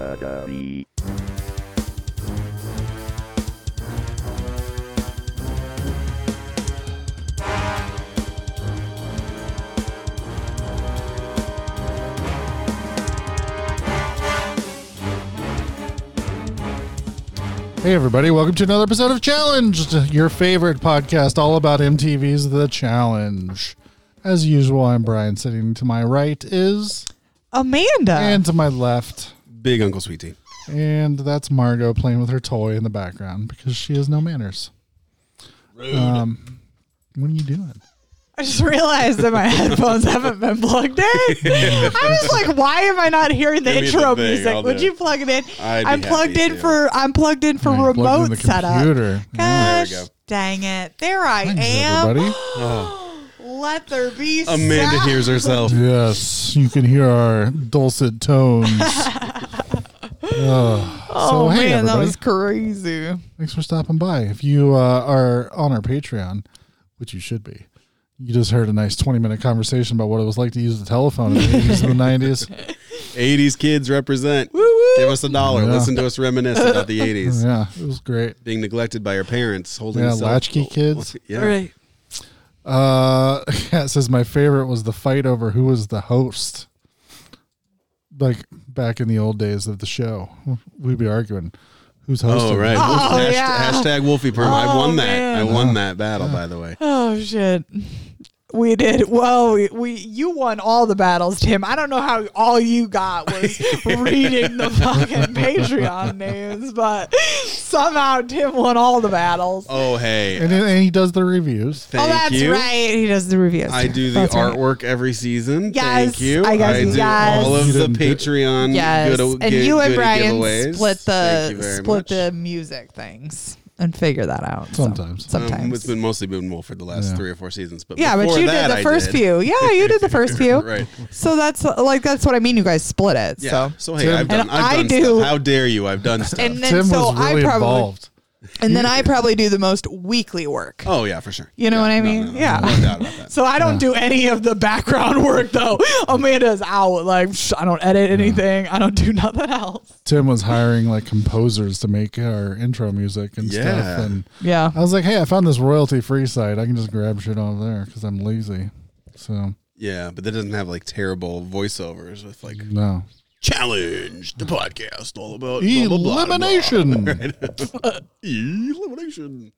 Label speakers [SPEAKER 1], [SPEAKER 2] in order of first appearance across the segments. [SPEAKER 1] Academy.
[SPEAKER 2] Hey, everybody, welcome to another episode of Challenged, your favorite podcast all about MTV's The Challenge. As usual, I'm Brian. Sitting to my right is,
[SPEAKER 3] Amanda.
[SPEAKER 2] and to my left,
[SPEAKER 4] Big Uncle Sweetie.
[SPEAKER 2] and that's Margot playing with her toy in the background because she has no manners. Um, what are you doing?
[SPEAKER 3] I just realized that my headphones haven't been plugged in. I was like, why am I not hearing the
[SPEAKER 4] Give me the
[SPEAKER 3] intro
[SPEAKER 4] thing,
[SPEAKER 3] music?
[SPEAKER 4] I'll do
[SPEAKER 3] Would
[SPEAKER 4] it.
[SPEAKER 3] you plug it in?
[SPEAKER 4] I'd be
[SPEAKER 3] I'm plugged
[SPEAKER 4] happy
[SPEAKER 3] in
[SPEAKER 4] to.
[SPEAKER 3] for I'm plugged in for
[SPEAKER 2] I plugged in
[SPEAKER 3] remote
[SPEAKER 2] the
[SPEAKER 3] setup.
[SPEAKER 2] computer.
[SPEAKER 3] Gosh,
[SPEAKER 4] There we go.
[SPEAKER 3] dang it. There I
[SPEAKER 2] Thanks,
[SPEAKER 3] am.
[SPEAKER 2] everybody.
[SPEAKER 3] Let there be
[SPEAKER 4] Amanda
[SPEAKER 3] sound.
[SPEAKER 4] hears herself.
[SPEAKER 2] Yes, you can hear our dulcet tones. Ugh.
[SPEAKER 3] Oh,
[SPEAKER 2] so, hey,
[SPEAKER 3] man, that
[SPEAKER 2] everybody.
[SPEAKER 3] was crazy.
[SPEAKER 2] Thanks for stopping by. If you uh, are on our Patreon, which you should be, you just heard a nice 20 minute conversation about what it was like to use the telephone in the 80s and the 90s.
[SPEAKER 4] 80s kids represent.
[SPEAKER 3] woo.
[SPEAKER 4] Give us a dollar.
[SPEAKER 2] Yeah.
[SPEAKER 4] Listen to us reminisce about the 80s.
[SPEAKER 2] Yeah, it was great.
[SPEAKER 4] Being neglected by your parents, holding
[SPEAKER 2] Yeah,
[SPEAKER 4] cell-
[SPEAKER 2] latchkey kids.
[SPEAKER 4] Yeah.
[SPEAKER 3] Right.
[SPEAKER 2] Uh, yeah, it says my favorite was the fight over who was the host. Like back in the old days of the show, we'd be arguing who's hosting.
[SPEAKER 4] Oh, right.
[SPEAKER 3] Oh,
[SPEAKER 4] hashtag,
[SPEAKER 3] yeah.
[SPEAKER 4] hashtag Wolfie Perm. I
[SPEAKER 3] Oh,
[SPEAKER 4] won that.
[SPEAKER 3] man.
[SPEAKER 4] I won that battle, by the way.
[SPEAKER 3] Oh shit. We did. Whoa, we, we you won all the battles, Tim. I don't know how all you got was reading the fucking Patreon names, but somehow Tim won all the battles. Oh,
[SPEAKER 4] Oh, hey.
[SPEAKER 2] And, then- and he does the reviews.
[SPEAKER 4] Thank
[SPEAKER 3] that's
[SPEAKER 4] you.
[SPEAKER 3] right. He does the reviews.
[SPEAKER 4] I
[SPEAKER 3] too.
[SPEAKER 4] do the
[SPEAKER 3] That's right.
[SPEAKER 4] artwork every season.
[SPEAKER 3] Yes,
[SPEAKER 4] Thank you.
[SPEAKER 3] I guess-
[SPEAKER 4] do
[SPEAKER 3] yes.
[SPEAKER 4] all of
[SPEAKER 2] You
[SPEAKER 4] the
[SPEAKER 2] didn't do-
[SPEAKER 4] Patreon
[SPEAKER 3] Yes,
[SPEAKER 4] good,
[SPEAKER 3] and you and Brian
[SPEAKER 4] giveaways.
[SPEAKER 3] split
[SPEAKER 4] Thank you
[SPEAKER 3] the
[SPEAKER 4] very
[SPEAKER 3] split
[SPEAKER 4] much.
[SPEAKER 3] the music things and figure that out. So-
[SPEAKER 2] Sometimes. Um,
[SPEAKER 3] sometimes.
[SPEAKER 4] Um, it's been mostly been Wolford the last
[SPEAKER 2] Yeah.
[SPEAKER 4] three or four seasons, but
[SPEAKER 3] yeah, but
[SPEAKER 4] before
[SPEAKER 3] you
[SPEAKER 4] that,
[SPEAKER 3] did the
[SPEAKER 4] I
[SPEAKER 3] first
[SPEAKER 4] did.
[SPEAKER 3] few. Yeah, you did the first few.
[SPEAKER 4] Right.
[SPEAKER 3] So that's like that's what I mean. You guys split it.
[SPEAKER 4] Yeah.
[SPEAKER 3] So
[SPEAKER 4] So, hey, I've
[SPEAKER 2] Tim-
[SPEAKER 4] done,
[SPEAKER 3] And I
[SPEAKER 4] I've done
[SPEAKER 3] do-
[SPEAKER 4] stuff. How dare you? I've done stuff.
[SPEAKER 3] and then
[SPEAKER 2] Tim
[SPEAKER 3] so
[SPEAKER 2] was really
[SPEAKER 3] I probably
[SPEAKER 2] involved.
[SPEAKER 3] and then I probably do the most weekly work.
[SPEAKER 4] oh yeah, for sure.
[SPEAKER 3] You know
[SPEAKER 4] Yeah,
[SPEAKER 3] what I
[SPEAKER 4] no,
[SPEAKER 3] mean?
[SPEAKER 4] no, no,
[SPEAKER 3] Yeah.
[SPEAKER 4] No doubt about that.
[SPEAKER 3] So I don't do any of the background work though. Amanda's out. Like psh, I don't edit anything. I don't do nothing else.
[SPEAKER 2] Tim was hiring like composers to make our intro music and
[SPEAKER 4] Yeah.
[SPEAKER 2] stuff. And
[SPEAKER 3] Yeah.
[SPEAKER 2] I was like, hey, I found this royalty free site. I can just grab shit off there because I'm lazy. So,
[SPEAKER 4] Yeah, but that doesn't have like terrible voiceovers with like
[SPEAKER 2] no.
[SPEAKER 4] challenge the podcast all about blah, blah, blah, blah,
[SPEAKER 2] Elimination.
[SPEAKER 4] blah." elimination.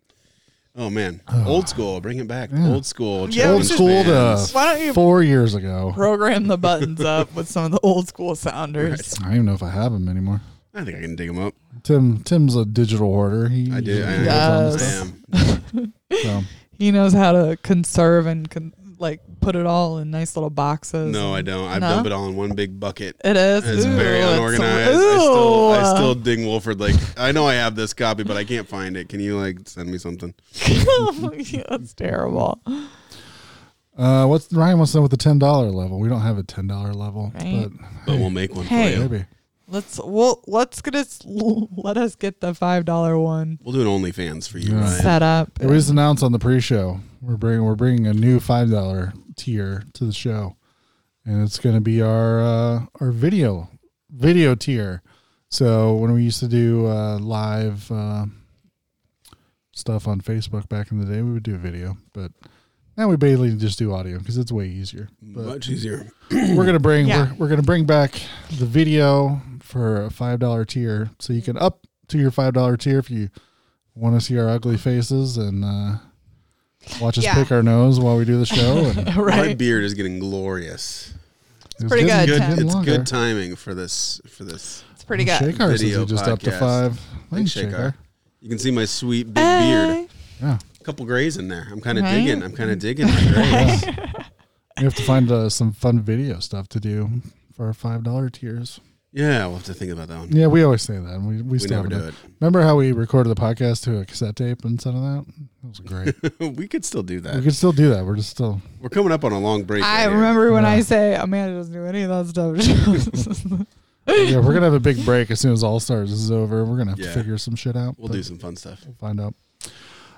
[SPEAKER 4] Oh man, old school. Bring it back. Old school.
[SPEAKER 3] Yeah,
[SPEAKER 2] Old
[SPEAKER 4] challenge
[SPEAKER 2] school
[SPEAKER 4] fans.
[SPEAKER 2] to
[SPEAKER 3] Why don't you-
[SPEAKER 2] four years ago.
[SPEAKER 3] Program the buttons up with some of the old school sounders.
[SPEAKER 2] I don't even know if I have them anymore.
[SPEAKER 4] I think I can dig them up.
[SPEAKER 2] Tim Tim's a digital hoarder. He
[SPEAKER 4] I do. I,
[SPEAKER 2] he
[SPEAKER 4] am.
[SPEAKER 2] does
[SPEAKER 4] I
[SPEAKER 3] Yes.
[SPEAKER 4] am.
[SPEAKER 2] all this stuff.
[SPEAKER 3] He knows how to conserve and con- like put it all in nice little boxes.
[SPEAKER 4] No, I don't. I've
[SPEAKER 3] No?
[SPEAKER 4] dumped it all in one big bucket.
[SPEAKER 3] It is.
[SPEAKER 4] It's
[SPEAKER 3] Ooh,
[SPEAKER 4] very
[SPEAKER 3] it's-
[SPEAKER 4] unorganized. I still, I
[SPEAKER 3] Ooh.
[SPEAKER 4] still ding Wolford. Like I know I have this copy, but I can't find it. Can you like send me something?
[SPEAKER 3] Yeah, That's terrible.
[SPEAKER 2] So, uh, what's Ryan wants to know with the ten dollar level? We don't have a ten dollar level,
[SPEAKER 3] Right.
[SPEAKER 4] But we'll make one
[SPEAKER 3] Hey.
[SPEAKER 4] for you.
[SPEAKER 2] maybe
[SPEAKER 3] Let's well let's get us let us get the five dollar one
[SPEAKER 4] We'll do an OnlyFans for you,
[SPEAKER 2] Yeah.
[SPEAKER 4] Ryan.
[SPEAKER 3] set up.
[SPEAKER 2] it was announced on the pre-show. We're bringing we're bringing a new five dollar tier to the show, and it's going to be our uh, our video video tier. So when we used to do uh, live uh, stuff on Facebook back in the day, we would do video, but now we basically just do audio because it's way easier. But
[SPEAKER 4] Much easier.
[SPEAKER 2] we're gonna bring
[SPEAKER 3] Yeah.
[SPEAKER 2] we're, we're gonna bring back the video for a five dollar tier so you can up to your five dollar tier if you want to see our ugly faces and uh watch us
[SPEAKER 3] Yeah.
[SPEAKER 2] pick our nose while we do the show and it's
[SPEAKER 4] My
[SPEAKER 3] right.
[SPEAKER 4] beard is getting glorious.
[SPEAKER 3] pretty
[SPEAKER 2] getting-
[SPEAKER 3] good,
[SPEAKER 4] Good,
[SPEAKER 3] Ten.
[SPEAKER 2] getting
[SPEAKER 4] it's
[SPEAKER 2] longer.
[SPEAKER 4] good timing for this. For this,
[SPEAKER 3] It's pretty good.
[SPEAKER 2] shake ours
[SPEAKER 4] Video
[SPEAKER 2] is just up to
[SPEAKER 4] podcast.
[SPEAKER 2] five thanks
[SPEAKER 4] Shaker.
[SPEAKER 2] shaker
[SPEAKER 4] You can see my sweet big beard.
[SPEAKER 3] Hey.
[SPEAKER 2] yeah
[SPEAKER 4] A couple grays in there. I'm kind of
[SPEAKER 3] Right.
[SPEAKER 4] digging. I'm kind of digging my grays.
[SPEAKER 2] we have to find uh, some fun video stuff to do for our five dollar tiers
[SPEAKER 4] yeah, we'll have to think about that one.
[SPEAKER 2] yeah we always say that and we, we,
[SPEAKER 4] We
[SPEAKER 2] still
[SPEAKER 4] never do
[SPEAKER 2] haven't- remember how we recorded the podcast to a cassette tape and sent it out that was great
[SPEAKER 4] it. we could still do
[SPEAKER 2] we
[SPEAKER 4] that.
[SPEAKER 2] could still do that we're just still
[SPEAKER 4] We're coming up on a long break.
[SPEAKER 3] I
[SPEAKER 4] right here.
[SPEAKER 3] remember when
[SPEAKER 2] Yeah.
[SPEAKER 3] I say Amanda doesn't do any of that stuff.
[SPEAKER 2] yeah, we're gonna have a big break as soon as All Stars is over. We're gonna have to
[SPEAKER 4] Yeah.
[SPEAKER 2] figure some shit out.
[SPEAKER 4] We'll
[SPEAKER 2] but
[SPEAKER 4] do some fun stuff.
[SPEAKER 2] We'll find out.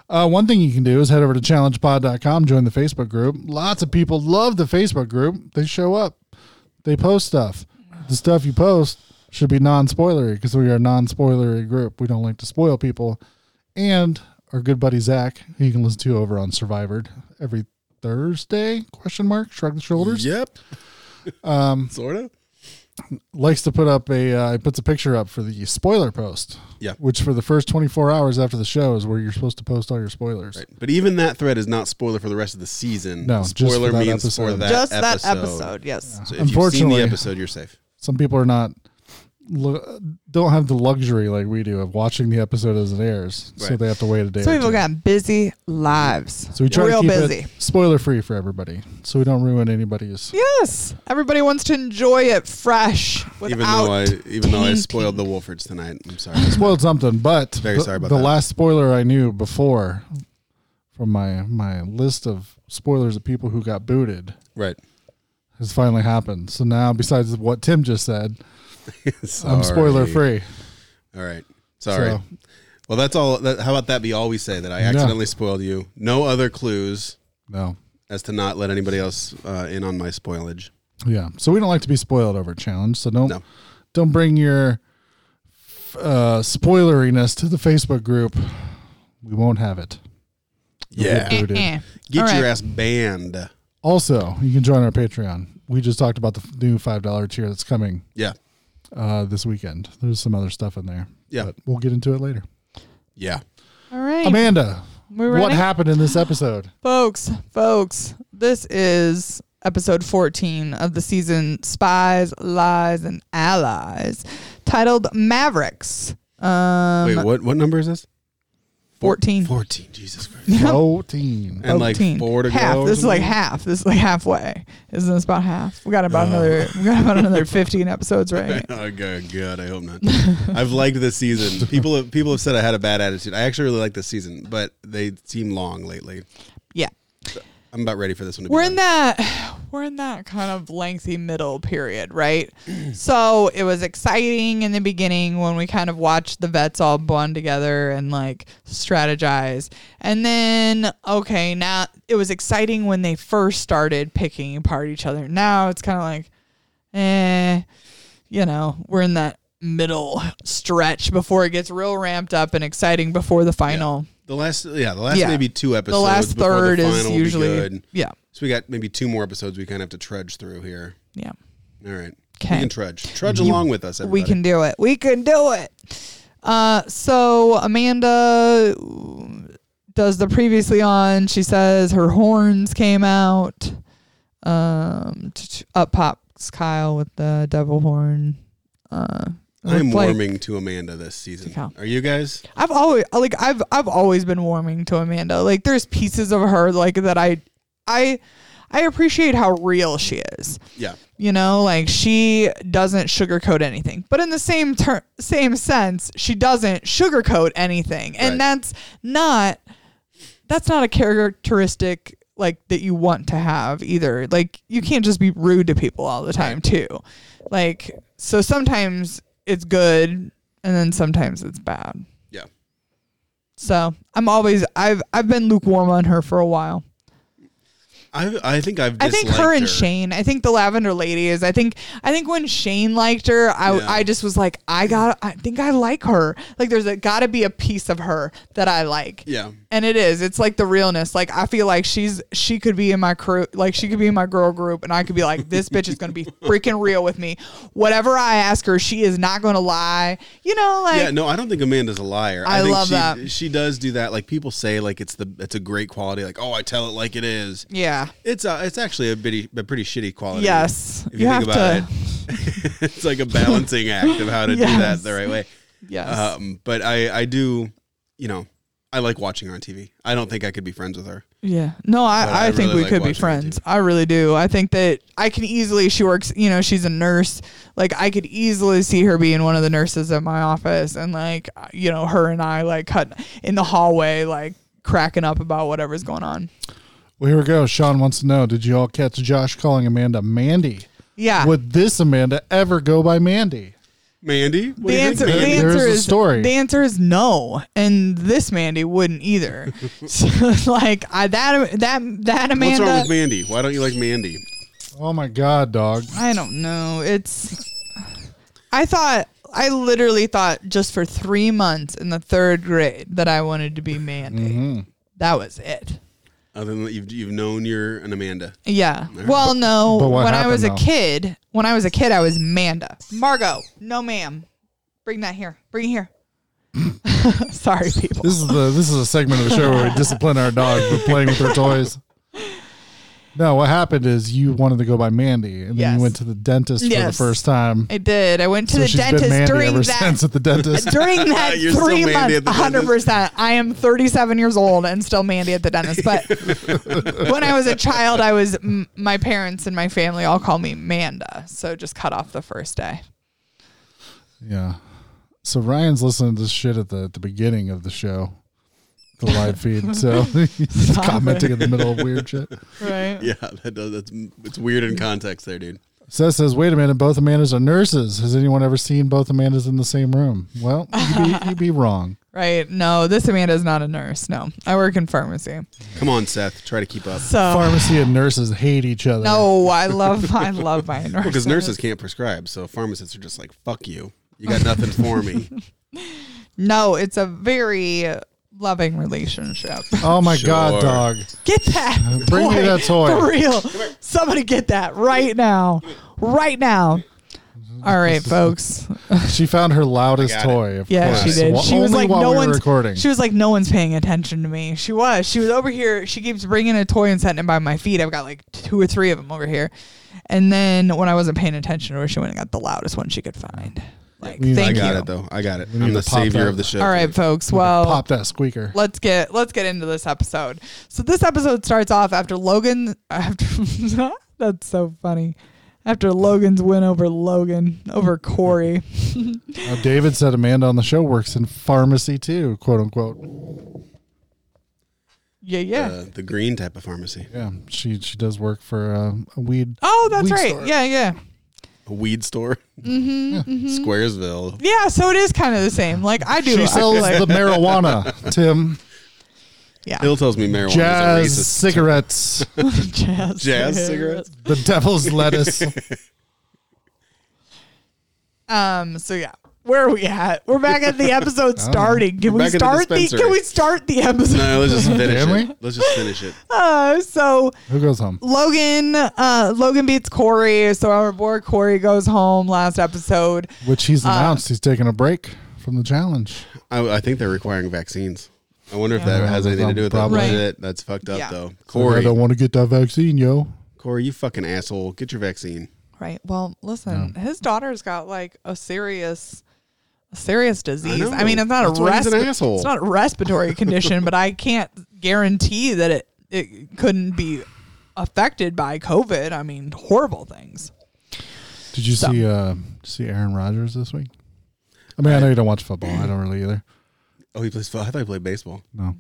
[SPEAKER 2] Uh, one thing you can do is head over to challengepod.com, join the Facebook group. Lots of people love the Facebook group. They show up, they post stuff. The stuff you post should be non-spoilery because we are a non-spoilery group. We don't like to spoil people. And our good buddy Zach, who you can listen to over on Survivored every Thursday? Question mark. Shrug the shoulders.
[SPEAKER 4] Yep.
[SPEAKER 2] Um,
[SPEAKER 4] Sort of.
[SPEAKER 2] likes to put up a uh, he puts a picture up for the spoiler post.
[SPEAKER 4] Yeah.
[SPEAKER 2] Which for the first 24 hours after the show is where you're supposed to post all your spoilers.
[SPEAKER 4] Right. But even that thread is not spoiler for the rest of the season.
[SPEAKER 2] No, just for
[SPEAKER 4] spoiler
[SPEAKER 2] that
[SPEAKER 4] means for
[SPEAKER 2] episode.
[SPEAKER 4] that
[SPEAKER 3] Just
[SPEAKER 4] episode.
[SPEAKER 3] that episode, yes.
[SPEAKER 4] So if you've seen
[SPEAKER 2] Unfortunately-
[SPEAKER 4] the episode, you're safe.
[SPEAKER 2] Some people are not lu- don't have the luxury like we do of watching the episode as it airs, so
[SPEAKER 4] Right.
[SPEAKER 2] they have to wait a day.
[SPEAKER 3] Some
[SPEAKER 2] or
[SPEAKER 3] people
[SPEAKER 2] two.
[SPEAKER 3] got busy lives.
[SPEAKER 2] so we try
[SPEAKER 3] real
[SPEAKER 2] to keep
[SPEAKER 3] busy.
[SPEAKER 2] it spoiler free for everybody, so we don't ruin anybody's.
[SPEAKER 3] Yes, everybody wants to enjoy it fresh without.
[SPEAKER 4] Even though I even though I
[SPEAKER 3] tainting.
[SPEAKER 4] spoiled the Wolfords tonight. I'm sorry.
[SPEAKER 2] Spoiled something, but
[SPEAKER 4] Very
[SPEAKER 2] the,
[SPEAKER 4] sorry about
[SPEAKER 2] the
[SPEAKER 4] that.
[SPEAKER 2] last spoiler I knew before from my my list of spoilers of people who got booted
[SPEAKER 4] right.
[SPEAKER 2] has finally happened. So now, besides what Tim just said, I'm
[SPEAKER 4] Sorry.
[SPEAKER 2] spoiler free.
[SPEAKER 4] All right. Sorry.
[SPEAKER 2] So-
[SPEAKER 4] Well, that's all. That, how about that be all we say that I
[SPEAKER 2] Yeah.
[SPEAKER 4] accidentally spoiled you? No other clues
[SPEAKER 2] No.
[SPEAKER 4] as to not let anybody else uh, in on my spoilage.
[SPEAKER 2] Yeah. So we don't like to be spoiled over a challenge. So don't
[SPEAKER 4] No.
[SPEAKER 2] don't bring your uh, spoileriness to the Facebook group. We won't have it. You'll get
[SPEAKER 4] Yeah.
[SPEAKER 2] booted.
[SPEAKER 3] Eh.
[SPEAKER 4] Get
[SPEAKER 3] All
[SPEAKER 4] your
[SPEAKER 3] right.
[SPEAKER 4] ass banned.
[SPEAKER 2] Also, you can join our Patreon. We just talked about the f- new five dollar tier that's coming
[SPEAKER 4] Yeah.
[SPEAKER 2] uh, this weekend. There's some other stuff in there.
[SPEAKER 4] Yeah.
[SPEAKER 2] But we'll get into it later.
[SPEAKER 4] Yeah.
[SPEAKER 3] All right,
[SPEAKER 2] Amanda,
[SPEAKER 3] we're
[SPEAKER 2] what
[SPEAKER 3] ready,
[SPEAKER 2] happened in this episode?
[SPEAKER 3] folks. Folks, this is episode 14 of the season "Spies, Lies, and Allies," titled "Mavericks." Um,
[SPEAKER 4] Wait, what? What number is this? Four-
[SPEAKER 3] 14.
[SPEAKER 4] Fourteen. Jesus Christ.
[SPEAKER 2] Fourteen.
[SPEAKER 4] And like
[SPEAKER 3] 14.
[SPEAKER 4] four to
[SPEAKER 3] half.
[SPEAKER 4] go. or
[SPEAKER 3] This is like
[SPEAKER 4] something?
[SPEAKER 3] half. This is like halfway. Isn't this about half? We got about
[SPEAKER 4] Oh.
[SPEAKER 3] another. We got about another 15 episodes, right?
[SPEAKER 4] oh god, God, I hope not. I've liked this season. People have people have said I had a bad attitude. I actually really like this season, but they seem long lately.
[SPEAKER 3] Yeah.
[SPEAKER 4] I'm about ready for this one. To
[SPEAKER 3] we're
[SPEAKER 4] be
[SPEAKER 3] in that we're in that kind of lengthy middle period right so it was exciting in the beginning when we kind of watched the vets all bond together and like strategize and then okay now it was exciting when they first started picking apart each other now it's kind of like eh you know we're in that middle stretch before it gets real ramped up and exciting before the final
[SPEAKER 4] The last, yeah, the last
[SPEAKER 3] Yeah.
[SPEAKER 4] maybe two episodes.
[SPEAKER 3] the last
[SPEAKER 4] before
[SPEAKER 3] third
[SPEAKER 4] the
[SPEAKER 3] is
[SPEAKER 4] final will be
[SPEAKER 3] usually
[SPEAKER 4] good.
[SPEAKER 3] yeah
[SPEAKER 4] So we got maybe two more episodes we kind of have to trudge through here.
[SPEAKER 3] yeah
[SPEAKER 4] All right.
[SPEAKER 3] Okay.
[SPEAKER 4] We can trudge. Trudge along with us. Everybody.
[SPEAKER 3] we can do it. We can do it. Uh, so Amanda does the previously on. She says her horns came out. Um, t- t- up pops Kyle with the devil horn. Uh,
[SPEAKER 4] I'm
[SPEAKER 3] looked like-
[SPEAKER 4] warming to Amanda this season.
[SPEAKER 3] Cow.
[SPEAKER 4] Are you guys?
[SPEAKER 3] I've always like I've I've always been warming to Amanda. Like there's pieces of her like that I I I appreciate how real she is.
[SPEAKER 4] Yeah.
[SPEAKER 3] You know, like she doesn't sugarcoat anything. But in the same ter- same sense, she doesn't sugarcoat anything. And
[SPEAKER 4] Right.
[SPEAKER 3] that's not that's not a characteristic like that you want to have either. Like you can't just be rude to people all the time too. Like so sometimes it's good and then sometimes it's bad.
[SPEAKER 4] Yeah.
[SPEAKER 3] So, I'm always I've I've been lukewarm on her for a while.
[SPEAKER 4] I I think I've.
[SPEAKER 3] I think her
[SPEAKER 4] disliked
[SPEAKER 3] and Shane. I think the Lavender Lady is. I think. I think when Shane liked her, I
[SPEAKER 4] Yeah.
[SPEAKER 3] I just was like, I got. I think I like her. Like there's a got to be a piece of her that I like.
[SPEAKER 4] Yeah.
[SPEAKER 3] And it is. It's like the realness. Like I feel like she's she could be in my crew. Like she could be in my girl group, and I could be like, this bitch is gonna be freaking real with me. Whatever I ask her, she is not gonna lie. You know, like
[SPEAKER 4] yeah, no, I don't think Amanda's a liar.
[SPEAKER 3] I
[SPEAKER 4] think
[SPEAKER 3] love
[SPEAKER 4] she,
[SPEAKER 3] that.
[SPEAKER 4] She does do that. Like people say, like it's the it's a great quality. Like oh, I tell it like it is.
[SPEAKER 3] yeah,
[SPEAKER 4] It's a, it's actually a bitty, a pretty shitty quality.
[SPEAKER 3] yes.
[SPEAKER 4] if you, think about it, it's like a balancing act of how to do that
[SPEAKER 3] Yes.
[SPEAKER 4] the right way.
[SPEAKER 3] Yes.
[SPEAKER 4] Um, but I I do, you know, I like watching her on TV. I don't think I could be friends with her.
[SPEAKER 3] Yeah. No, I,
[SPEAKER 4] But
[SPEAKER 3] I,
[SPEAKER 4] I
[SPEAKER 3] think
[SPEAKER 4] really
[SPEAKER 3] we
[SPEAKER 4] like
[SPEAKER 3] could be
[SPEAKER 4] watching her on
[SPEAKER 3] friends. I really do. I think that I can easily, she works, you know, she's a nurse. Like, I could easily see her being one of the nurses at my office and, like, uh, you know, her and I, like, cut in the hallway, like, cracking up about whatever's going on.
[SPEAKER 2] Well, here we go. Sean wants to know: Did you all catch Josh calling Amanda Mandy?
[SPEAKER 3] Yeah.
[SPEAKER 2] Would this Amanda ever go by Mandy?
[SPEAKER 4] Mandy, what
[SPEAKER 3] the
[SPEAKER 4] do you
[SPEAKER 3] answer,
[SPEAKER 4] think,
[SPEAKER 3] the
[SPEAKER 4] Mandy?
[SPEAKER 2] There's
[SPEAKER 3] answer
[SPEAKER 2] the
[SPEAKER 3] is
[SPEAKER 2] story.
[SPEAKER 3] The answer is no, and this Mandy wouldn't either. so, like I, that that that
[SPEAKER 4] What's
[SPEAKER 3] Amanda,
[SPEAKER 4] wrong with Mandy? Why don't you like Mandy?
[SPEAKER 2] Oh my God, dog!
[SPEAKER 3] I don't know. It's I thought I literally thought just for three months in the third grade that I wanted to be Mandy.
[SPEAKER 2] Mm-hmm.
[SPEAKER 3] That was it.
[SPEAKER 4] Other than that, you've you've known you're an Amanda.
[SPEAKER 3] Yeah. Well, no.
[SPEAKER 2] But what
[SPEAKER 3] when I
[SPEAKER 2] happened,
[SPEAKER 3] was a
[SPEAKER 2] though?
[SPEAKER 3] kid, when I was a kid, I was Manda. Margot. No, ma'am. Bring that here. Bring it here. Sorry, people.
[SPEAKER 2] This is the this is a segment of the show where we discipline our dog for playing with their toys. No, what happened is you wanted to go by Mandy, and then
[SPEAKER 3] Yes.
[SPEAKER 2] you went to the dentist for the
[SPEAKER 3] Yes.
[SPEAKER 2] first time.
[SPEAKER 3] I did. I went to
[SPEAKER 2] So
[SPEAKER 3] the
[SPEAKER 2] she's
[SPEAKER 3] dentist
[SPEAKER 2] been Mandy
[SPEAKER 3] during
[SPEAKER 2] ever
[SPEAKER 3] that
[SPEAKER 2] since at the dentist.
[SPEAKER 3] during that
[SPEAKER 4] You're still
[SPEAKER 3] three
[SPEAKER 4] Mandy
[SPEAKER 3] months,
[SPEAKER 4] at the
[SPEAKER 3] 100
[SPEAKER 4] dentist.
[SPEAKER 3] percent. I am 37 years old and still Mandy at the dentist. But when I was a child, I was m- my parents and my family all call me Manda, so just cut off the first day.
[SPEAKER 2] Yeah. So Ryan's listening to this shit at the, at the beginning of the show, the live feed. So he's
[SPEAKER 3] Stop
[SPEAKER 2] commenting in the middle of weird shit.
[SPEAKER 3] Right?
[SPEAKER 4] Yeah, that does. That's it's weird in context there, dude.
[SPEAKER 2] Seth says, wait a minute, both Amandas are nurses. Has anyone ever seen both Amandas in the same room? Well, you'd be, you'd be wrong.
[SPEAKER 3] Right? No, this Amanda is not a nurse. No, I work in pharmacy.
[SPEAKER 4] Come on, Seth. Try to keep up.
[SPEAKER 3] So
[SPEAKER 2] Pharmacy and nurses hate each other.
[SPEAKER 3] no, I love I love my nurse.
[SPEAKER 4] Because nurses can't prescribe, so pharmacists are just like, "Fuck you. You got nothing for me."
[SPEAKER 3] No, it's a very loving relationship.
[SPEAKER 2] Oh my
[SPEAKER 4] Sure.
[SPEAKER 2] God, dog.
[SPEAKER 3] Get that.
[SPEAKER 2] Uh, Bring me
[SPEAKER 3] toy.
[SPEAKER 2] that toy.
[SPEAKER 3] For real. Somebody get that right now. Right now. All right, folks.
[SPEAKER 2] She found her loudest
[SPEAKER 4] I got it.
[SPEAKER 2] toy. Of
[SPEAKER 3] Yeah,
[SPEAKER 2] course.
[SPEAKER 3] she did.
[SPEAKER 2] Wa-
[SPEAKER 3] She was
[SPEAKER 2] only
[SPEAKER 3] like,
[SPEAKER 2] while
[SPEAKER 3] no
[SPEAKER 2] we were
[SPEAKER 3] one's
[SPEAKER 2] recording.
[SPEAKER 3] She was like, no one's paying attention to me. She was. She was over here. She keeps bringing a toy and setting it by my feet. I've got like two or three of them over here. And then when I wasn't paying attention to her, she went and got the loudest one she could find. Like,
[SPEAKER 2] We- I
[SPEAKER 4] I
[SPEAKER 3] thank
[SPEAKER 4] got
[SPEAKER 3] you.
[SPEAKER 4] it though. I got it.
[SPEAKER 2] need
[SPEAKER 4] I'm the
[SPEAKER 2] to pop
[SPEAKER 4] savior
[SPEAKER 2] that.
[SPEAKER 4] of the show.
[SPEAKER 3] All right, folks. Well,
[SPEAKER 2] Pop that squeaker.
[SPEAKER 3] let's get let's get into this episode. So this episode starts off after Logan after that's so funny. After Logan's win over Logan over Corey.
[SPEAKER 2] Uh, David said Amanda on the show works in pharmacy too, quote unquote.
[SPEAKER 3] Yeah, yeah.
[SPEAKER 4] Uh, the green type of pharmacy,
[SPEAKER 2] Yeah, she she does work for uh, a weed.
[SPEAKER 3] oh, that's
[SPEAKER 2] weed
[SPEAKER 3] right.
[SPEAKER 2] store.
[SPEAKER 3] Yeah, yeah.
[SPEAKER 4] a weed store,
[SPEAKER 2] Yeah.
[SPEAKER 3] Mm-hmm,
[SPEAKER 4] Squaresville.
[SPEAKER 3] Yeah, so it is kind of the same. Like I do
[SPEAKER 2] She
[SPEAKER 3] I
[SPEAKER 2] sells
[SPEAKER 3] like,
[SPEAKER 2] the marijuana, Tim.
[SPEAKER 3] yeah.
[SPEAKER 4] Hill tells me marijuana
[SPEAKER 2] Jazz
[SPEAKER 4] is a racist.
[SPEAKER 2] cigarettes,
[SPEAKER 3] Jazz,
[SPEAKER 4] Jazz cigarettes.
[SPEAKER 2] the devil's lettuce.
[SPEAKER 3] Um so yeah. Where are we at? We're back at the episode starting. Can we
[SPEAKER 4] We're back at the
[SPEAKER 3] start the,
[SPEAKER 4] dispensary.
[SPEAKER 3] can we start the episode?
[SPEAKER 4] No, let's just finish
[SPEAKER 2] Can we?
[SPEAKER 4] it. Let's just finish it.
[SPEAKER 3] Uh, so
[SPEAKER 2] Who goes home?
[SPEAKER 3] Logan, uh, Logan beats Corey, so our boy Corey goes home last episode.
[SPEAKER 2] Which
[SPEAKER 3] Uh,
[SPEAKER 2] he's announced he's taking a break from the challenge.
[SPEAKER 4] I, I think they're requiring vaccines. I wonder if that
[SPEAKER 2] Yeah,
[SPEAKER 4] has anything to do with that
[SPEAKER 2] probably.
[SPEAKER 3] Right.
[SPEAKER 4] shit. That's fucked up
[SPEAKER 3] Yeah.
[SPEAKER 4] though.
[SPEAKER 2] I
[SPEAKER 4] Corey,
[SPEAKER 2] don't want to get that vaccine, yo.
[SPEAKER 4] Corey, you fucking asshole. Get your vaccine.
[SPEAKER 3] Right. Well, listen, his daughter's got like a serious, a serious disease. I,
[SPEAKER 4] know.
[SPEAKER 3] mean, it's not
[SPEAKER 4] That's
[SPEAKER 3] a
[SPEAKER 4] why he's
[SPEAKER 3] res-
[SPEAKER 4] an asshole.
[SPEAKER 3] It's not a respiratory condition, but I can't guarantee that it it couldn't be affected by COVID. I mean, horrible things.
[SPEAKER 2] Did you
[SPEAKER 3] So-
[SPEAKER 2] see uh, see Aaron Rodgers this week? I mean, I know you don't watch football. I don't really either.
[SPEAKER 4] Oh, he plays. fo- I thought he played baseball.
[SPEAKER 2] No.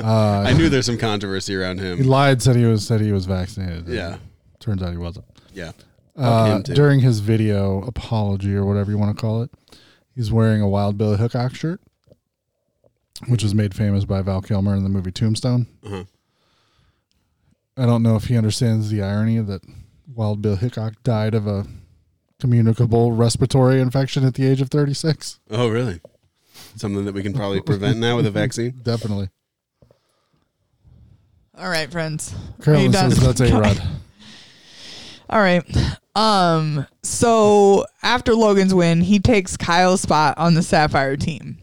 [SPEAKER 2] Uh,
[SPEAKER 4] I knew there's some controversy around
[SPEAKER 2] He
[SPEAKER 4] him.
[SPEAKER 2] lied, said he was said he was vaccinated.
[SPEAKER 4] Yeah.
[SPEAKER 2] turns out he wasn't.
[SPEAKER 4] Yeah. Fuck
[SPEAKER 2] Uh,
[SPEAKER 4] him, too.
[SPEAKER 2] during his video apology or whatever you want to call it, he's wearing a Wild Bill Hickok shirt, which was made famous by Val Kilmer in the movie Tombstone.
[SPEAKER 4] Uh-huh.
[SPEAKER 2] I don't know if he understands the irony that Wild Bill Hickok died of a communicable respiratory infection at the age of 36.
[SPEAKER 4] Oh, really? Something that we can probably prevent now with a vaccine.
[SPEAKER 2] Definitely.
[SPEAKER 3] All right, friends. Are you
[SPEAKER 2] Carolyn
[SPEAKER 3] done?
[SPEAKER 2] says that's a rod.
[SPEAKER 3] All right. Um, so after Logan's win, he takes Kyle's spot on the Sapphire team.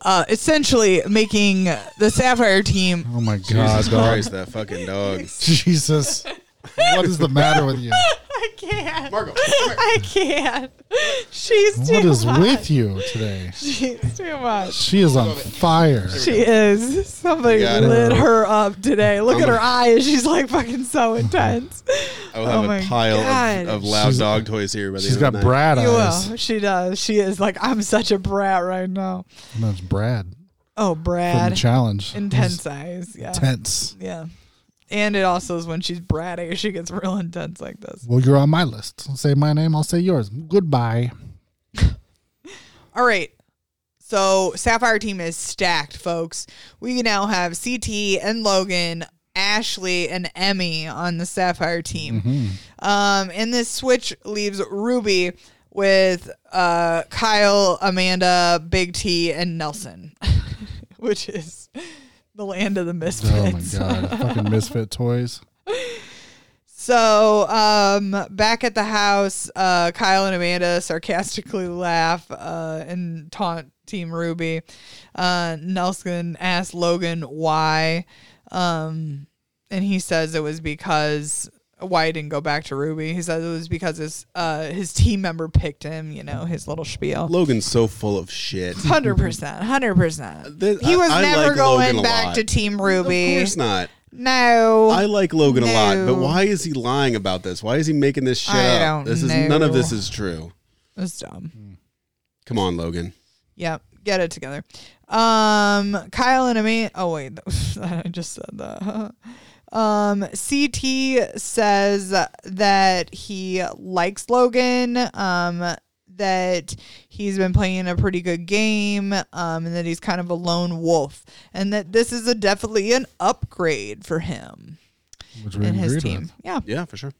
[SPEAKER 3] Uh, essentially making the Sapphire team
[SPEAKER 2] Oh my God,
[SPEAKER 4] Jesus
[SPEAKER 2] dog.
[SPEAKER 4] Christ, that fucking dog.
[SPEAKER 2] Jesus. What is the matter with you?
[SPEAKER 3] I can't.
[SPEAKER 4] Margo, come here.
[SPEAKER 3] I can't. She's too
[SPEAKER 2] What is
[SPEAKER 3] much.
[SPEAKER 2] with you today?
[SPEAKER 3] She's too much.
[SPEAKER 2] She is on fire.
[SPEAKER 3] She is. Somebody
[SPEAKER 4] You got it.
[SPEAKER 3] lit her up today. Look
[SPEAKER 4] I'm
[SPEAKER 3] at her
[SPEAKER 4] a-
[SPEAKER 3] eyes. She's like fucking so intense.
[SPEAKER 4] I will
[SPEAKER 3] Oh
[SPEAKER 4] have
[SPEAKER 3] my
[SPEAKER 4] a pile
[SPEAKER 3] God.
[SPEAKER 4] of, of loud
[SPEAKER 2] She's-
[SPEAKER 4] dog toys here by the
[SPEAKER 2] She's
[SPEAKER 4] end of
[SPEAKER 2] got
[SPEAKER 4] the night.
[SPEAKER 2] Brad
[SPEAKER 3] You
[SPEAKER 2] eyes.
[SPEAKER 3] will. She does. She is like, I'm such a brat right now.
[SPEAKER 2] No, it's Brad
[SPEAKER 3] Oh,
[SPEAKER 2] from the
[SPEAKER 3] Brad.
[SPEAKER 2] challenge.
[SPEAKER 3] Intense eyes. Yeah.
[SPEAKER 2] It's Tense.
[SPEAKER 3] Yeah. And it also is when she's bratty, she gets real intense like this.
[SPEAKER 2] Well, you're on my list. Say my name, I'll say yours. Goodbye.
[SPEAKER 3] All right. So Sapphire team is stacked, folks. We now have CT and Logan, Ashley and
[SPEAKER 2] Mm-hmm.
[SPEAKER 3] Emmy on the Sapphire team. Um, and this switch leaves Ruby with uh, Kyle, Amanda, Big T, and Nelson, which is the land of the
[SPEAKER 2] Oh my
[SPEAKER 3] misfits.
[SPEAKER 2] god, fucking misfit toys.
[SPEAKER 3] So, um, back at the house, uh, Kyle and Amanda sarcastically laugh uh, and taunt Team Ruby. Uh, Nelson asks Logan why, um, and he says it was because why he didn't go back to Ruby. He says it was because his uh, his team member picked him. You know his little spiel.
[SPEAKER 4] Logan's so full of shit.
[SPEAKER 3] Hundred percent, hundred percent.
[SPEAKER 4] Th-
[SPEAKER 3] He was
[SPEAKER 4] I- I
[SPEAKER 3] never
[SPEAKER 4] like Logan
[SPEAKER 3] going
[SPEAKER 4] a
[SPEAKER 3] back
[SPEAKER 4] lot.
[SPEAKER 3] to Team
[SPEAKER 4] Of
[SPEAKER 3] Ruby.
[SPEAKER 4] course not.
[SPEAKER 3] No,
[SPEAKER 4] I like Logan a lot,
[SPEAKER 3] No.
[SPEAKER 4] but why is he lying about this? Why is he making this shit
[SPEAKER 3] I don't
[SPEAKER 4] up? This is none of
[SPEAKER 3] know.
[SPEAKER 4] this is true.
[SPEAKER 3] that's dumb.
[SPEAKER 4] Come on, Logan.
[SPEAKER 3] Yep. Get it together. Um, Kyle and Amanda. Oh wait, I just said that. Um, CT says that he likes Logan. Um, that he's been playing a pretty good game. Um, and that he's kind of a lone wolf, and that this is a definitely an upgrade for him
[SPEAKER 2] Which we
[SPEAKER 3] and his
[SPEAKER 2] agreed
[SPEAKER 3] team.
[SPEAKER 2] with.
[SPEAKER 3] Yeah.
[SPEAKER 4] Yeah, for sure.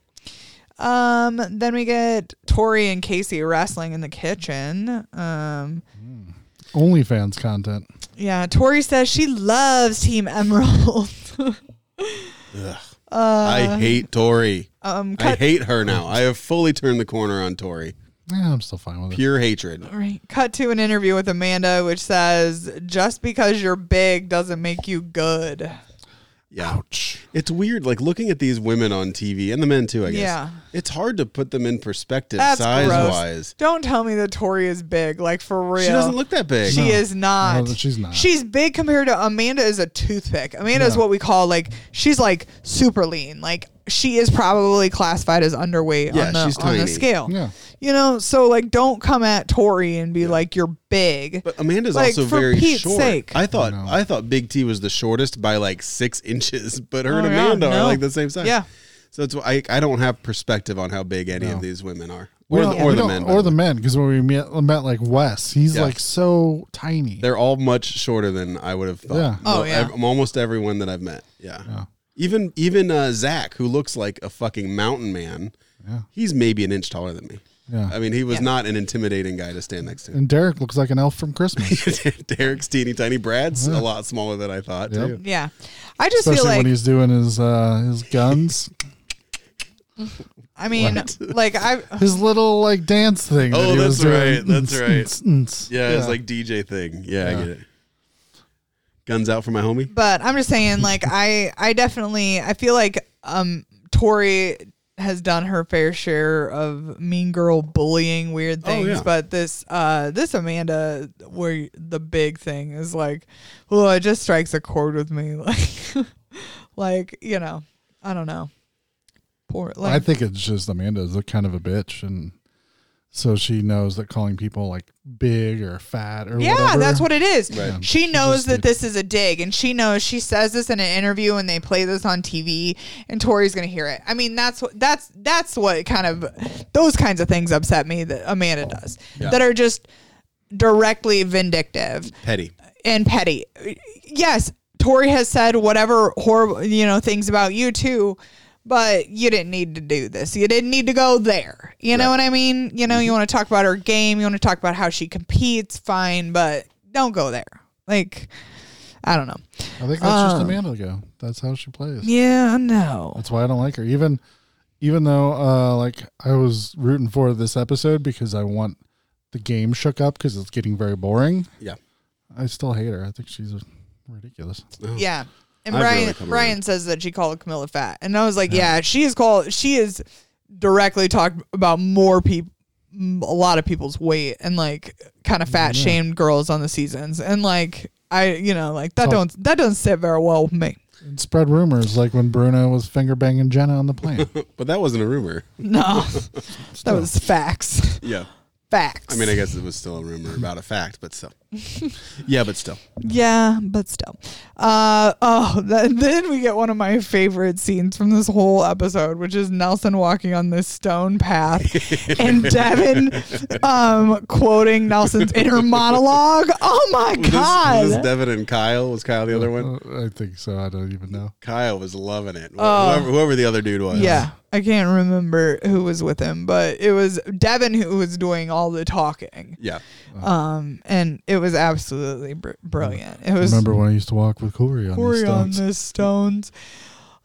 [SPEAKER 3] Um, then we get Tori and Casey wrestling in the kitchen. Um,
[SPEAKER 2] OnlyFans content.
[SPEAKER 3] Yeah, Tori says she loves Team Emerald.
[SPEAKER 4] I hate Tori.
[SPEAKER 3] Uh, um,
[SPEAKER 4] I
[SPEAKER 3] cut,
[SPEAKER 4] hate her now. I have fully turned the corner on Tori.
[SPEAKER 2] Yeah, I'm still fine with it.
[SPEAKER 4] Pure hatred.
[SPEAKER 3] right, cut to an interview with Amanda, which says, "Just because you're big doesn't make you good."
[SPEAKER 4] Yeah. It's weird, like looking at these women on TV and the men too, I guess.
[SPEAKER 3] Yeah.
[SPEAKER 4] It's hard to put them in perspective
[SPEAKER 3] That's
[SPEAKER 4] size
[SPEAKER 3] gross.
[SPEAKER 4] wise.
[SPEAKER 3] Don't tell me that Tori is big, like for real.
[SPEAKER 4] She doesn't look that big.
[SPEAKER 3] She
[SPEAKER 2] No.
[SPEAKER 3] is not.
[SPEAKER 2] No, she's not.
[SPEAKER 3] She's big compared to Amanda. Is a toothpick. Amanda is
[SPEAKER 2] No.
[SPEAKER 3] what we call like she's like super lean. Like she is probably classified as underweight
[SPEAKER 4] Yeah,
[SPEAKER 3] on the
[SPEAKER 4] she's
[SPEAKER 3] on the
[SPEAKER 4] tiny.
[SPEAKER 3] scale.
[SPEAKER 2] Yeah.
[SPEAKER 3] You know, so like don't come at Tori and be like you're big.
[SPEAKER 4] But Amanda's
[SPEAKER 3] Like,
[SPEAKER 4] also
[SPEAKER 3] for
[SPEAKER 4] very
[SPEAKER 3] Pete's
[SPEAKER 4] short.
[SPEAKER 3] sake.
[SPEAKER 4] I thought
[SPEAKER 2] No.
[SPEAKER 4] I thought Big T was the shortest by like six inches, but her and
[SPEAKER 3] Oh, yeah,
[SPEAKER 4] Amanda
[SPEAKER 3] no.
[SPEAKER 4] are like the same size.
[SPEAKER 3] Yeah.
[SPEAKER 4] So it's I I don't have perspective on how big any
[SPEAKER 2] No.
[SPEAKER 4] of these women are,
[SPEAKER 2] We
[SPEAKER 4] or
[SPEAKER 2] don't-
[SPEAKER 4] the, or
[SPEAKER 2] we
[SPEAKER 4] the
[SPEAKER 2] don't-
[SPEAKER 4] men, by
[SPEAKER 2] or
[SPEAKER 4] the
[SPEAKER 2] the
[SPEAKER 4] way.
[SPEAKER 2] men, because when we met, met like Wes, he's
[SPEAKER 4] Yeah.
[SPEAKER 2] like so tiny.
[SPEAKER 4] They're all much shorter than I would have thought.
[SPEAKER 2] Yeah.
[SPEAKER 3] Oh,
[SPEAKER 4] Mo-
[SPEAKER 3] yeah.
[SPEAKER 4] ev- almost everyone that I've met. Yeah.
[SPEAKER 2] Yeah.
[SPEAKER 4] Even even uh, Zach, who looks like a fucking mountain man,
[SPEAKER 2] Yeah.
[SPEAKER 4] he's maybe an inch taller than me.
[SPEAKER 2] Yeah.
[SPEAKER 4] I mean, he was
[SPEAKER 3] Yeah.
[SPEAKER 4] not an intimidating guy to stand next to.
[SPEAKER 2] and Derek looks like an elf from Christmas,
[SPEAKER 4] Derek's teeny tiny Brad's a lot smaller than I thought.
[SPEAKER 2] Yep.
[SPEAKER 4] Too.
[SPEAKER 3] Yeah. I just
[SPEAKER 2] especially
[SPEAKER 3] feel like
[SPEAKER 2] when he's doing his uh, his guns,
[SPEAKER 3] I mean like I
[SPEAKER 2] his little like dance thing. that
[SPEAKER 4] Oh,
[SPEAKER 2] he was
[SPEAKER 4] that's
[SPEAKER 2] doing.
[SPEAKER 4] right, that's right.
[SPEAKER 2] right.
[SPEAKER 4] Yeah, it's like DJ thing. Yeah, I get it. Guns out for my homie.
[SPEAKER 3] but I'm just saying like I I definitely I feel like um Tori has done her fair share of mean girl bullying weird
[SPEAKER 4] Oh, yeah.
[SPEAKER 3] things but this uh this Amanda where the big thing is like oh it just strikes a chord with me like like you know I don't know poor like
[SPEAKER 2] I think it's just Amanda's a kind of a bitch, and so she knows that calling people like big or fat or
[SPEAKER 3] Yeah,
[SPEAKER 2] whatever-
[SPEAKER 3] that's what it is.
[SPEAKER 4] Right.
[SPEAKER 3] She knows
[SPEAKER 2] just
[SPEAKER 3] that
[SPEAKER 2] did.
[SPEAKER 3] this is a dig, and she knows she says this in an interview, and they play this on TV, and Tori's gonna hear it. I mean, that's what that's that's what kind of those kinds of things upset me that Amanda does, that are just directly vindictive
[SPEAKER 4] Petty.
[SPEAKER 3] and petty. Yes, Tori has said whatever horrible you know things about you too, but you didn't need to do this. You didn't need to go there. You know
[SPEAKER 4] Right.
[SPEAKER 3] what I mean? You know, you want to talk about her game, you want to talk about how she competes, fine, but don't go there. Like I don't know.
[SPEAKER 2] I think that's just Amanda. Go. That's how she plays.
[SPEAKER 3] Uh. Yeah, no.
[SPEAKER 2] That's why I don't like her. Even even though uh like I was rooting for this episode because I want the game shook up because it's getting very boring.
[SPEAKER 4] Yeah.
[SPEAKER 2] I still hate her. I think she's ridiculous.
[SPEAKER 4] Oh,
[SPEAKER 3] Yeah. And
[SPEAKER 4] I've
[SPEAKER 3] Brian
[SPEAKER 4] really come
[SPEAKER 3] Brian says that she called Camilla fat. And I was like, yeah, she is called she is directly talked about more people a lot of people's weight and like kind of fat shamed girls on the seasons. And like I you know, like that
[SPEAKER 2] So-
[SPEAKER 3] don't that doesn't sit very well with me.
[SPEAKER 2] And spread rumors like when Bruno was finger banging Jenna on the plane.
[SPEAKER 4] But that wasn't a rumor.
[SPEAKER 3] No. that was facts.
[SPEAKER 4] Yeah.
[SPEAKER 3] Facts.
[SPEAKER 4] I mean, I guess it was still a rumor about a fact, but still. Yeah, but still.
[SPEAKER 3] Yeah, but still. Uh, oh, th- then we get one of my favorite scenes from this whole episode, which is Nelson walking on this stone path and Devin um, quoting Nelson's inner monologue. Oh my
[SPEAKER 4] Was this,
[SPEAKER 3] God.
[SPEAKER 4] was this Devin and Kyle? Was Kyle the other one?
[SPEAKER 2] Uh, I think so. I don't even know.
[SPEAKER 4] Kyle was loving it. Wh-
[SPEAKER 3] Oh.
[SPEAKER 4] whoever, whoever the other dude was.
[SPEAKER 3] yeah, I can't remember who was with him, but it was Devin who was doing all the talking.
[SPEAKER 4] Yeah.
[SPEAKER 3] Um, and it was absolutely br- brilliant. It was
[SPEAKER 2] Remember when I used to walk with Corey on
[SPEAKER 3] Corey
[SPEAKER 2] these
[SPEAKER 3] on
[SPEAKER 2] stones?
[SPEAKER 3] the stones.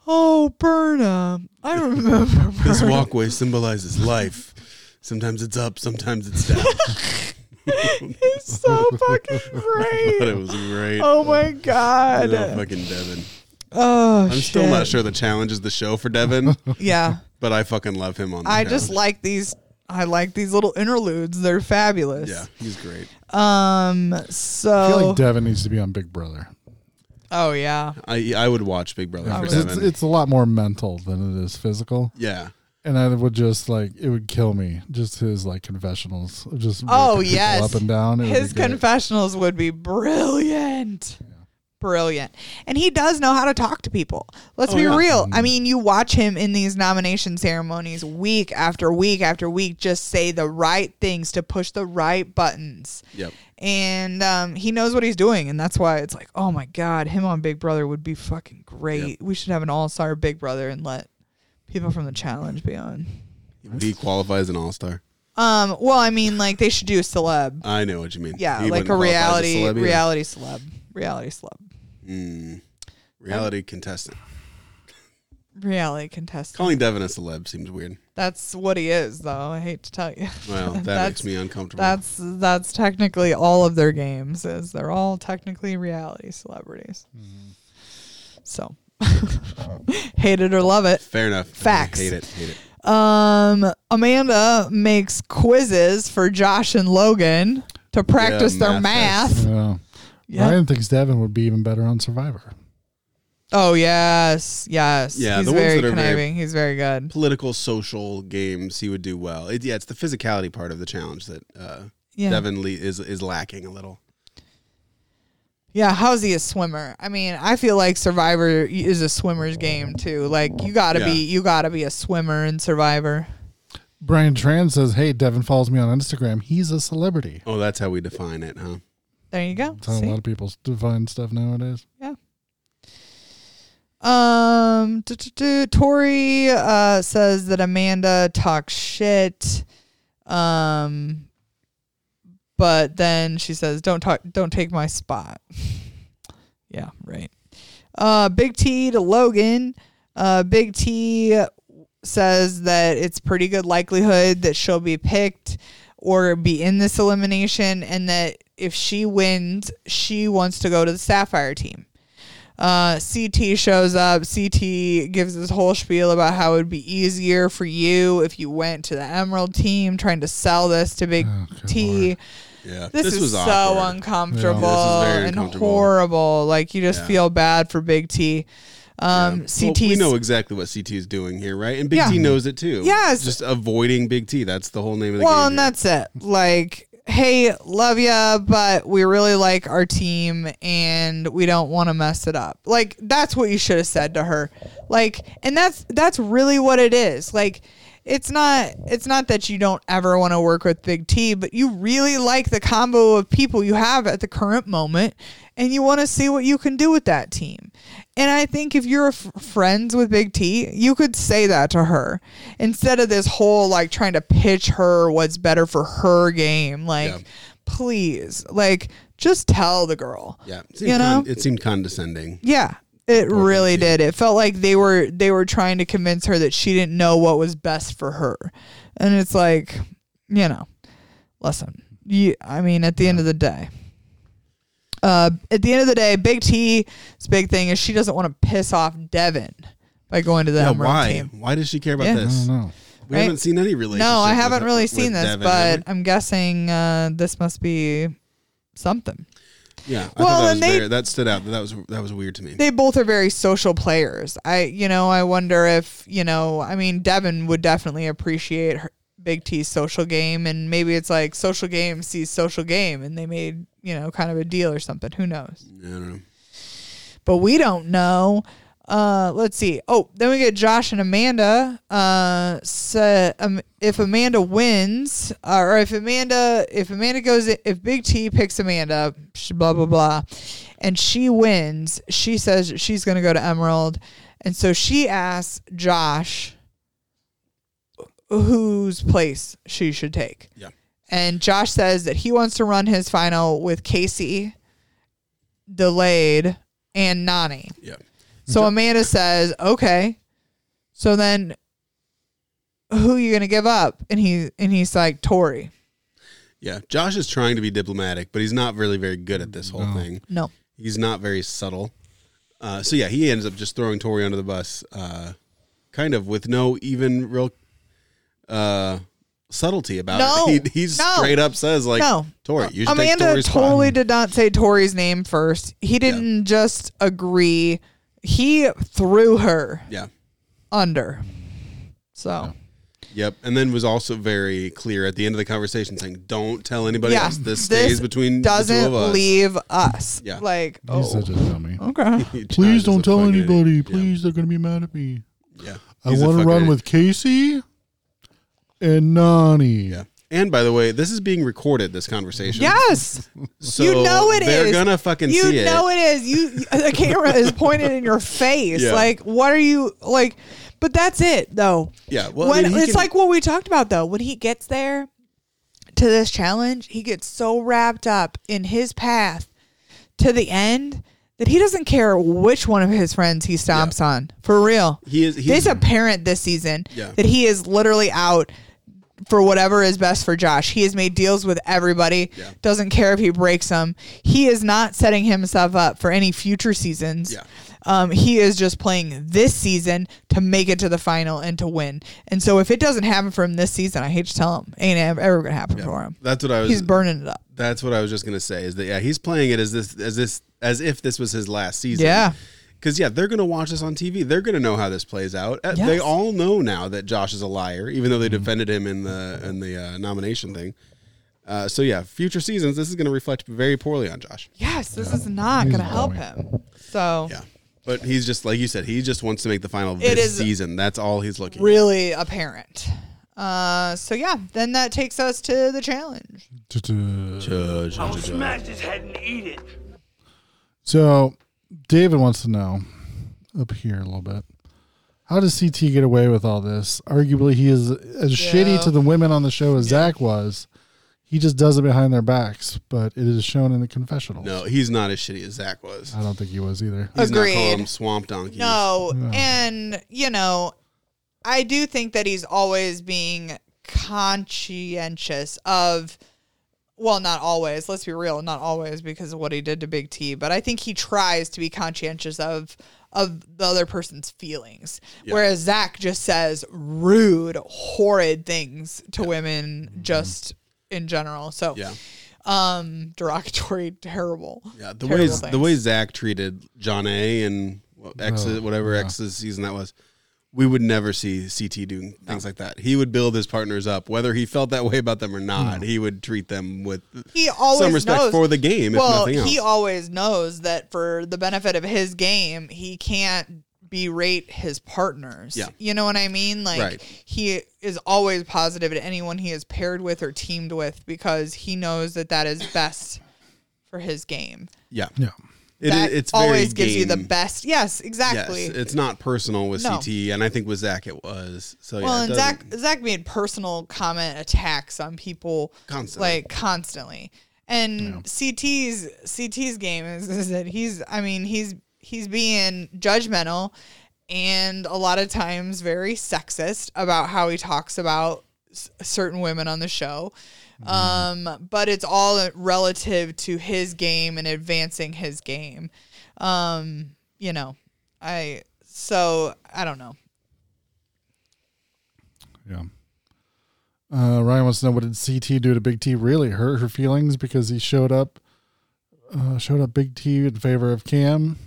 [SPEAKER 3] Oh, Burnham. I remember
[SPEAKER 4] This
[SPEAKER 3] Burnham.
[SPEAKER 4] walkway symbolizes life. Sometimes it's up, sometimes it's down.
[SPEAKER 3] It's so fucking
[SPEAKER 4] but it
[SPEAKER 3] great.
[SPEAKER 4] was great.
[SPEAKER 3] Oh my
[SPEAKER 4] I
[SPEAKER 3] god.
[SPEAKER 4] love fucking Devin.
[SPEAKER 3] Oh,
[SPEAKER 4] I'm still not sure the challenge is the show for Devin,
[SPEAKER 3] Yeah,
[SPEAKER 4] but I fucking love him on the
[SPEAKER 3] I
[SPEAKER 4] show.
[SPEAKER 3] just like these. I like these little interludes. They're fabulous.
[SPEAKER 4] Yeah, he's great.
[SPEAKER 3] Um.
[SPEAKER 2] I feel
[SPEAKER 3] So.
[SPEAKER 2] like Devin needs to be on Big Brother.
[SPEAKER 3] oh yeah.
[SPEAKER 4] I I would watch Big Brother
[SPEAKER 3] I
[SPEAKER 4] for
[SPEAKER 3] would.
[SPEAKER 2] It's,
[SPEAKER 4] Devin.
[SPEAKER 2] it's a lot more mental than it is physical.
[SPEAKER 4] yeah.
[SPEAKER 2] And I would just like it would kill me. Just his like confessionals, just
[SPEAKER 3] Oh,
[SPEAKER 2] ripping people
[SPEAKER 3] yes.
[SPEAKER 2] up and down. It would
[SPEAKER 3] His
[SPEAKER 2] be great.
[SPEAKER 3] confessionals would be brilliant. Brilliant. And he does know how to talk to people. Let's
[SPEAKER 4] Oh,
[SPEAKER 3] be
[SPEAKER 4] yeah.
[SPEAKER 3] real. I mean, you watch him in these nomination ceremonies week after week after week just say the right things to push the right buttons.
[SPEAKER 4] Yep.
[SPEAKER 3] And um, he knows what he's doing. And that's why it's like, oh my God, him on Big Brother would be fucking great. We should have an all star Big Brother and let people from the challenge be on.
[SPEAKER 4] Would He qualify as an all star.
[SPEAKER 3] Um, well, I mean, like, they should do a celeb.
[SPEAKER 4] I know what you mean.
[SPEAKER 3] Yeah,
[SPEAKER 4] He
[SPEAKER 3] like
[SPEAKER 4] wouldn't
[SPEAKER 3] a
[SPEAKER 4] qualify as
[SPEAKER 3] reality
[SPEAKER 4] celeb either.
[SPEAKER 3] reality celeb. Reality celeb.
[SPEAKER 4] Mm. Reality contestant.
[SPEAKER 3] Reality contestant.
[SPEAKER 4] Calling Devin a celeb seems weird.
[SPEAKER 3] That's what he is though. I hate to tell you.
[SPEAKER 4] Well, that
[SPEAKER 3] that's
[SPEAKER 4] makes me uncomfortable.
[SPEAKER 3] that's that's technically all of their games is they're all technically reality celebrities.
[SPEAKER 4] Mm-hmm.
[SPEAKER 3] So hate it or love it.
[SPEAKER 4] Fair enough.
[SPEAKER 3] Facts.
[SPEAKER 4] Hate it. Hate it.
[SPEAKER 3] Um Amanda makes quizzes for Josh and Logan to practice their math.
[SPEAKER 4] math
[SPEAKER 2] Yeah.
[SPEAKER 3] Yeah.
[SPEAKER 2] Ryan thinks Devin would be even better on Survivor.
[SPEAKER 3] Oh yes, yes.
[SPEAKER 4] Yeah,
[SPEAKER 3] He's
[SPEAKER 4] the ones
[SPEAKER 3] very
[SPEAKER 4] that are very-
[SPEAKER 3] conniving. He's very good.
[SPEAKER 4] Political, social games, he would do well. It, yeah, it's the physicality part of the challenge that uh,
[SPEAKER 3] Yeah.
[SPEAKER 4] Devin Lee is is lacking a little.
[SPEAKER 3] Yeah, how's he a swimmer? I mean, I feel like Survivor is a swimmer's game too. Like you gotta
[SPEAKER 4] Yeah.
[SPEAKER 3] be, you gotta be a swimmer in Survivor.
[SPEAKER 2] Brian Tran says, "Hey, Devin follows me on Instagram. He's a celebrity."
[SPEAKER 4] Oh, that's how we define it, huh?
[SPEAKER 3] There you go.
[SPEAKER 2] That's how a lot of people define stuff nowadays.
[SPEAKER 3] See? Um, duh, duh, duh. Tori uh, says that Amanda talks shit. Um, but then she says, "Don't talk. Don't take my spot." yeah, right. Uh, Big T to Logan. Uh, Big T says that it's pretty good likelihood that she'll be picked or be in this elimination, and that if she wins, she wants to go to the Sapphire team. Uh, CT shows up. CT gives this whole spiel about how it would be easier for you if you went to the Emerald team, trying to sell this to Big
[SPEAKER 2] Oh, good
[SPEAKER 3] T.
[SPEAKER 2] lord.
[SPEAKER 4] Yeah.
[SPEAKER 3] This, is
[SPEAKER 4] was
[SPEAKER 3] so
[SPEAKER 4] awkward.
[SPEAKER 3] uncomfortable
[SPEAKER 4] Yeah, this is very
[SPEAKER 3] and
[SPEAKER 4] uncomfortable.
[SPEAKER 3] horrible. Like you just
[SPEAKER 4] Yeah.
[SPEAKER 3] feel bad for Big T. Um,
[SPEAKER 4] Yeah. Well,
[SPEAKER 3] CT.
[SPEAKER 4] we know exactly what CT is doing here, right? And Big
[SPEAKER 3] Yeah.
[SPEAKER 4] T knows it too.
[SPEAKER 3] Yes.
[SPEAKER 4] Just avoiding Big T. That's the whole name of the
[SPEAKER 3] well,
[SPEAKER 4] game.
[SPEAKER 3] and
[SPEAKER 4] here.
[SPEAKER 3] that's it. Like, hey, love ya, but we really like our team and we don't want to mess it up. Like, that's what you should have said to her. Like, and that's that's really what it is. Like. It's not it's not that you don't ever want to work with Big T, but you really like the combo of people you have at the current moment and you want to see what you can do with that team. And I think if you're f- friends with Big T, you could say that to her instead of this whole like trying to pitch her what's better for her game. Like,
[SPEAKER 4] Yeah.
[SPEAKER 3] please, like, just tell the girl.
[SPEAKER 4] yeah. It
[SPEAKER 3] you
[SPEAKER 4] seemed, con-
[SPEAKER 3] know?
[SPEAKER 4] it seemed condescending.
[SPEAKER 3] Yeah, it really did. It felt like they were they were trying to convince her that she didn't know what was best for her, and it's like, you know, listen. You, I mean, at the end of the day, uh, at the end of the day, Big T's big thing is she doesn't want to piss off Devin by going to the
[SPEAKER 4] Yeah,
[SPEAKER 3] Emerald
[SPEAKER 4] why?
[SPEAKER 3] team.
[SPEAKER 4] Why does she care about
[SPEAKER 3] Yeah.
[SPEAKER 2] I don't
[SPEAKER 4] this?
[SPEAKER 2] know.
[SPEAKER 4] We
[SPEAKER 3] Right?
[SPEAKER 4] haven't seen any relationship.
[SPEAKER 3] No, I
[SPEAKER 4] with-
[SPEAKER 3] haven't really
[SPEAKER 4] with
[SPEAKER 3] seen this,
[SPEAKER 4] Devin, have
[SPEAKER 3] but
[SPEAKER 4] we?
[SPEAKER 3] I'm guessing uh, this must be something.
[SPEAKER 4] yeah, I
[SPEAKER 3] Well,
[SPEAKER 4] thought that,
[SPEAKER 3] and
[SPEAKER 4] was
[SPEAKER 3] they-
[SPEAKER 4] very- that stood out. That was that was weird to me.
[SPEAKER 3] they both are very social players. I, you know, I wonder if, you know, I mean, Devin would definitely appreciate her, Big T social game, and maybe it's like social game sees social game, and they made you know kind of a deal or something. Who knows?
[SPEAKER 4] I don't know.
[SPEAKER 3] But we don't know. Uh, let's see. Oh, then we get Josh and Amanda. Uh, so, um, if Amanda wins, uh, or if Amanda, if Amanda goes, if Big T picks Amanda, sh- blah blah blah, and she wins, she says she's gonna go to Emerald, and so she asks Josh whose place she should take.
[SPEAKER 4] Yeah.
[SPEAKER 3] And Josh says that he wants to run his final with Casey, Delayed, and Nani.
[SPEAKER 4] Yeah.
[SPEAKER 3] So Amanda says, "Okay." So then, who you gonna give up? And he and he's like Tori.
[SPEAKER 4] Yeah. Josh is trying to be diplomatic, but he's not really very good at this whole
[SPEAKER 2] No.
[SPEAKER 4] thing.
[SPEAKER 3] No,
[SPEAKER 4] He's not very subtle. Uh, so yeah, he ends up just throwing Tori under the bus, uh, kind of with no even real uh, subtlety about
[SPEAKER 3] No.
[SPEAKER 4] it. He, he
[SPEAKER 3] No.
[SPEAKER 4] straight up says like,
[SPEAKER 3] No.
[SPEAKER 4] "Tori, you should take
[SPEAKER 3] Amanda
[SPEAKER 4] Tori's spot."
[SPEAKER 3] totally did not say Tori's name first. He didn't just agree. He threw her
[SPEAKER 4] Yeah.
[SPEAKER 3] under. So
[SPEAKER 4] Yep. And then was also very clear at the end of the conversation saying, "Don't tell anybody
[SPEAKER 3] yeah,
[SPEAKER 4] else. This stays between the two
[SPEAKER 3] doesn't
[SPEAKER 4] of us."
[SPEAKER 3] leave us.
[SPEAKER 4] Yeah.
[SPEAKER 3] Like
[SPEAKER 2] He's
[SPEAKER 3] oh,
[SPEAKER 2] such a dummy.
[SPEAKER 3] okay.
[SPEAKER 4] Josh
[SPEAKER 2] Please
[SPEAKER 4] is a
[SPEAKER 2] don't tell
[SPEAKER 4] fucking
[SPEAKER 2] anybody.
[SPEAKER 4] idiot. Yeah.
[SPEAKER 2] Please, they're going to be mad at me.
[SPEAKER 4] Yeah.
[SPEAKER 2] I
[SPEAKER 4] He's a
[SPEAKER 2] want to
[SPEAKER 4] fucking
[SPEAKER 2] run
[SPEAKER 4] idiot.
[SPEAKER 2] with Casey and Nani.
[SPEAKER 4] Yeah. And by the way, this is being recorded. This conversation.
[SPEAKER 3] oh, Yes,
[SPEAKER 4] So
[SPEAKER 3] You know it
[SPEAKER 4] it they're
[SPEAKER 3] is.
[SPEAKER 4] gonna fucking
[SPEAKER 3] you
[SPEAKER 4] see
[SPEAKER 3] know
[SPEAKER 4] it.
[SPEAKER 3] it is. You the camera is pointed in your face.
[SPEAKER 4] Yeah.
[SPEAKER 3] Like what are you like? But that's it though.
[SPEAKER 4] Yeah. Well, I
[SPEAKER 3] when,
[SPEAKER 4] mean, he
[SPEAKER 3] it's
[SPEAKER 4] can-
[SPEAKER 3] like what we talked about though. When he gets there to this challenge, he gets so wrapped up in his path to the end that he doesn't care which one of his friends he stomps on. For real.
[SPEAKER 4] He is- he's-
[SPEAKER 3] It's apparent this season
[SPEAKER 4] Yeah.
[SPEAKER 3] that he is literally out for whatever is best for Josh. He has made deals with everybody.
[SPEAKER 4] Yeah.
[SPEAKER 3] Doesn't care if he breaks them. He is not setting himself up for any future seasons.
[SPEAKER 4] Yeah.
[SPEAKER 3] Um, he is just playing this season to make it to the final and to win. And so if it doesn't happen for him this season, I hate to tell him, ain't ever, ever gonna happen for him.
[SPEAKER 4] That's what I was.
[SPEAKER 3] He's burning it up.
[SPEAKER 4] that's what I was just gonna say. Is that yeah? He's playing it as this as this as if this was his last season.
[SPEAKER 3] Yeah.
[SPEAKER 4] Because yeah, they're gonna watch this on TV. They're gonna know how this plays out. Uh, They
[SPEAKER 3] Yes.
[SPEAKER 4] all know now that Josh is a liar, even though they defended him in the in the uh, nomination thing. Uh, so yeah, future seasons, this is gonna reflect very poorly on Josh.
[SPEAKER 3] Yes, this is not
[SPEAKER 2] He's
[SPEAKER 3] gonna
[SPEAKER 2] a
[SPEAKER 3] help
[SPEAKER 2] dummy.
[SPEAKER 3] him. So
[SPEAKER 4] Yeah. But he's just like you said. He just wants to make the final
[SPEAKER 3] It
[SPEAKER 4] this
[SPEAKER 3] is-
[SPEAKER 4] season. That's all he's looking. at.
[SPEAKER 3] really apparent. Uh, so yeah, then that takes us to the challenge.
[SPEAKER 2] Ta-ta.
[SPEAKER 4] Judge, judge, judge.
[SPEAKER 1] Smash his head and eat it.
[SPEAKER 2] So, David wants to know up here a little bit. How does CT get away with all this? Arguably, he is as
[SPEAKER 3] Yeah.
[SPEAKER 2] shitty to the women on the show as Zach was. He just does it behind their backs, but it is shown in the confessionals.
[SPEAKER 4] No, he's not as shitty as Zach was.
[SPEAKER 2] I don't think he was either.
[SPEAKER 4] He's not
[SPEAKER 3] Agreed.
[SPEAKER 4] calling him swamp donkeys.
[SPEAKER 3] No, and you know, I do think that he's always being conscientious of well, not always. Let's be real, not always because of what he did to Big T, but I think he tries to be conscientious of of the other person's feelings. Whereas Zach just says rude, horrid things to women just in general. So
[SPEAKER 4] Yeah.
[SPEAKER 3] um derogatory, terrible.
[SPEAKER 4] Yeah, the
[SPEAKER 3] terrible
[SPEAKER 4] ways the
[SPEAKER 3] things.
[SPEAKER 4] way Zach treated John A. and well, X's, whatever X's season that was, we would never see CT doing things like that. He would build his partners up, whether he felt that way about them or not. He would treat them with
[SPEAKER 3] he always
[SPEAKER 4] some respect
[SPEAKER 3] knows,
[SPEAKER 4] for the game,
[SPEAKER 3] Well,
[SPEAKER 4] if nothing else.
[SPEAKER 3] he always knows that for the benefit of his game, he can't berate his partners.
[SPEAKER 4] Yeah.
[SPEAKER 3] You know what I mean? Like
[SPEAKER 4] Right.
[SPEAKER 3] he is always positive to anyone he is paired with or teamed with because he knows that that is best for his game.
[SPEAKER 4] yeah,
[SPEAKER 2] Yeah.
[SPEAKER 4] It-
[SPEAKER 3] that
[SPEAKER 4] it's very
[SPEAKER 3] always gives you the
[SPEAKER 4] game.
[SPEAKER 3] best. Yes, exactly.
[SPEAKER 4] Yes, it's not personal with
[SPEAKER 3] No.
[SPEAKER 4] CT, and I think with Zach it was. So yeah,
[SPEAKER 3] well,
[SPEAKER 4] it
[SPEAKER 3] and
[SPEAKER 4] doesn't-
[SPEAKER 3] Zach Zach made personal comment attacks on people
[SPEAKER 4] Constantly.
[SPEAKER 3] like constantly. And CT's CT's game is, is that he's I mean he's he's being judgmental and a lot of times very sexist about how he talks about s- certain women on the show.
[SPEAKER 4] Mm-hmm.
[SPEAKER 3] Um, but it's all relative to his game and advancing his game. Um, you know, I so I don't know.
[SPEAKER 2] Yeah. Uh, Ryan wants to know what did CT do to Big T? Really hurt her feelings because he showed up, uh, showed up Big T in favor of Cam.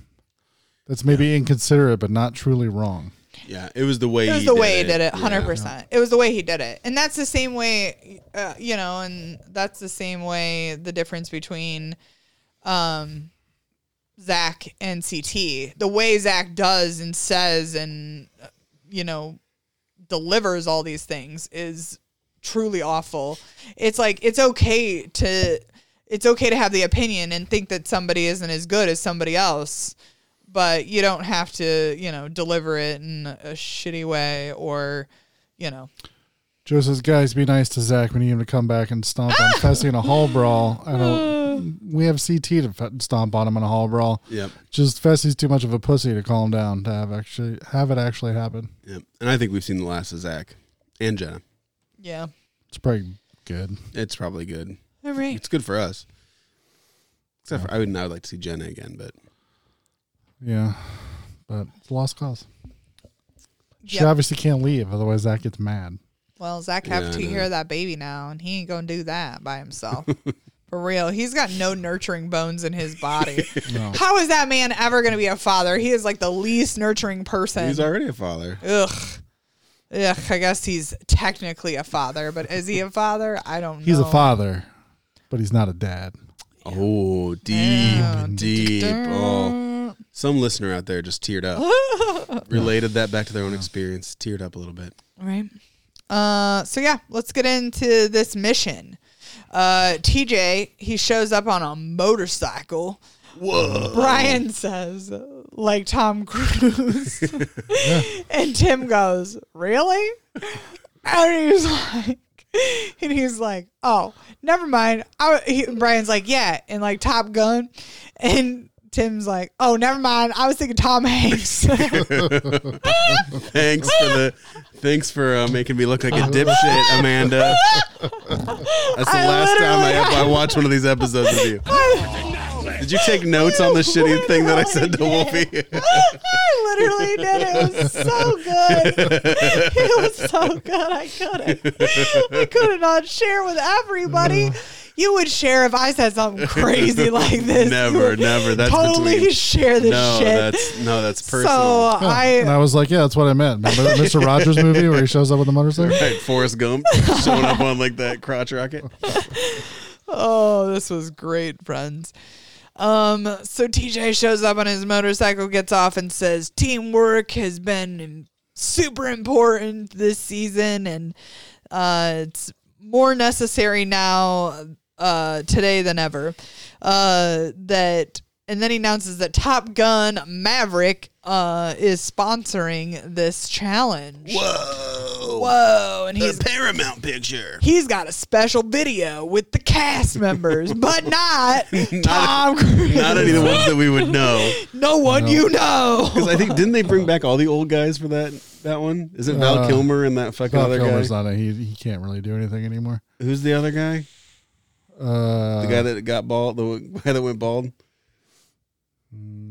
[SPEAKER 2] That's maybe inconsiderate, but not truly wrong.
[SPEAKER 4] Yeah, it was the way.
[SPEAKER 3] It was
[SPEAKER 4] he
[SPEAKER 3] the way he did it,
[SPEAKER 4] Yeah.
[SPEAKER 3] hundred percent. It was the way he did it, and that's the same way, uh, you know, and that's the same way the difference between, um, Zach and CT. The way Zach does and says and, uh, you know, delivers all these things is truly awful. It's like it's okay to, it's okay to have the opinion and think that somebody isn't as good as somebody else but you don't have to, you know, deliver it in a shitty way or, you know,
[SPEAKER 2] Joe says, guys, be nice to Zach. We need him to come back and stomp on Fessy in a hall brawl. I don't. We have CT to fe- stomp on him in a hall brawl.
[SPEAKER 4] Yep.
[SPEAKER 2] Just Fessy's too much of a pussy to calm down to have actually have it actually happen.
[SPEAKER 4] Yep. And I think we've seen the last of Zach and Jenna.
[SPEAKER 3] yeah.
[SPEAKER 2] It's pretty good.
[SPEAKER 4] It's probably good.
[SPEAKER 3] All right.
[SPEAKER 4] It's good for us. Except for I would not like to see Jenna again, but
[SPEAKER 2] Yeah, but it's a lost cause. She
[SPEAKER 3] Yep.
[SPEAKER 2] obviously can't leave, otherwise Zach gets mad.
[SPEAKER 3] Well, Zach have
[SPEAKER 4] Yeah, I
[SPEAKER 3] to
[SPEAKER 4] know.
[SPEAKER 3] hear that baby now, and he ain't gonna do that by himself. For real, he's got no nurturing bones in his body.
[SPEAKER 2] No.
[SPEAKER 3] How is that man ever gonna be a father? He is like the least nurturing person.
[SPEAKER 4] he's already a father.
[SPEAKER 3] Ugh. Ugh. I guess he's technically a father, but is he a father? I don't know.
[SPEAKER 2] He's a father, but he's not a dad.
[SPEAKER 4] Oh, deep,
[SPEAKER 3] Yeah.
[SPEAKER 4] deep. Oh, some listener out there just teared up. Related that back to their own experience. Teared up a little bit.
[SPEAKER 3] Right. Uh, so yeah, let's get into this mission. Uh, TJ, he shows up on a motorcycle.
[SPEAKER 4] Whoa.
[SPEAKER 3] Brian says, like Tom Cruise. And Tim goes, really? And he's like, and he's like, oh, never mind. I, he, Brian's like, yeah, and like Top Gun, and Tim's like, oh, never mind. I was thinking Tom Hanks.
[SPEAKER 4] Thanks for the thanks for uh, making me look like a dipshit, Amanda. That's the
[SPEAKER 3] I
[SPEAKER 4] last time I,
[SPEAKER 3] literally-
[SPEAKER 4] I watched one of these episodes with you. Did you take notes on the shitty thing that I said to Wolfie?
[SPEAKER 3] I literally did. It was so good. It was so good. I couldn't. I could not share with everybody. You would share if I said something crazy like this. You
[SPEAKER 4] never,
[SPEAKER 3] would
[SPEAKER 4] never. That's
[SPEAKER 3] totally
[SPEAKER 4] between.
[SPEAKER 3] share this
[SPEAKER 4] no,
[SPEAKER 3] shit.
[SPEAKER 4] that's no, that's
[SPEAKER 3] so
[SPEAKER 4] personal.
[SPEAKER 2] and
[SPEAKER 3] I.
[SPEAKER 2] I was like, yeah, that's what I meant. Remember that Mr. Rogers movie where he shows up with a motorcycle?
[SPEAKER 4] Right, Forrest Gump showing up on like that crotch rocket.
[SPEAKER 3] Oh, this was great, friends. Um, so TJ shows up on his motorcycle, gets off, and says, Teamwork has been im- super important this season, and uh, it's more necessary now uh, today than ever. Uh, that and then he announces that Top Gun Maverick uh, is sponsoring this challenge.
[SPEAKER 4] Whoa!
[SPEAKER 3] Whoa! And he's
[SPEAKER 4] Paramount picture.
[SPEAKER 3] he's got a special video with the cast members, but not, Tom Cruise.
[SPEAKER 4] Not any of the ones that we would know.
[SPEAKER 3] no one you know.
[SPEAKER 4] Because I think didn't they bring back all the old guys for that that one? Is it Val
[SPEAKER 2] Uh,
[SPEAKER 4] Kilmer and that fucking
[SPEAKER 2] Val
[SPEAKER 4] other
[SPEAKER 2] Kilmer's
[SPEAKER 4] guy?
[SPEAKER 2] not a, he, he can't really do anything anymore.
[SPEAKER 4] Who's the other guy?
[SPEAKER 2] Uh,
[SPEAKER 4] The guy that got bald. The guy that went bald.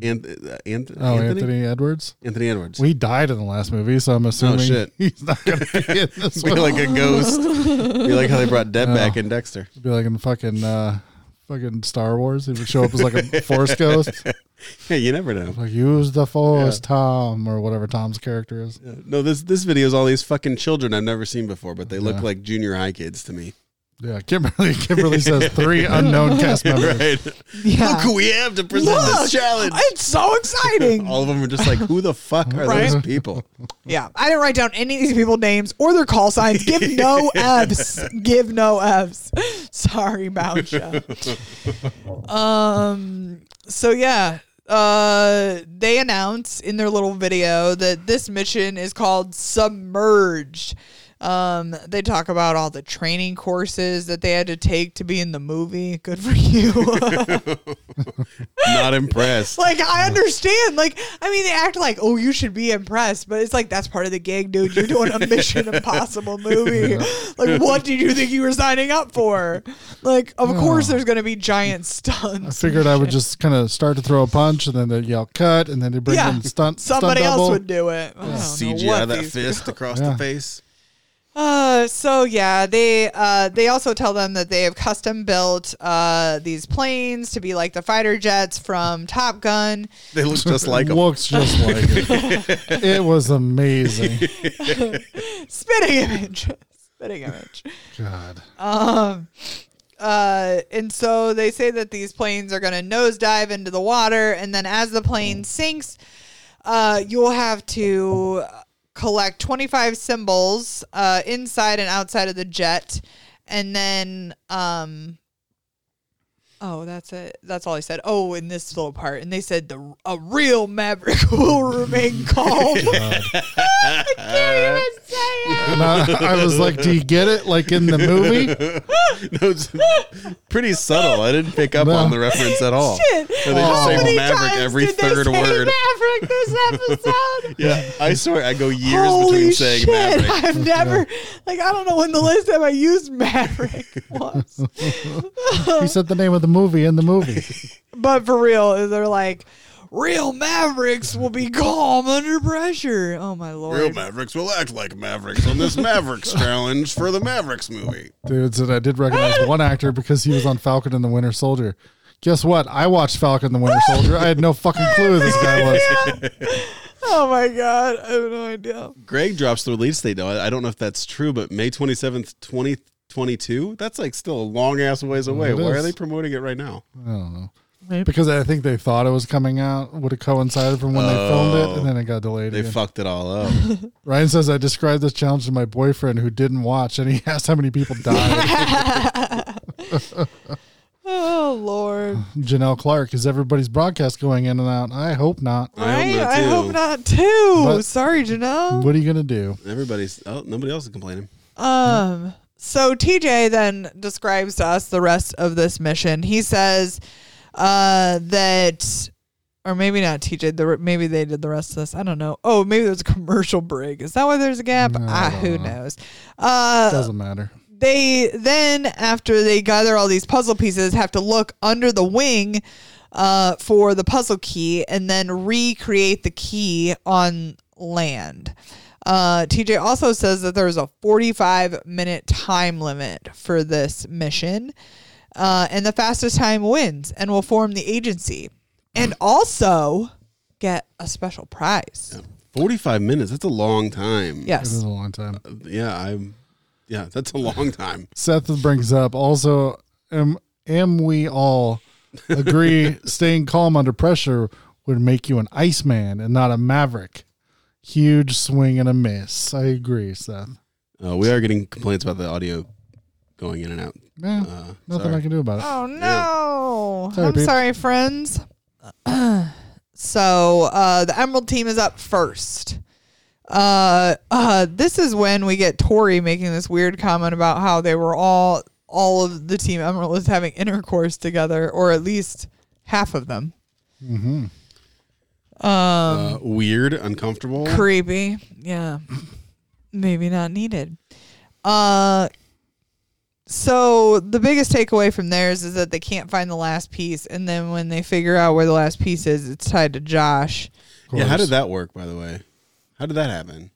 [SPEAKER 4] Anth- uh, Anth-
[SPEAKER 2] mm. oh,
[SPEAKER 4] Anthony. Anthony,
[SPEAKER 2] Anthony Edwards.
[SPEAKER 4] Edwards.
[SPEAKER 2] We died in the last movie, so I'm assuming
[SPEAKER 4] shit.
[SPEAKER 2] he's not going to be in this
[SPEAKER 4] Be
[SPEAKER 2] one.
[SPEAKER 4] like a ghost. Be like how they brought Deb back in Dexter.
[SPEAKER 2] Be like in fucking uh, fucking Star Wars. He would show up as like a force ghost,
[SPEAKER 4] Hey, you never know.
[SPEAKER 2] like use the force,
[SPEAKER 4] Yeah.
[SPEAKER 2] Tom, or whatever Tom's character is.
[SPEAKER 4] Yeah. No, this this video is all these fucking children I've never seen before, but they look
[SPEAKER 2] Yeah.
[SPEAKER 4] like junior high kids to me.
[SPEAKER 2] Yeah, Kimberly. Kimberly says three unknown cast members.
[SPEAKER 4] Right? Look who we have to present
[SPEAKER 3] Look,
[SPEAKER 4] this challenge.
[SPEAKER 3] it's so exciting.
[SPEAKER 4] all of them are just like, who the fuck are
[SPEAKER 3] Right.
[SPEAKER 4] those people?
[SPEAKER 3] yeah, I didn't write down any of these people's names or their call signs. Give no f's. Give no f's. Sorry about you. Um. So yeah. Uh, they announce in their little video that this mission is called Submerged. Um, they talk about all the training courses that they had to take to be in the movie. Good for you.
[SPEAKER 4] Not impressed.
[SPEAKER 3] Like I understand. Like I mean, they act like, oh, you should be impressed, but it's like that's part of the gig, dude. You're doing a Mission Impossible movie. Like, what did you think you were signing up for? Like, of course, there's gonna be giant
[SPEAKER 2] I
[SPEAKER 3] stunts.
[SPEAKER 2] figured I would just kind of start to throw a punch, and then they yell cut, and then they bring
[SPEAKER 3] Yeah,
[SPEAKER 2] in stunt.
[SPEAKER 3] somebody
[SPEAKER 2] stunt
[SPEAKER 3] else
[SPEAKER 2] double.
[SPEAKER 3] would do it. I don't know
[SPEAKER 4] CGI
[SPEAKER 3] what
[SPEAKER 4] that
[SPEAKER 3] these-
[SPEAKER 4] fist across
[SPEAKER 2] Yeah.
[SPEAKER 4] the face.
[SPEAKER 3] Uh, so yeah, they uh, they also tell them that they have custom built uh, these planes to be like the fighter jets from Top Gun.
[SPEAKER 4] They look just like them.
[SPEAKER 2] Looks just like it. It was amazing.
[SPEAKER 3] Spitting image, spitting image.
[SPEAKER 2] God.
[SPEAKER 3] Um, uh, and so they say that these planes are going to nosedive into the water, and then as the plane sinks, uh, you'll have to collect 25 symbols uh, inside and outside of the jet, and then um. Oh, that's it. That's all I said. Oh, in this little part, and they said the a real maverick will remain calm. I can't even say it.
[SPEAKER 2] And I, I was like, "Do you get it? Like in the movie?"
[SPEAKER 4] No, it's pretty subtle. I didn't pick up
[SPEAKER 2] No.
[SPEAKER 4] on the reference at all.
[SPEAKER 3] Shit.
[SPEAKER 4] So Oh. they just
[SPEAKER 3] How
[SPEAKER 4] say
[SPEAKER 3] many
[SPEAKER 4] Maverick
[SPEAKER 3] times
[SPEAKER 4] every
[SPEAKER 3] did
[SPEAKER 4] third
[SPEAKER 3] they say
[SPEAKER 4] word.
[SPEAKER 3] Maverick this episode.
[SPEAKER 4] Yeah, I swear I go years
[SPEAKER 3] Holy
[SPEAKER 4] between saying
[SPEAKER 3] shit!
[SPEAKER 4] Maverick.
[SPEAKER 3] I've never like I don't know when the last time I used Maverick was,
[SPEAKER 2] He said the name of the movie in the movie.
[SPEAKER 3] but for real, they're like. Real Mavericks will be calm under pressure. Oh my lord!
[SPEAKER 4] Real Mavericks will act like Mavericks on this Mavericks challenge for the Mavericks movie.
[SPEAKER 2] Dude, so I did recognize one actor because he was on Falcon and the Winter Soldier. Guess what? I watched Falcon and the Winter Soldier. I had no fucking clue who this guy was.
[SPEAKER 3] Oh my god! I have no idea.
[SPEAKER 4] Greg drops the release date though. I I don't know if that's true, but May twenty seventh, twenty twenty two. That's like still a long ass ways away.
[SPEAKER 2] It
[SPEAKER 4] Why are
[SPEAKER 2] is. Oh,
[SPEAKER 4] they promoting it right now?
[SPEAKER 2] I don't know.
[SPEAKER 3] Maybe.
[SPEAKER 2] Because I think they thought it was coming out would have coincided from when they filmed it,
[SPEAKER 4] Oh.
[SPEAKER 2] and then it got delayed.
[SPEAKER 4] They
[SPEAKER 2] again.
[SPEAKER 4] fucked it all up.
[SPEAKER 2] Ryan says I described this challenge to my boyfriend who didn't watch, and he asked how many people died.
[SPEAKER 3] Oh lord!
[SPEAKER 2] Janelle Clark, is everybody's broadcast going in and out? I hope not.
[SPEAKER 4] I
[SPEAKER 3] Right?
[SPEAKER 4] hope not,
[SPEAKER 3] I
[SPEAKER 4] too.
[SPEAKER 3] hope not too.
[SPEAKER 2] But-
[SPEAKER 3] Sorry, Janelle.
[SPEAKER 2] What are you gonna do?
[SPEAKER 4] Everybody's oh, nobody else is complaining.
[SPEAKER 3] Um. So TJ then describes to us the rest of this mission. He says uh, that, or maybe not TJ. The, maybe they did the rest of this. I don't know. Oh, maybe there's a commercial break. Is that why there's a gap?
[SPEAKER 2] No, I
[SPEAKER 3] ah,
[SPEAKER 2] don't
[SPEAKER 3] who
[SPEAKER 2] know.
[SPEAKER 3] knows? Uh,
[SPEAKER 2] Doesn't matter.
[SPEAKER 3] they then, after they gather all these puzzle pieces, have to look under the wing uh, for the puzzle key and then recreate the key on land. Uh, TJ also says that there's a 45 minute time limit for this mission, uh, and the fastest time wins and will form the agency and also get a special prize.
[SPEAKER 4] Forty five minutes. That's a long time.
[SPEAKER 2] It was
[SPEAKER 3] Yes.
[SPEAKER 2] a long time.
[SPEAKER 4] yeah. I'm. Yeah, that's a long time.
[SPEAKER 2] Seth brings up also am am we all agree staying calm under pressure would make you an iceman and not a maverick. Huge swing and a miss. I agree, Seth.
[SPEAKER 4] Uh, we are getting complaints about the audio going in and out.
[SPEAKER 2] Yeah,
[SPEAKER 4] Uh,
[SPEAKER 2] nothing
[SPEAKER 4] sorry.
[SPEAKER 2] I can do about it.
[SPEAKER 3] Oh no!
[SPEAKER 2] Sorry,
[SPEAKER 3] I'm
[SPEAKER 2] peeps.
[SPEAKER 3] sorry, friends. so uh, the Emerald team is up first. Uh, uh, this is when we get Tori making this weird comment about how they were all all of the team Emerald was having intercourse together, or at least half of them.
[SPEAKER 2] Um,
[SPEAKER 4] Uh, weird, uncomfortable.
[SPEAKER 3] Creepy, yeah. Maybe not needed. Uh, so the biggest takeaway from theirs is that they can't find the last piece, and then when they figure out where the last piece is, it's tied to Josh.
[SPEAKER 2] Of
[SPEAKER 4] yeah, how
[SPEAKER 2] course.
[SPEAKER 4] did that work? By the way, how did that happen?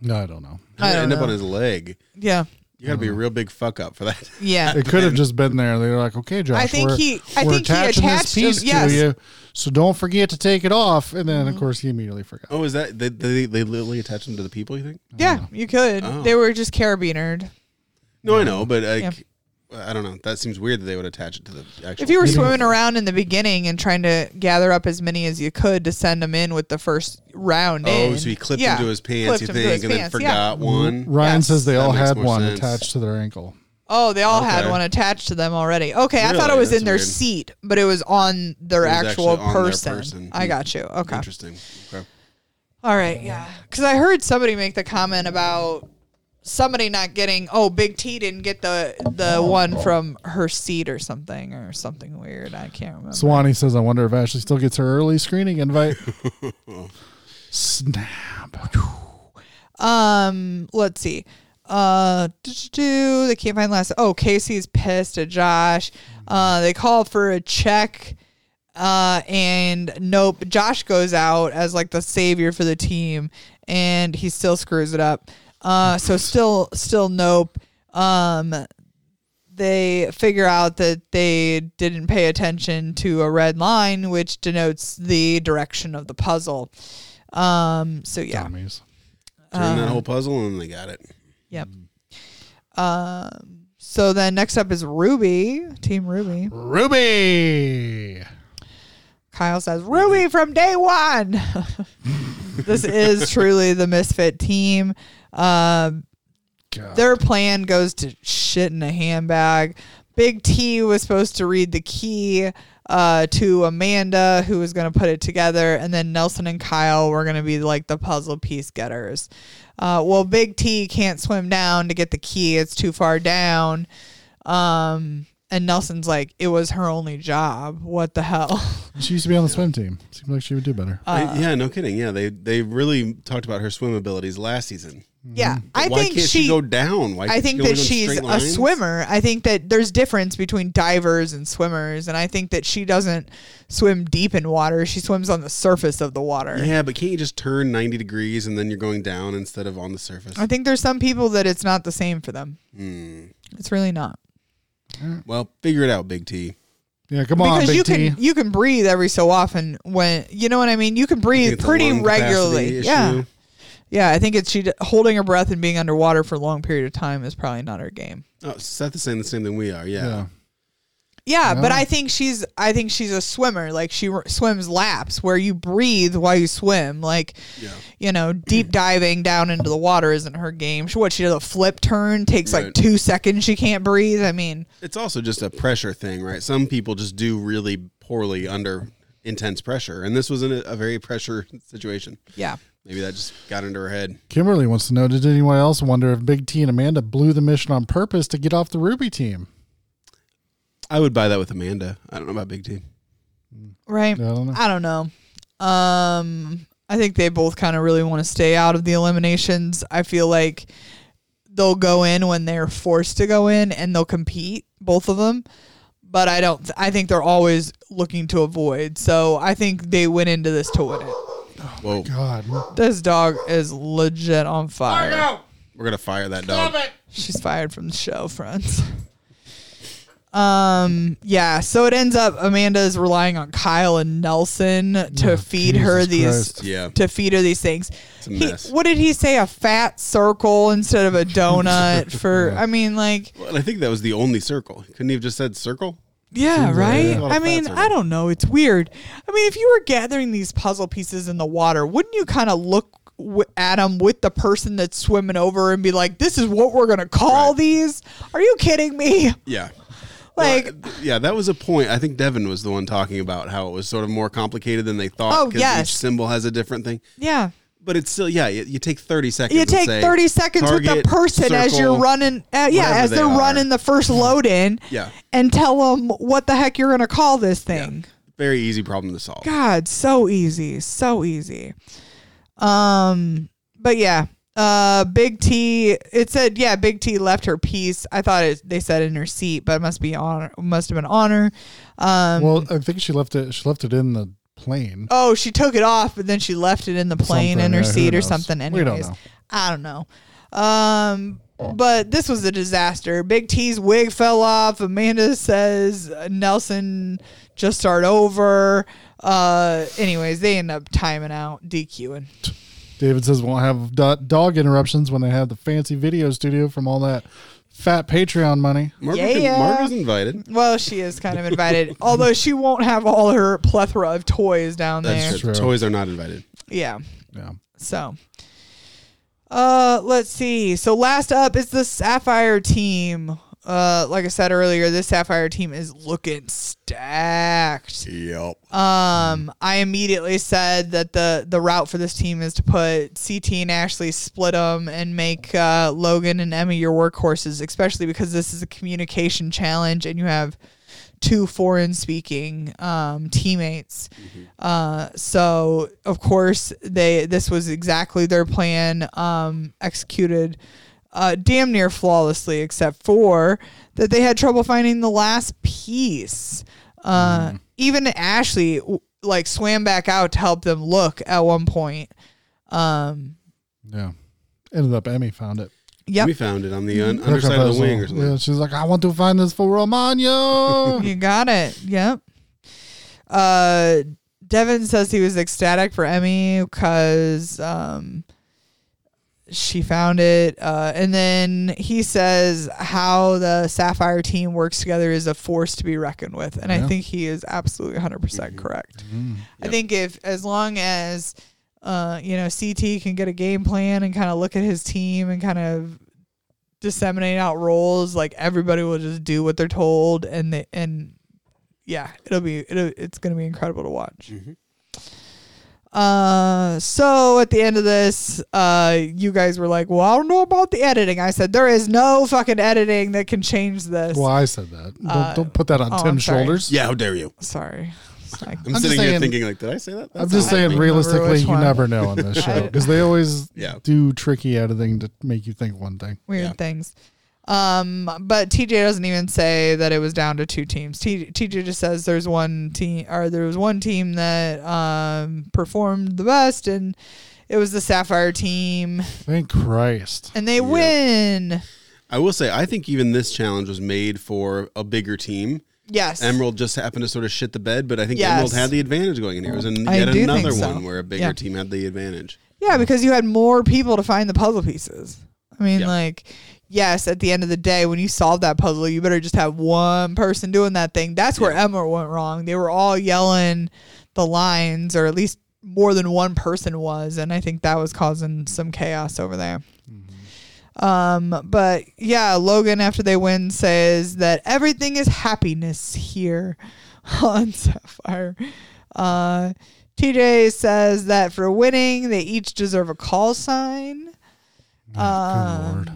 [SPEAKER 2] No, I don't know.
[SPEAKER 4] How
[SPEAKER 3] I
[SPEAKER 4] did it
[SPEAKER 3] don't
[SPEAKER 4] end up
[SPEAKER 3] know. Mm.
[SPEAKER 4] on his leg?
[SPEAKER 3] Yeah,
[SPEAKER 4] You got to be a real big fuck up for that.
[SPEAKER 3] yeah.
[SPEAKER 2] It could have just been there. They were like, "Okay, Josh,
[SPEAKER 3] I think
[SPEAKER 2] we're,
[SPEAKER 3] he- I
[SPEAKER 2] we're
[SPEAKER 3] think he
[SPEAKER 2] attaching this
[SPEAKER 3] attached
[SPEAKER 2] piece
[SPEAKER 3] him- yes. Mm-hmm.
[SPEAKER 2] to you, so don't forget to take it off." And then, of course, he immediately forgot.
[SPEAKER 4] Oh, is that they they, they literally attach him to the people? You think?
[SPEAKER 3] Yeah, you could.
[SPEAKER 4] Oh.
[SPEAKER 3] They were just carabinered.
[SPEAKER 4] No, I know, but like, I don't know. That seems weird that they would attach it to the actual.
[SPEAKER 3] If you were
[SPEAKER 2] Maybe-
[SPEAKER 3] swimming around in the beginning and trying to gather up as many as you could to send them in with the first round,
[SPEAKER 4] oh,
[SPEAKER 3] in,
[SPEAKER 4] so he clipped
[SPEAKER 3] yeah,
[SPEAKER 4] him to his pants,
[SPEAKER 3] clipped
[SPEAKER 4] you
[SPEAKER 3] him to
[SPEAKER 4] think,
[SPEAKER 3] his
[SPEAKER 4] and
[SPEAKER 3] pants,
[SPEAKER 4] then
[SPEAKER 3] yeah. Mm-hmm.
[SPEAKER 4] forgot one.
[SPEAKER 2] Ryan
[SPEAKER 3] Yes.
[SPEAKER 2] says they
[SPEAKER 4] That
[SPEAKER 2] all
[SPEAKER 4] makes
[SPEAKER 2] had
[SPEAKER 4] more
[SPEAKER 2] one
[SPEAKER 4] sense.
[SPEAKER 2] attached to their ankle.
[SPEAKER 3] Oh, they all had
[SPEAKER 4] Okay.
[SPEAKER 3] one attached to them already. Okay, I thought it
[SPEAKER 4] Really?
[SPEAKER 3] was in
[SPEAKER 4] That's
[SPEAKER 3] their
[SPEAKER 4] weird.
[SPEAKER 3] seat, but it was on their
[SPEAKER 4] It was
[SPEAKER 3] actual
[SPEAKER 4] actually on their
[SPEAKER 3] person.
[SPEAKER 4] person.
[SPEAKER 3] I got you. Okay.
[SPEAKER 4] Interesting. Okay.
[SPEAKER 3] All right. Yeah. Because I heard somebody make the comment about somebody not getting. Oh, Big T didn't get the the one from her seat or something or something weird. I can't remember.
[SPEAKER 2] Swanee says, I wonder if Ashley still gets her early screening invite. Snap.
[SPEAKER 3] Um, let's see. Uh, do they can't find last. Oh, Casey's pissed at Josh. Uh, they call for a check. Uh, and nope, Josh goes out as like the savior for the team, and he still screws it up. Uh, so still, still nope. Um, they figure out that they didn't pay attention to a red line, which denotes the direction of the puzzle. Um, so yeah,
[SPEAKER 2] Dummies.
[SPEAKER 4] Turn
[SPEAKER 3] Um,
[SPEAKER 4] that whole puzzle and they got it.
[SPEAKER 3] yep. Um, so then next up is Ruby, Team Ruby.
[SPEAKER 2] Ruby.
[SPEAKER 3] Kyle says, Ruby from day one. this is truly the misfit team. Um,
[SPEAKER 2] God.
[SPEAKER 3] their plan goes to shit in a handbag. Big T was supposed to read the key uh, to Amanda, who was going to put it together. And then Nelson and Kyle were going to be like the puzzle piece getters. Uh, well, Big T can't swim down to get the key, it's too far down. Um, and Nelson's like, it was her only job. What the hell?
[SPEAKER 2] She used to be on the swim team. Seemed like she would do
[SPEAKER 3] Uh,
[SPEAKER 2] better.
[SPEAKER 4] I- yeah, no kidding. Yeah, they they really talked about her swim abilities last season.
[SPEAKER 3] Yeah, I
[SPEAKER 4] Why
[SPEAKER 3] think
[SPEAKER 4] can't she,
[SPEAKER 3] she.
[SPEAKER 4] go down? Why
[SPEAKER 3] I
[SPEAKER 4] can't
[SPEAKER 3] think
[SPEAKER 4] she
[SPEAKER 3] that
[SPEAKER 4] go in
[SPEAKER 3] she's
[SPEAKER 4] straight
[SPEAKER 3] a
[SPEAKER 4] lines?
[SPEAKER 3] swimmer. I think that there's difference between divers and swimmers, and I think that she doesn't swim deep in water. She swims on the surface of the water.
[SPEAKER 4] Yeah, but can't you just turn ninety degrees and then you're going down instead of on the surface?
[SPEAKER 3] I think there's some people that it's not the same for them.
[SPEAKER 4] Hmm.
[SPEAKER 3] It's really not
[SPEAKER 4] Well, figure it out, Big T.
[SPEAKER 2] yeah, come on,
[SPEAKER 3] because
[SPEAKER 2] Big
[SPEAKER 3] you
[SPEAKER 2] T.
[SPEAKER 3] can you can breathe every so often when you know what I mean. You can
[SPEAKER 4] I think
[SPEAKER 3] breathe
[SPEAKER 4] it's a
[SPEAKER 3] pretty
[SPEAKER 4] lung capacity
[SPEAKER 3] regularly.
[SPEAKER 4] issue.
[SPEAKER 3] Yeah, yeah. I think it's she d- holding her breath and being underwater for a long period of time is probably not her game.
[SPEAKER 4] Oh, Seth is saying the same thing we are. Yeah.
[SPEAKER 2] yeah.
[SPEAKER 3] Yeah, but
[SPEAKER 2] Yeah.
[SPEAKER 3] I think she's I think she's a swimmer. Like she r- swims laps where you breathe while you swim. Like
[SPEAKER 4] Yeah.
[SPEAKER 3] you know, deep diving down into the water isn't her game. She, what she does a flip turn takes like
[SPEAKER 4] Right.
[SPEAKER 3] two seconds. She can't breathe. I mean,
[SPEAKER 4] It's also just a pressure thing, right? Some people just do really poorly under intense pressure, and this was in a, a very pressure situation.
[SPEAKER 3] yeah.
[SPEAKER 4] Maybe that just got into her head.
[SPEAKER 2] Kimberly wants to know Did anyone else wonder if Big T and Amanda blew the mission on purpose to get off the Ruby team?
[SPEAKER 4] I would buy that with Amanda. I don't know about Big T.
[SPEAKER 3] Right.
[SPEAKER 2] I don't know.
[SPEAKER 3] I don't know. Um, I think they both kind of really want to stay out of the eliminations. I feel like they'll go in when they're forced to go in and they'll compete, both of them. But I don't. I think they're always looking to avoid. So I think they went into this to win it.
[SPEAKER 4] Whoa,
[SPEAKER 2] God.
[SPEAKER 3] This dog is legit on fire.
[SPEAKER 4] we're gonna fire that dog.
[SPEAKER 3] She's fired from the show, friends. Um. Yeah. So it ends up Amanda is relying on Kyle and Nelson to
[SPEAKER 2] Oh,
[SPEAKER 3] feed
[SPEAKER 2] Jesus
[SPEAKER 3] her these
[SPEAKER 2] Christ.
[SPEAKER 4] Yeah,
[SPEAKER 3] to feed her these things.
[SPEAKER 4] it's a
[SPEAKER 3] He-
[SPEAKER 4] mess.
[SPEAKER 3] what did he say? A fat circle instead of a donut for? I mean, like,
[SPEAKER 4] well, I think that was the only circle. Couldn't he have just said circle?
[SPEAKER 3] yeah,
[SPEAKER 2] Seems like
[SPEAKER 3] right.
[SPEAKER 2] a lot of
[SPEAKER 3] I
[SPEAKER 4] fat
[SPEAKER 3] mean,
[SPEAKER 4] circle.
[SPEAKER 3] I don't know. It's weird. I mean, if you were gathering these puzzle pieces in the water, wouldn't you kind of look w- at them with the person that's swimming over and be like, "This is what we're gonna call
[SPEAKER 4] Right.
[SPEAKER 3] these"? Are you kidding me?
[SPEAKER 4] Yeah.
[SPEAKER 3] Like,
[SPEAKER 4] Well, yeah, that was a point. I think Devin was the one talking about how it was sort of more complicated than they thought.
[SPEAKER 3] Oh,
[SPEAKER 4] 'cause
[SPEAKER 3] yes.
[SPEAKER 4] Each symbol has a different thing.
[SPEAKER 3] yeah.
[SPEAKER 4] But it's still, yeah, you, you take 30 seconds.
[SPEAKER 3] You
[SPEAKER 4] and
[SPEAKER 3] take
[SPEAKER 4] say,
[SPEAKER 3] 30 seconds with
[SPEAKER 4] target,
[SPEAKER 3] the person as you're
[SPEAKER 4] circle.
[SPEAKER 3] running, uh, yeah,
[SPEAKER 4] whatever
[SPEAKER 3] as
[SPEAKER 4] they
[SPEAKER 3] they're
[SPEAKER 4] are. Mm-hmm.
[SPEAKER 3] running the first load in,
[SPEAKER 4] Yeah.
[SPEAKER 3] and tell them what the heck you're going to call this thing.
[SPEAKER 4] Very easy problem to solve.
[SPEAKER 3] God, so easy, so easy. Um, but yeah, uh, Big T. It said, yeah, Big T left her piece. I thought it, they said in her seat, but it must be on, must have been on her. Um,
[SPEAKER 2] Well, I think she left it. She left it in the plane.
[SPEAKER 3] oh, she took it off, but then she left it in the plane
[SPEAKER 2] Something,
[SPEAKER 3] in her
[SPEAKER 2] yeah, who
[SPEAKER 3] seat or
[SPEAKER 2] knows?
[SPEAKER 3] something. Anyways,
[SPEAKER 2] We don't know.
[SPEAKER 3] I don't know. Um, but this was a disaster. Big T's wig fell off. Amanda says uh, Nelson just start over. Uh, anyways, they end up timing out, DQing.
[SPEAKER 2] David says won't have do- dog interruptions when they have the fancy video studio from all that fat Patreon money.
[SPEAKER 4] Margaret,
[SPEAKER 3] Yeah.
[SPEAKER 4] Margaret's invited.
[SPEAKER 3] Well, she is kind of invited, although she won't have all her plethora of toys down there.
[SPEAKER 4] That's true.
[SPEAKER 2] True.
[SPEAKER 4] Toys are not invited.
[SPEAKER 3] Yeah.
[SPEAKER 2] Yeah.
[SPEAKER 3] So, uh, let's see. So last up is the Sapphire team. Uh, like I said earlier, this Sapphire team is looking stacked.
[SPEAKER 4] Yep.
[SPEAKER 3] Um, I immediately said that the the route for this team is to put CT and Ashley split them and make uh, Logan and Emmy your workhorses, especially because this is a communication challenge and you have two foreign speaking um, teammates. Uh, so of course they this was exactly their plan um, executed uh, damn near flawlessly, except for that they had trouble finding the last piece. Uh, Even Ashley w- like swam back out to help them look at one point. Um,
[SPEAKER 2] Yeah. ended up Emmy found it.
[SPEAKER 3] Yep.
[SPEAKER 4] We found it on the un- underside of the wing or something.
[SPEAKER 2] Yeah, she's like, I want to find this for Romagno.
[SPEAKER 3] You got it. Yep. Uh, Devin says he was ecstatic for Emmy because um, she found it. Uh, and then he says how the Sapphire team works together is a force to be reckoned with. And I
[SPEAKER 2] Yeah.
[SPEAKER 3] think he is absolutely 100% percent correct. I
[SPEAKER 4] Yep.
[SPEAKER 3] think if, as long as, uh, you know, CT can get a game plan and kind of look at his team and kind of disseminate out roles like everybody will just do what they're told and they, and yeah it'll be it'll, it's going to be incredible to watch
[SPEAKER 4] Mhm.
[SPEAKER 3] uh so at the end of this uh you guys were like well i don't know about the editing i said there is no fucking editing that can change this
[SPEAKER 2] well, I said that. Don't,
[SPEAKER 3] Uh,
[SPEAKER 2] don't put that on
[SPEAKER 3] oh, I'm
[SPEAKER 2] Tim's
[SPEAKER 3] sorry.
[SPEAKER 2] shoulders.
[SPEAKER 4] Yeah, how dare you?
[SPEAKER 3] sorry Like,
[SPEAKER 2] I'm
[SPEAKER 4] I'm, sitting
[SPEAKER 2] just
[SPEAKER 4] here
[SPEAKER 2] saying-
[SPEAKER 4] thinking like, did I say that?
[SPEAKER 2] I'm
[SPEAKER 4] That's
[SPEAKER 2] just
[SPEAKER 4] not right.
[SPEAKER 2] saying,
[SPEAKER 3] remember which
[SPEAKER 2] realistically, you
[SPEAKER 3] one.
[SPEAKER 2] never know on this show because they always
[SPEAKER 4] Yeah.
[SPEAKER 2] do tricky editing to make you think one thing.
[SPEAKER 3] weird
[SPEAKER 4] Yeah.
[SPEAKER 3] things. Um, but TJ doesn't even say that it was down to two teams. T- TJ just says there's one team or there was one team that um performed the best, and it was the Sapphire team,
[SPEAKER 2] Thank Christ.
[SPEAKER 3] and they win.
[SPEAKER 4] I will say, I think even this challenge was made for a bigger team.
[SPEAKER 3] Yes,
[SPEAKER 4] Emerald just happened to sort of shit the bed, but I think
[SPEAKER 3] Yes.
[SPEAKER 4] Emerald had the advantage going in here. It was an,
[SPEAKER 3] I
[SPEAKER 4] yet
[SPEAKER 3] do
[SPEAKER 4] another
[SPEAKER 3] think so.
[SPEAKER 4] one where a bigger
[SPEAKER 3] Yeah.
[SPEAKER 4] team had the advantage.
[SPEAKER 3] Yeah, because you had more people to find the puzzle pieces. I mean,
[SPEAKER 4] Yeah.
[SPEAKER 3] like, yes, at the end of the day, when you solve that puzzle, you better just have one person doing that thing. That's where Emma went wrong. They were all yelling the lines, or at least more than one person was. And I think that was causing some chaos over there. Um, but yeah, Logan, after they win, says that everything is happiness here on Sapphire. Uh, TJ says that for winning, they each deserve a call sign.
[SPEAKER 2] Good
[SPEAKER 3] Um,
[SPEAKER 2] Lord.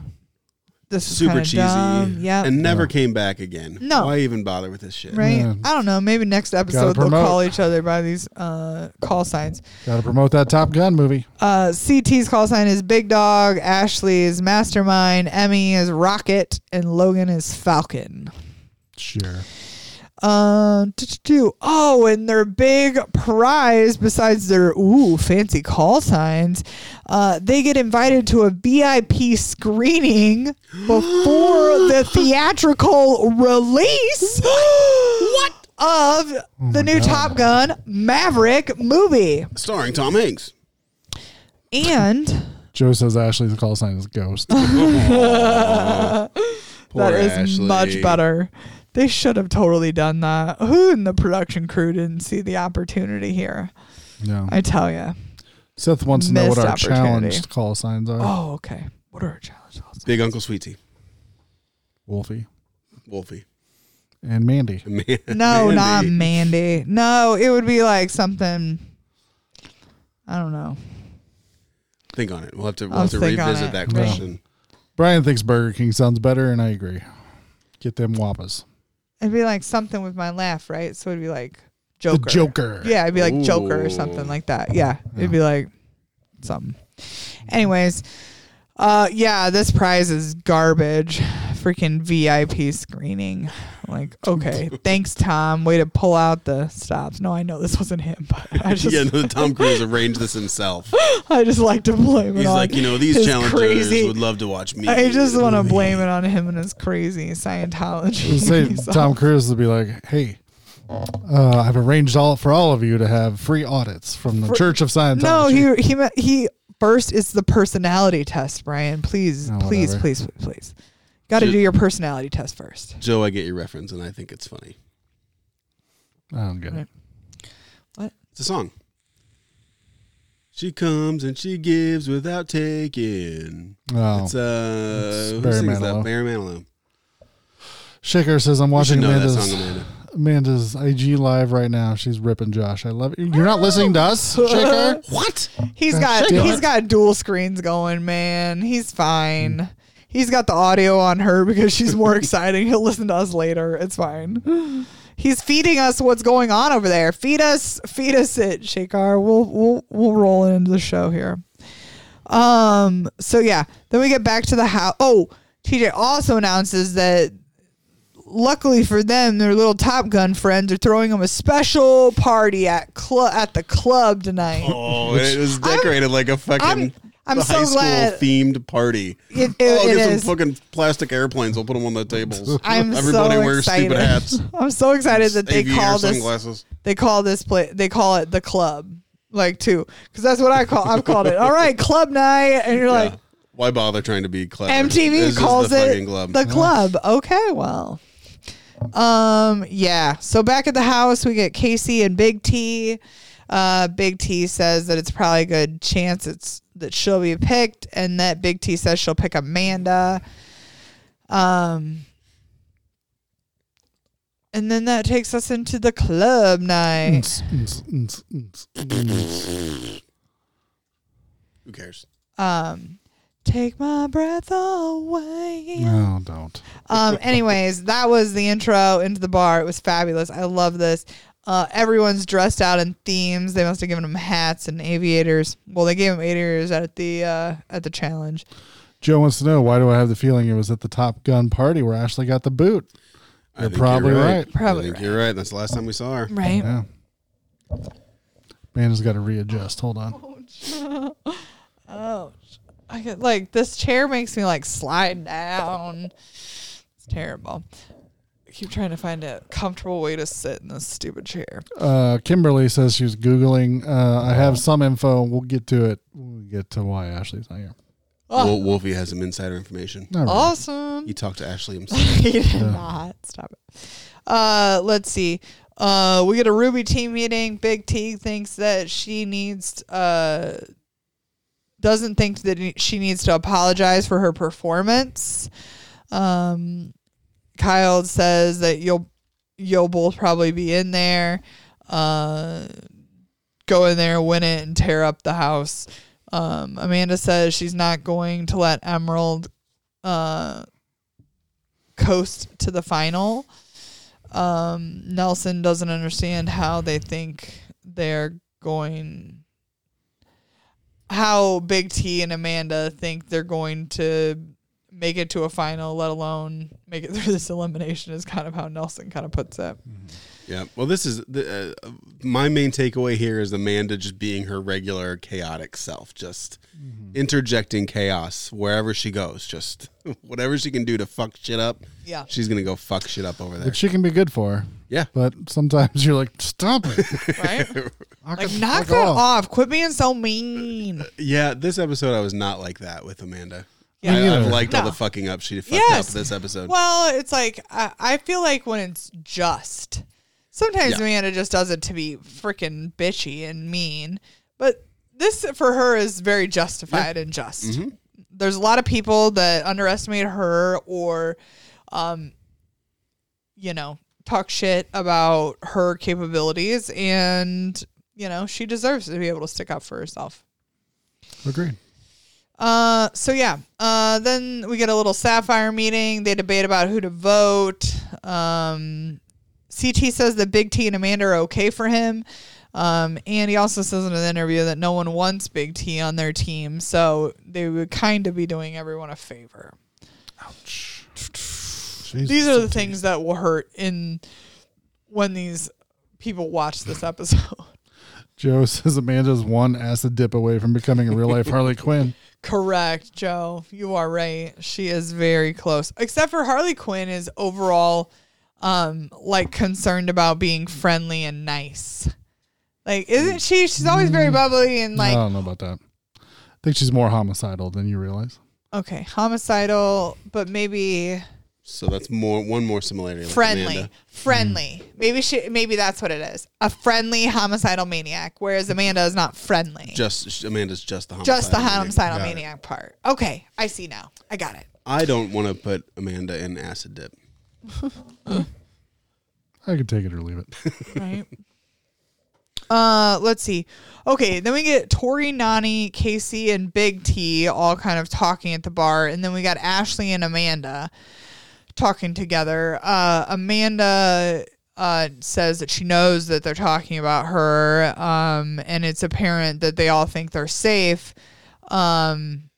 [SPEAKER 3] This is
[SPEAKER 4] Super
[SPEAKER 3] kinda
[SPEAKER 4] cheesy.
[SPEAKER 3] dumb. Yeah.
[SPEAKER 4] And never
[SPEAKER 2] Yeah.
[SPEAKER 4] came back again.
[SPEAKER 3] No.
[SPEAKER 4] Why even bother with this shit?
[SPEAKER 3] right.
[SPEAKER 2] Yeah.
[SPEAKER 3] I don't know. Maybe next episode they'll
[SPEAKER 2] promote.
[SPEAKER 3] call each other by these uh, call signs.
[SPEAKER 2] Got to promote that Top Gun movie.
[SPEAKER 3] Uh, CT's call sign is Big Dog. Ashley is Mastermind. Emmy is Rocket, and Logan is Falcon.
[SPEAKER 2] Sure.
[SPEAKER 3] Uh, t- t- t- oh, and their big prize, besides their ooh fancy call signs, uh, they get invited to a VIP screening before the theatrical release. what of the new Top Gun Maverick movie?
[SPEAKER 4] Starring Tom Hanks.
[SPEAKER 3] And.
[SPEAKER 2] Joe says Ashley's call sign is Ghost.
[SPEAKER 4] Poor
[SPEAKER 3] that is
[SPEAKER 4] Ashley.
[SPEAKER 3] much better. They should have totally done that. Who in the production crew didn't see the opportunity here?
[SPEAKER 2] No.
[SPEAKER 3] I tell you.
[SPEAKER 2] Seth wants to know what
[SPEAKER 3] Missed
[SPEAKER 2] our
[SPEAKER 3] opportunity.
[SPEAKER 2] challenged call signs are.
[SPEAKER 3] Oh, okay. What are our challenges?
[SPEAKER 4] Big Uncle Sweetie.
[SPEAKER 2] Wolfie
[SPEAKER 4] Wolfie.
[SPEAKER 2] and Mandy.
[SPEAKER 4] Man-
[SPEAKER 3] No, not
[SPEAKER 4] Mandy.
[SPEAKER 3] Mandy. No, it would be like something. I don't know.
[SPEAKER 4] Think on it. We'll have to, we'll
[SPEAKER 3] I'll
[SPEAKER 4] have to
[SPEAKER 3] think on
[SPEAKER 4] revisit
[SPEAKER 3] it.
[SPEAKER 4] that
[SPEAKER 2] Yeah.
[SPEAKER 4] question.
[SPEAKER 2] Brian thinks Burger King sounds better, and I agree. Get them wappas.
[SPEAKER 3] It'd be like something with my laugh, right? So it'd be like
[SPEAKER 2] The
[SPEAKER 3] Joker.
[SPEAKER 2] Joker.
[SPEAKER 3] Yeah, it'd be like Joker
[SPEAKER 4] Ooh.
[SPEAKER 3] or something like that. Yeah,
[SPEAKER 2] Yeah.
[SPEAKER 3] it'd be like something. Anyways, uh, yeah, this prize is garbage. Freaking VIP screening. Like, okay, thanks, Tom. Way to pull out the stops. No, I know this wasn't him, but I just
[SPEAKER 4] yeah, no, Tom Cruise arranged this himself.
[SPEAKER 3] I just like to blame it
[SPEAKER 4] He's
[SPEAKER 3] on.
[SPEAKER 4] like, you know, these
[SPEAKER 3] his
[SPEAKER 4] challengers
[SPEAKER 3] crazy-
[SPEAKER 4] would love to watch me.
[SPEAKER 3] I just want to
[SPEAKER 4] Ooh.
[SPEAKER 3] blame it on him and his crazy Scientology.
[SPEAKER 2] Say
[SPEAKER 3] So-
[SPEAKER 2] Tom Cruise would be like, "Hey, uh, I've arranged all for all of you to have free audits from the Church of Scientology."
[SPEAKER 3] No, he he meant- he first is the personality test, Brian. Please,
[SPEAKER 2] Oh,
[SPEAKER 3] please,
[SPEAKER 2] whatever.
[SPEAKER 3] please, please, please. Got to
[SPEAKER 4] Ju-
[SPEAKER 3] do your personality test first.
[SPEAKER 4] Joe, I get your reference, and I think it's funny.
[SPEAKER 2] I don't get it.
[SPEAKER 3] Right.
[SPEAKER 4] It's a song. She comes and she gives without taking.
[SPEAKER 2] Oh.
[SPEAKER 4] It's uh,
[SPEAKER 2] It's
[SPEAKER 4] who
[SPEAKER 2] Barry
[SPEAKER 4] sings
[SPEAKER 2] Manilow.
[SPEAKER 4] that? Barry Manilow.
[SPEAKER 2] Shaker says, "I'm
[SPEAKER 4] You should
[SPEAKER 2] watching
[SPEAKER 4] know that
[SPEAKER 2] Amanda's
[SPEAKER 4] song, Amanda.
[SPEAKER 2] Amanda's IG live right now. She's ripping Josh. I love it. You're not listening to us, Shaker.
[SPEAKER 4] What?
[SPEAKER 3] He's
[SPEAKER 2] Uh,
[SPEAKER 3] got
[SPEAKER 2] shit.
[SPEAKER 3] he's got dual screens going, man. He's fine. He's got the audio on her because she's more exciting. He'll listen to us later. It's fine. He's feeding us what's going on over there. Feed us, feed us it, Shakar. We'll we'll we'll roll it into the show here. Um. So yeah, then we get back to the house. Oh, TJ also announces that. Luckily for them, their little Top Gun friends are throwing them a special party at club at the club tonight.
[SPEAKER 4] Oh, and it was decorated like a fucking
[SPEAKER 3] I'm I'm
[SPEAKER 4] the
[SPEAKER 3] so
[SPEAKER 4] high school
[SPEAKER 3] glad.
[SPEAKER 4] themed party.
[SPEAKER 3] It- it-
[SPEAKER 4] oh,
[SPEAKER 3] it
[SPEAKER 4] get
[SPEAKER 3] is.
[SPEAKER 4] some fucking plastic airplanes. We'll put them on the tables.
[SPEAKER 3] I'm
[SPEAKER 4] Everybody
[SPEAKER 3] so
[SPEAKER 4] wears
[SPEAKER 3] excited.
[SPEAKER 4] stupid hats.
[SPEAKER 3] I'm so excited that they
[SPEAKER 4] aviator
[SPEAKER 3] call this
[SPEAKER 4] sunglasses.
[SPEAKER 3] they call this place they call it the club like too because that's what i call i've called it all right club night and you're like
[SPEAKER 4] Yeah. Why bother trying to be clever?
[SPEAKER 3] mtv
[SPEAKER 4] This is
[SPEAKER 3] calls
[SPEAKER 4] the
[SPEAKER 3] it
[SPEAKER 4] fucking club.
[SPEAKER 3] the club okay well um yeah so back at the house we get casey and big t uh big t says that it's probably a good chance it's that she'll be picked and that big t says she'll pick amanda um and then that takes us into the club night
[SPEAKER 4] Who cares?
[SPEAKER 3] um take my breath away
[SPEAKER 2] No, don't.
[SPEAKER 3] um anyways that was the intro into the bar it was fabulous i love this uh everyone's dressed out in themes they must have given them hats and aviators well they gave them aviators at the uh at the challenge
[SPEAKER 2] Joe wants to know why do I have the feeling it was at the Top Gun party where Ashley got the boot?
[SPEAKER 4] I
[SPEAKER 2] You're
[SPEAKER 4] think
[SPEAKER 2] probably
[SPEAKER 4] you're
[SPEAKER 2] right.
[SPEAKER 4] I
[SPEAKER 3] probably
[SPEAKER 4] think
[SPEAKER 3] right,
[SPEAKER 4] you're right. That's the last time we saw her.
[SPEAKER 3] right?
[SPEAKER 2] Yeah. Man has got to readjust. Hold on.
[SPEAKER 3] ouch i get like this chair makes me like slide down it's terrible I keep trying to find a comfortable way to sit in this stupid chair
[SPEAKER 2] Uh, Kimberly says she was Googling. Uh, I
[SPEAKER 4] Uh-huh.
[SPEAKER 2] have some info. We'll get to it. We'll get to why Ashley's not here.
[SPEAKER 3] Oh.
[SPEAKER 4] Wol- Wolfie has some insider information.
[SPEAKER 2] Not really.
[SPEAKER 3] awesome
[SPEAKER 4] He talked to Ashley himself.
[SPEAKER 3] he did not. Stop it. Uh, let's see. Uh, we get a Ruby team meeting. Big T thinks that she needs uh doesn't think that she needs to apologize for her performance. Um, Kyle says that you'll you'll both probably be in there. Uh, go in there, win it, and tear up the house. Um, Amanda says she's not going to let Emerald uh, coast to the final. Um, Nelson doesn't understand how they think they're going, how Big T and Amanda think they're going to make it to a final, let alone make it through this elimination, is kind of how Nelson kind of puts it.
[SPEAKER 4] Yeah. Well, this is the, uh, my main takeaway here is Amanda just being her regular chaotic self, just
[SPEAKER 3] Mm-hmm.
[SPEAKER 4] interjecting chaos wherever she goes. Just whatever she can do to fuck shit up,
[SPEAKER 3] Yeah.
[SPEAKER 4] she's gonna go fuck shit up over there.
[SPEAKER 2] Which she can be good for.
[SPEAKER 4] Yeah.
[SPEAKER 2] But sometimes you're like, stop it.
[SPEAKER 3] Right?
[SPEAKER 2] Knock
[SPEAKER 3] like, oh.
[SPEAKER 2] it
[SPEAKER 3] knock
[SPEAKER 2] fuck
[SPEAKER 3] that off. Quit being so mean.
[SPEAKER 4] Yeah. This episode, I was not like that with Amanda.
[SPEAKER 3] Yeah.
[SPEAKER 4] I, I've
[SPEAKER 2] Neither.
[SPEAKER 4] liked all
[SPEAKER 3] No.
[SPEAKER 4] the fucking up she fucked
[SPEAKER 3] Yes.
[SPEAKER 4] up this episode.
[SPEAKER 3] Well, it's like I, I feel like when it's just sometimes
[SPEAKER 4] Yeah.
[SPEAKER 3] Amanda just does it to be freaking bitchy and mean, but this for her is very justified and just.
[SPEAKER 4] Mm-hmm.
[SPEAKER 3] There's a lot of people that underestimate her or, um, you know, talk shit about her capabilities, and you know she deserves to be able to stick up for herself.
[SPEAKER 2] Agreed.
[SPEAKER 3] Uh, so yeah. Uh, then we get a little sapphire meeting. They debate about who to vote. Um, CT says that Big T and Amanda are okay for him. Um, and he also says in an interview that no one wants Big T on their team, so they would kind of be doing everyone a favor.
[SPEAKER 2] Jesus.
[SPEAKER 3] These are the things that will hurt in when these people watch this episode.
[SPEAKER 2] Joe says Amanda's one acid dip away from becoming a real life Harley Quinn.
[SPEAKER 3] Correct, Joe. You are right. She is very close. Except for Harley Quinn is overall um like concerned about being friendly and nice. Like isn't she she's always very bubbly and
[SPEAKER 2] I
[SPEAKER 3] like
[SPEAKER 2] don't know about that. I think she's more homicidal than you realize.
[SPEAKER 3] okay, homicidal, but maybe
[SPEAKER 4] so that's more one more similarity. with
[SPEAKER 3] friendly.
[SPEAKER 4] Amanda.
[SPEAKER 3] Friendly. Maybe she maybe that's what it is. A friendly homicidal maniac, whereas Amanda is not friendly. Just,
[SPEAKER 4] Just Amanda's just the homicidal
[SPEAKER 3] the
[SPEAKER 4] maniac.
[SPEAKER 3] homicidal
[SPEAKER 4] Got it.
[SPEAKER 3] maniac part. Okay, I see now. I got it.
[SPEAKER 4] I don't want to put Amanda in acid dip.
[SPEAKER 2] I could take it or leave it.
[SPEAKER 3] right? Uh, let's see. Okay, then we get Tori, Nani, Casey, and Big T all kind of talking at the bar, and then we got Ashley and Amanda talking together. Uh, Amanda uh, says that she knows that they're talking about her, um, and it's apparent that they all think they're safe. Um,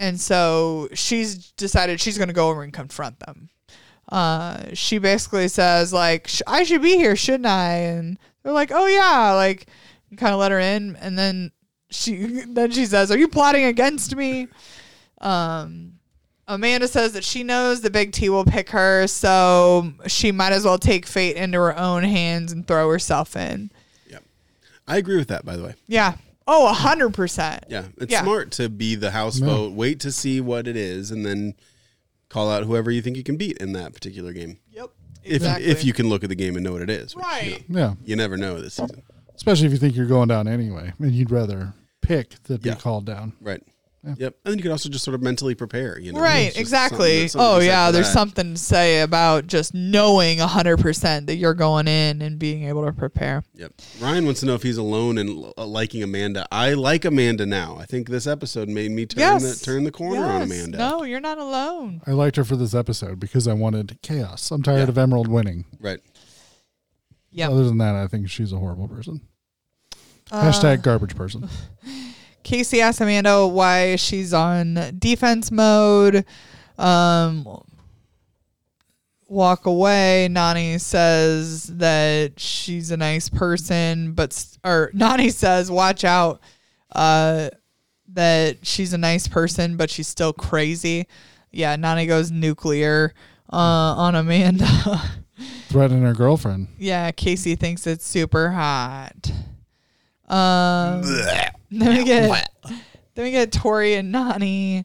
[SPEAKER 3] and so she's decided she's going to go over and confront them uh, she basically says like sh- I should be here, shouldn't I? And they're like, oh yeah, like kind of let her in, and then she then she says, "Are you plotting against me?" Um, Amanda says that she knows the Big T will pick her, so she might as well take fate into her own hands and throw herself in.
[SPEAKER 4] Yep. I agree with that, by the way.
[SPEAKER 3] Yeah. Oh, a hundred percent.
[SPEAKER 4] Yeah. It's
[SPEAKER 3] Yeah.
[SPEAKER 4] smart to be the house vote. Wait to see what it is and then call out whoever you think you can beat in that particular game.
[SPEAKER 3] Yep.
[SPEAKER 4] If, if you can look at the game and know what it is. which, you know,
[SPEAKER 3] right.
[SPEAKER 2] Yeah.
[SPEAKER 4] You never know this season.
[SPEAKER 2] Especially if you think you're going down anyway and you'd rather pick than
[SPEAKER 4] Yeah.
[SPEAKER 2] be called down.
[SPEAKER 4] Right. Yep. And then you can also just sort of mentally prepare, you know. It's
[SPEAKER 3] Right,
[SPEAKER 4] just
[SPEAKER 3] exactly.
[SPEAKER 4] something-
[SPEAKER 3] Oh
[SPEAKER 4] something to say
[SPEAKER 3] yeah,
[SPEAKER 4] for
[SPEAKER 3] there's
[SPEAKER 4] that.
[SPEAKER 3] something to say about just knowing 100% that you're going in and being able to prepare.
[SPEAKER 4] Yep. Ryan wants to know if he's alone and l- uh, liking Amanda. I like Amanda now. I think this episode made me turn
[SPEAKER 3] yes.
[SPEAKER 4] the turn the corner on
[SPEAKER 3] Yes.
[SPEAKER 4] Amanda.
[SPEAKER 3] No, you're not alone.
[SPEAKER 2] I liked her for this episode because I wanted chaos. I'm tired
[SPEAKER 4] Yeah.
[SPEAKER 2] of Emerald winning.
[SPEAKER 4] Right.
[SPEAKER 3] Yeah. Uh,
[SPEAKER 2] Other than that, I think she's a horrible person. Hashtag garbage person.
[SPEAKER 3] Casey asked Amanda why she's on defense mode. Um, walk away. Nani says that she's a nice person, but s- or Nani says, "Watch out." Uh, that she's a nice person, but she's still crazy. Yeah, Nani goes nuclear uh, on Amanda.
[SPEAKER 2] Threatening her girlfriend.
[SPEAKER 3] Yeah, Casey thinks it's super hot. Um, then we get then we get Tori and Nani.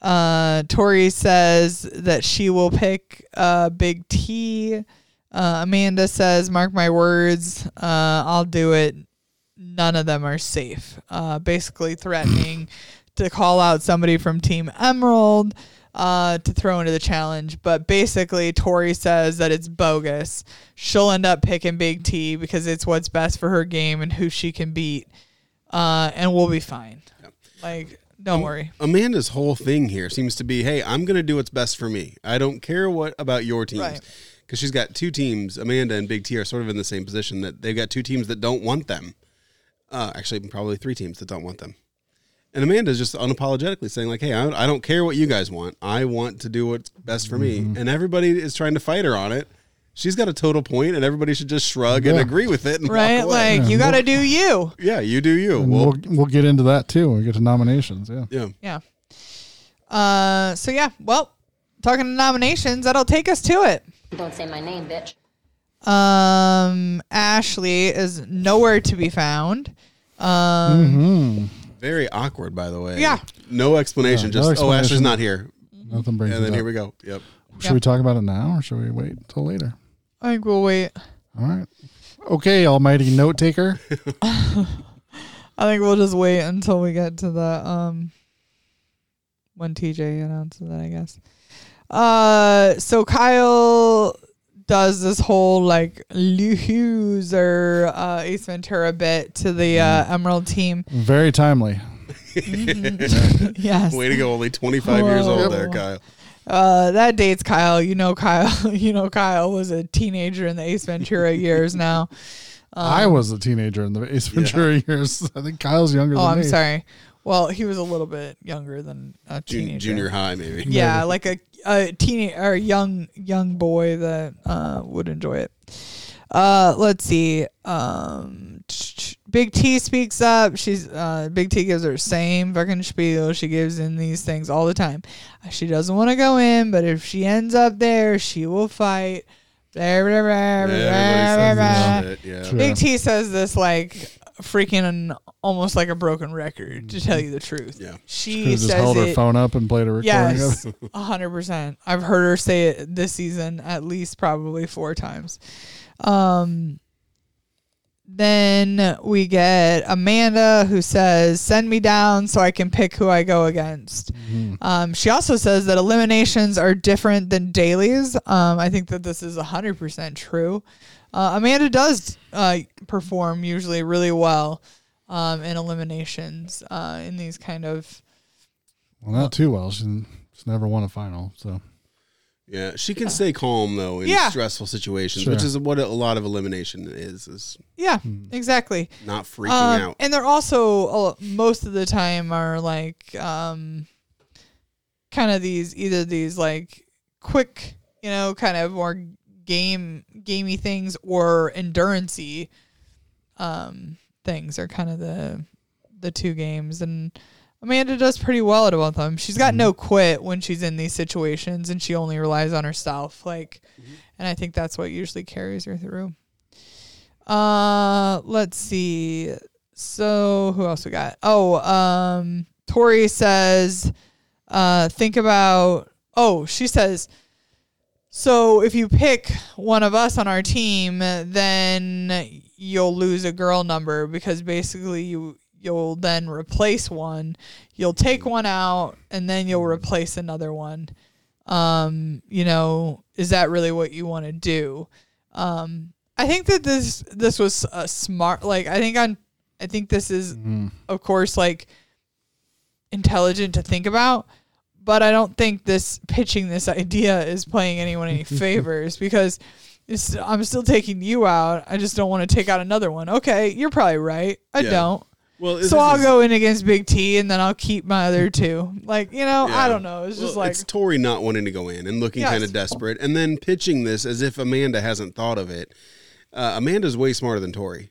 [SPEAKER 3] Uh, Tori says that she will pick uh, Big T. Uh, Amanda says, "Mark my words, uh, I'll do it." None of them are safe. Uh, basically threatening to call out somebody from Team Emerald uh, to throw into the challenge. But basically, Tori says that it's bogus. She'll end up picking Big T because it's what's best for her game and who she can beat, uh, and we'll be fine. Like, don't worry.
[SPEAKER 4] Amanda's whole thing here seems to be, hey, I'm going to do what's best for me. I don't care what about your teams.
[SPEAKER 3] Right.
[SPEAKER 4] Because she's got two teams. Amanda and Big T are sort of in the same position that they've got two teams that don't want them. Uh, actually, probably three teams that don't want them. And Amanda's just unapologetically saying, like, hey, I, I don't care what you guys want. I want to do what's best for me.
[SPEAKER 2] Mm-hmm.
[SPEAKER 4] And everybody is trying to fight her on it. She's got a total point, and everybody should just shrug and
[SPEAKER 2] Yeah.
[SPEAKER 4] agree with it. And walk
[SPEAKER 3] Right?
[SPEAKER 4] away.
[SPEAKER 3] Like, you got to do you.
[SPEAKER 4] yeah, you do you.
[SPEAKER 2] And
[SPEAKER 4] Well,
[SPEAKER 2] we'll we'll get into that too when we get to nominations. Yeah.
[SPEAKER 4] yeah.
[SPEAKER 3] Yeah. Uh, so, yeah. Well, talking to nominations, that'll take us to it.
[SPEAKER 1] Don't say my name, bitch.
[SPEAKER 3] Um, Ashley is nowhere to be found. Um, Mm.
[SPEAKER 2] Mm-hmm.
[SPEAKER 4] Very awkward, by the way.
[SPEAKER 3] Yeah.
[SPEAKER 4] No explanation.
[SPEAKER 2] Yeah,
[SPEAKER 4] just,
[SPEAKER 2] no
[SPEAKER 4] oh,
[SPEAKER 2] explanation.
[SPEAKER 4] Ashley's not here.
[SPEAKER 2] Nothing brings
[SPEAKER 4] And
[SPEAKER 2] it
[SPEAKER 4] then
[SPEAKER 2] up.
[SPEAKER 4] here we go. Yep.
[SPEAKER 2] Should we talk about it now or should we wait till later?
[SPEAKER 3] I think we'll wait.
[SPEAKER 2] All right. Okay, almighty note taker.
[SPEAKER 3] I think we'll just wait until we get to the um when TJ announces that, I guess. Uh so Kyle does this whole like Luhu's or uh, Ace Ventura bit to the uh, Emerald team.
[SPEAKER 2] Very timely.
[SPEAKER 3] yes.
[SPEAKER 4] Way to go. Only 25 years
[SPEAKER 3] Whoa.
[SPEAKER 4] old there, Kyle.
[SPEAKER 3] Uh, that dates Kyle. You know Kyle. you know Kyle was a teenager in the Ace Ventura years now. Um,
[SPEAKER 2] I was a teenager in the Ace Ventura years. I think Kyle's younger
[SPEAKER 3] Oh,
[SPEAKER 2] than
[SPEAKER 3] I'm
[SPEAKER 2] me.
[SPEAKER 3] sorry. Well, he was a little bit younger than a teenager.
[SPEAKER 4] Jun- junior high, maybe.
[SPEAKER 3] yeah, like a a teen or a young young boy that uh, would enjoy it. Uh, let's see. Um, Big T speaks up. She's uh, Big T gives her same fucking spiel she gives in these things all the time. She doesn't want to go in, but if she ends up there, she will fight. Blah, blah, blah,
[SPEAKER 4] Yeah,
[SPEAKER 3] blah, blah,
[SPEAKER 4] everybody says
[SPEAKER 3] blah.
[SPEAKER 4] this shit, yeah.
[SPEAKER 2] True.
[SPEAKER 3] Big T says this like freaking almost like a broken record to tell you the truth.
[SPEAKER 4] Yeah.
[SPEAKER 2] She
[SPEAKER 3] She
[SPEAKER 2] could've just
[SPEAKER 3] says
[SPEAKER 2] held her
[SPEAKER 3] it
[SPEAKER 2] phone up and played a recording
[SPEAKER 3] Yes,
[SPEAKER 2] of it.
[SPEAKER 3] a hundred percent. I've heard her say it this season at least probably four times. Um, then we get Amanda who says, "Send me down so I can pick who I go against."
[SPEAKER 2] Mm-hmm.
[SPEAKER 3] Um, she also says that eliminations are different than dailies. Um, I think that this is a hundred percent true. Uh, Amanda does uh, perform usually really well um, in eliminations uh, in these kind of.
[SPEAKER 2] Well, not too well. She's, she's never won a final. So
[SPEAKER 4] Yeah. She can stay calm, though, in
[SPEAKER 3] Yeah.
[SPEAKER 4] stressful situations,
[SPEAKER 2] Sure.
[SPEAKER 4] which is what a lot of elimination is, is
[SPEAKER 3] Yeah,
[SPEAKER 2] Hmm.
[SPEAKER 3] exactly.
[SPEAKER 4] not freaking
[SPEAKER 3] Um,
[SPEAKER 4] out.
[SPEAKER 3] And they're also uh, most of the time are like um, kind of these either these like quick, you know, kind of more game gamey things or endurancy um, things are kind of the the two games, and Amanda does pretty well at both of them. She's
[SPEAKER 4] Mm-hmm.
[SPEAKER 3] got no quit when she's in these situations, and she only relies on herself. Like,
[SPEAKER 4] Mm-hmm.
[SPEAKER 3] and I think that's what usually carries her through. Uh, let's see. So who else we got? Oh, um, Tori says, uh, think about. Oh, she says. So if you pick one of us on our team, then you'll lose a girl number because basically you you'll then replace one. You'll take one out and then you'll replace another one. Um, you know, is that really what you want to do? Um, I think that this this was a smart like I think on I think this is
[SPEAKER 4] Mm-hmm.
[SPEAKER 3] of course like intelligent to think about, but I don't think this pitching this idea is playing anyone any favors because it's, I'm still taking you out. I just don't want to take out another one. Okay, you're probably right. I
[SPEAKER 4] Yeah.
[SPEAKER 3] don't.
[SPEAKER 4] Well, this
[SPEAKER 3] So I'll
[SPEAKER 4] is-
[SPEAKER 3] go in against Big T and then I'll keep my other two. Like, you know, I
[SPEAKER 4] Yeah.
[SPEAKER 3] don't know. It's just
[SPEAKER 4] Well,
[SPEAKER 3] like
[SPEAKER 4] it's Tori not wanting to go in and looking
[SPEAKER 3] Yes.
[SPEAKER 4] kind of desperate, and then pitching this as if Amanda hasn't thought of it. Uh, Amanda's way smarter than Tori,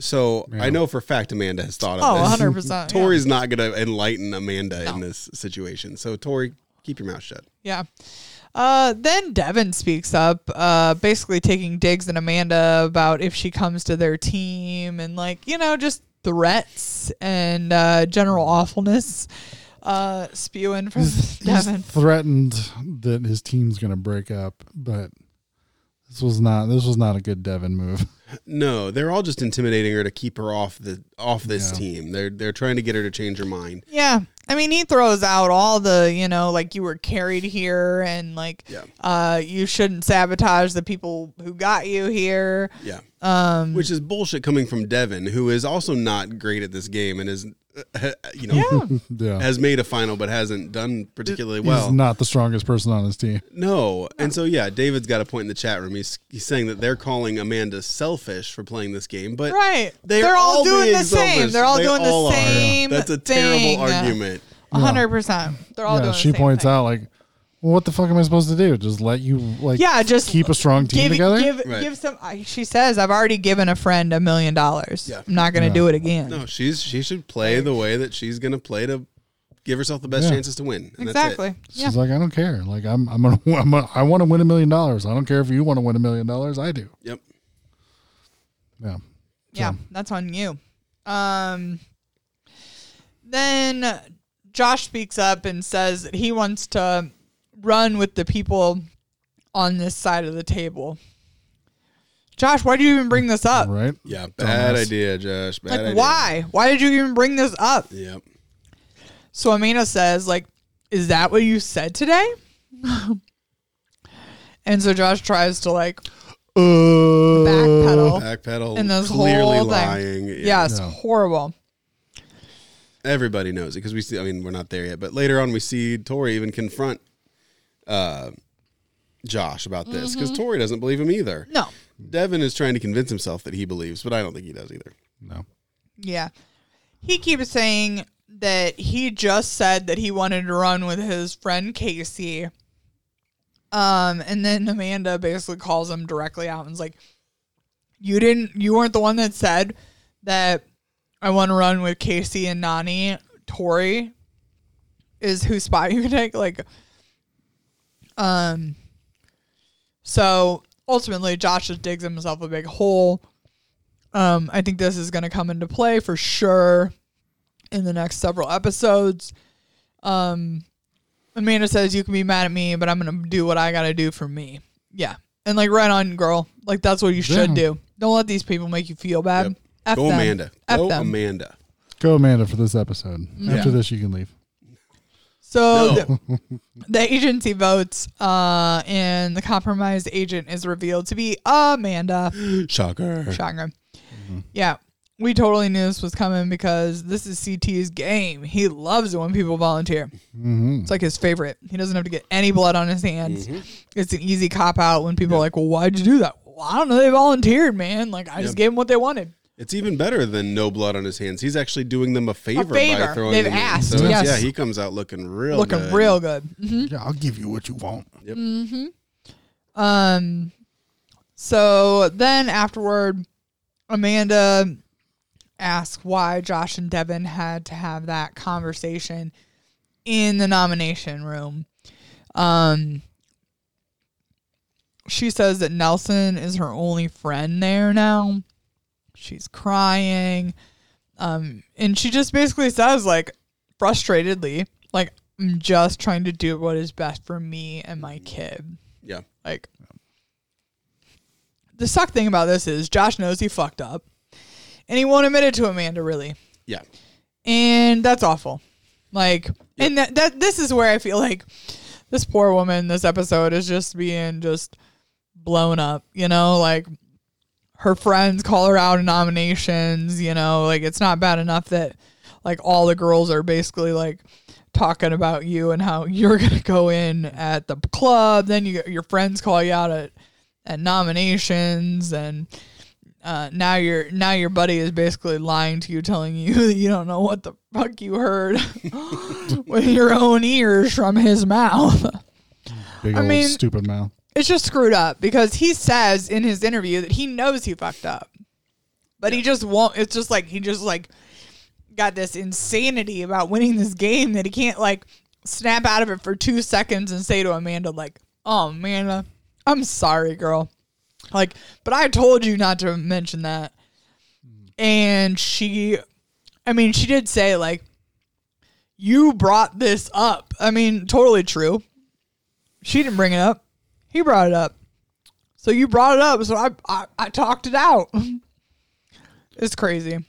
[SPEAKER 4] so I know for a fact Amanda has thought of
[SPEAKER 3] Oh,
[SPEAKER 4] this.
[SPEAKER 3] 100%, yeah.
[SPEAKER 4] Tori's not going to enlighten Amanda in this situation. So Tori, keep your mouth shut.
[SPEAKER 3] Yeah. Uh, then Devin speaks up, uh, basically taking digs at Amanda about if she comes to their team and, like, you know, just threats and uh, general awfulness uh, spewing from
[SPEAKER 2] He's
[SPEAKER 3] Devin.
[SPEAKER 2] threatened that his team's going to break up, but this was not this was not a good Devin move.
[SPEAKER 4] No, they're all just intimidating her to keep her off the off this
[SPEAKER 2] Yeah.
[SPEAKER 4] team. They're they're trying to get her to change her mind.
[SPEAKER 3] Yeah. I mean, he throws out all the, you know, like you were carried here and like
[SPEAKER 4] Yeah.
[SPEAKER 3] uh, you shouldn't sabotage the people who got you here.
[SPEAKER 4] Yeah. Which is bullshit coming from Devin, who is also not great at this game and is, you know,
[SPEAKER 2] yeah.
[SPEAKER 4] has made a final but hasn't done particularly
[SPEAKER 2] He's
[SPEAKER 4] well.
[SPEAKER 2] not the strongest person on his team.
[SPEAKER 4] no. And so, yeah, David's got a point in the chat room. He's, he's saying that they're calling Amanda selfish for playing this game, but
[SPEAKER 3] Right.
[SPEAKER 4] they're, all, doing the same.
[SPEAKER 3] They're all doing the same
[SPEAKER 4] That's a
[SPEAKER 3] thing.
[SPEAKER 4] terrible argument.
[SPEAKER 3] A hundred percent. They're all
[SPEAKER 2] yeah,
[SPEAKER 3] doing
[SPEAKER 2] she
[SPEAKER 3] the same
[SPEAKER 2] points
[SPEAKER 3] thing.
[SPEAKER 2] out like, well, what the fuck am I supposed to do? Just let you like
[SPEAKER 3] Yeah, just
[SPEAKER 2] keep a strong team
[SPEAKER 3] give,
[SPEAKER 2] together?
[SPEAKER 3] Give,
[SPEAKER 4] Right.
[SPEAKER 3] give some. I- She says, "I've already given a friend a million dollars.
[SPEAKER 4] Yeah.
[SPEAKER 3] I'm not going to do it again."
[SPEAKER 4] No, she's she should play the way that she's going to play to give herself the best
[SPEAKER 2] Yeah.
[SPEAKER 4] chances to win. And
[SPEAKER 3] exactly.
[SPEAKER 2] She's
[SPEAKER 3] Yeah.
[SPEAKER 2] like, I don't care. Like I'm I'm gonna, I'm gonna I want to win a million dollars. I don't care if you want to win a million dollars. I do.
[SPEAKER 4] That's it. Yep.
[SPEAKER 2] Yeah.
[SPEAKER 3] Yeah, that's on you. Um, then Josh speaks up and says that he wants to run with the people on this side of the table. Josh, why do you even bring this up?
[SPEAKER 2] Right.
[SPEAKER 4] Yeah. Bad
[SPEAKER 2] Dumbass.
[SPEAKER 4] idea, Josh. Bad
[SPEAKER 3] Like,
[SPEAKER 4] idea.
[SPEAKER 3] why? Why did you even bring this up?
[SPEAKER 4] Yep.
[SPEAKER 3] So Amina says, like, is that what you said today? and so Josh tries to like
[SPEAKER 2] Uh,
[SPEAKER 3] backpedal
[SPEAKER 4] Backpedal.
[SPEAKER 3] and this
[SPEAKER 4] clearly
[SPEAKER 3] whole thing.
[SPEAKER 4] lying. Yeah.
[SPEAKER 3] Yeah, it's
[SPEAKER 2] No.
[SPEAKER 3] horrible.
[SPEAKER 4] everybody knows it because we see. I mean, we're not there yet, but later on, we see Tori even confront uh, Josh about this because Tori doesn't believe him either.
[SPEAKER 3] Mm-hmm. No.
[SPEAKER 4] Devin is trying to convince himself that he believes, but I don't think he does either.
[SPEAKER 2] No.
[SPEAKER 3] Yeah. He keeps saying that he just said that he wanted to run with his friend Casey. Um, and then Amanda basically calls him directly out and is like, You didn't you weren't the one that said that I want to run with Casey and Nani. Tori is whose spot you can take. Like um so ultimately Josh just digs himself a big hole. Um, I think this is going to come into play for sure in the next several episodes. Um, Amanda says, You can be mad at me, but I'm going to do what I got to do for me. Yeah. And like, right on, girl. Like, that's what you should
[SPEAKER 2] Yeah.
[SPEAKER 3] do. Don't let these people make you feel bad.
[SPEAKER 4] Yep.
[SPEAKER 3] Um, F
[SPEAKER 4] Go
[SPEAKER 3] them.
[SPEAKER 4] Amanda.
[SPEAKER 3] F
[SPEAKER 4] Go
[SPEAKER 3] them.
[SPEAKER 4] Amanda.
[SPEAKER 2] Go Amanda for this episode.
[SPEAKER 3] Mm-hmm.
[SPEAKER 2] After
[SPEAKER 4] Yeah.
[SPEAKER 2] this, you can leave.
[SPEAKER 3] So
[SPEAKER 4] No.
[SPEAKER 3] the, the agency votes, uh, and the compromised agent is revealed to be Amanda.
[SPEAKER 4] Shocker.
[SPEAKER 3] Shocker.
[SPEAKER 4] Mm-hmm.
[SPEAKER 3] Yeah. We totally knew this was coming because this is CT's game. He loves it when people volunteer.
[SPEAKER 4] Mm-hmm.
[SPEAKER 3] It's like his favorite. He doesn't have to get any blood on his hands. It's an easy cop out when people are like, well, why'd you do that? Well, I don't know. They volunteered, man. Like, I just gave them what they wanted.
[SPEAKER 4] It's even better than no blood on his hands. He's actually doing them a favor,
[SPEAKER 3] favor.
[SPEAKER 4] by throwing
[SPEAKER 3] They've
[SPEAKER 4] them in.
[SPEAKER 3] asked.
[SPEAKER 4] So it's-
[SPEAKER 3] Yes.
[SPEAKER 4] Yeah, he comes out looking real
[SPEAKER 3] Looking
[SPEAKER 4] good.
[SPEAKER 3] real good.
[SPEAKER 2] Yeah, I'll give you what you want.
[SPEAKER 3] Um, so then afterward, Amanda ask why Josh and Devin had to have that conversation in the nomination room. Um, she says that Nelson is her only friend there now. She's crying. Um, and she just basically says, like, frustratedly, like, I'm just trying to do what is best for me and my kid.
[SPEAKER 4] Yeah.
[SPEAKER 3] Like, the suck thing about this is Josh knows he fucked up and he won't admit it to Amanda, really.
[SPEAKER 4] Yeah.
[SPEAKER 3] And that's awful. Like, and that, that this is where I feel like this poor woman, this episode is just being just blown up, you know, like her friends call her out in nominations, you know, like it's not bad enough that like all the girls are basically like talking about you and how you're going to go in at the club, then you your friends call you out at at nominations and uh, now your now your buddy is basically lying to you, telling you that you don't know what the fuck you heard with your own ears from his mouth.
[SPEAKER 2] Big
[SPEAKER 3] I
[SPEAKER 2] old
[SPEAKER 3] mean-
[SPEAKER 2] stupid mouth.
[SPEAKER 3] It's just screwed up because he says in his interview that he knows he fucked up, but he just won't. It's just like he just like got this insanity about winning this game that he can't like snap out of it for two seconds and say to Amanda like, "Oh, Amanda, I'm sorry, girl." Like, but I told you not to mention that. And she, I mean, she did say, like, you brought this up. I mean, totally true. She didn't bring it up, he brought it up. So you brought it up. So I, I, I talked it out. it's crazy.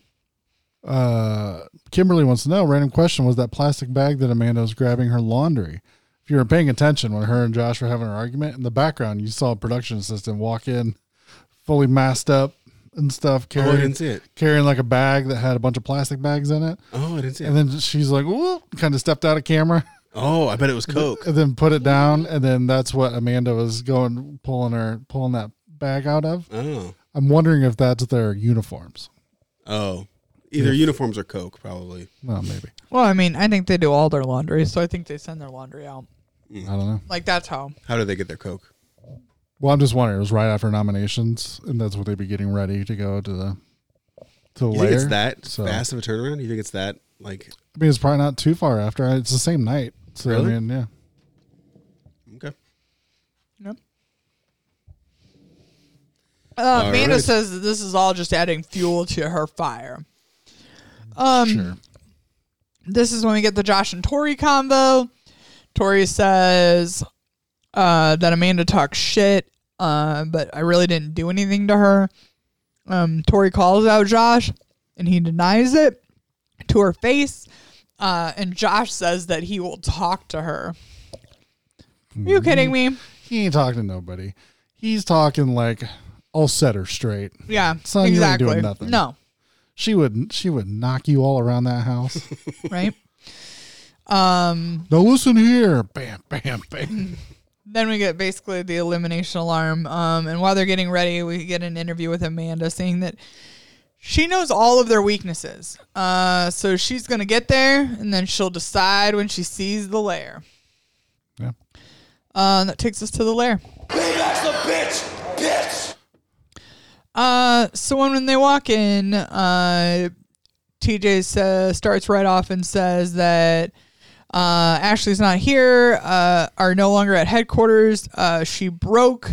[SPEAKER 2] Uh, Kimberly wants to know random question was that plastic bag that Amanda was grabbing her laundry? If you were paying attention when her and Josh were having an argument in the background, you saw a production assistant walk in fully masked up and stuff,
[SPEAKER 4] Oh, I
[SPEAKER 2] carrying,
[SPEAKER 4] didn't see it.
[SPEAKER 2] carrying like a bag that had a bunch of plastic bags in it.
[SPEAKER 4] Oh, I didn't see it.
[SPEAKER 2] And then she's like, whoop, kind of stepped out of camera
[SPEAKER 4] oh, I bet it was Coke.
[SPEAKER 2] and then put it down. And then that's what Amanda was going, pulling her, pulling that bag out of.
[SPEAKER 4] Oh.
[SPEAKER 2] I'm wondering if that's their uniforms.
[SPEAKER 4] Oh. Either uniforms or Coke, probably.
[SPEAKER 2] Well, maybe.
[SPEAKER 3] Well, I mean, I think they do all their laundry. So I think they send their laundry out.
[SPEAKER 2] I don't know.
[SPEAKER 3] Like, that's how.
[SPEAKER 4] How do they get their Coke?
[SPEAKER 2] Well, I'm just wondering. It was right after nominations, and that's what they'd be getting ready to go to the to the
[SPEAKER 4] You
[SPEAKER 2] layer.
[SPEAKER 4] think it's that
[SPEAKER 2] So-
[SPEAKER 4] fast of a turnaround? You think it's that like
[SPEAKER 2] I mean, it's probably not too far after. It's the same night. So
[SPEAKER 4] Really?
[SPEAKER 2] I mean, yeah.
[SPEAKER 4] okay?
[SPEAKER 3] Yep. Uh,
[SPEAKER 4] All
[SPEAKER 3] Amanda
[SPEAKER 4] right.
[SPEAKER 3] says that this is all just adding fuel to her fire. Um,
[SPEAKER 2] Sure.
[SPEAKER 3] this is when we get the Josh and Tori combo. Tori says uh, that Amanda talks shit, uh, but I really didn't do anything to her. Um, Tori calls out Josh, and he denies it to her face. Uh, and Josh says that he will talk to her. Are
[SPEAKER 4] Mm-hmm.
[SPEAKER 3] you kidding me?
[SPEAKER 2] He ain't talking to nobody. He's talking like, I'll set her straight.
[SPEAKER 3] Yeah,
[SPEAKER 2] Son, you ain't
[SPEAKER 3] exactly.
[SPEAKER 2] doing nothing.
[SPEAKER 3] No,
[SPEAKER 2] She would she would knock you all around that house.
[SPEAKER 3] right? um,
[SPEAKER 2] now listen here. Bam, bam, bam.
[SPEAKER 3] then we get basically the elimination alarm. Um, and while they're getting ready, we get an interview with Amanda saying that she knows all of their weaknesses. Uh, so she's going to get there and then she'll decide when she sees the lair.
[SPEAKER 2] Yeah.
[SPEAKER 3] Uh, that takes us to the lair.
[SPEAKER 1] Payback's a bitch! Bitch!
[SPEAKER 3] Uh, so when, when they walk in, uh, TJ sa starts right off and says that uh, Ashley's not here, uh, are no longer at headquarters. Uh, she broke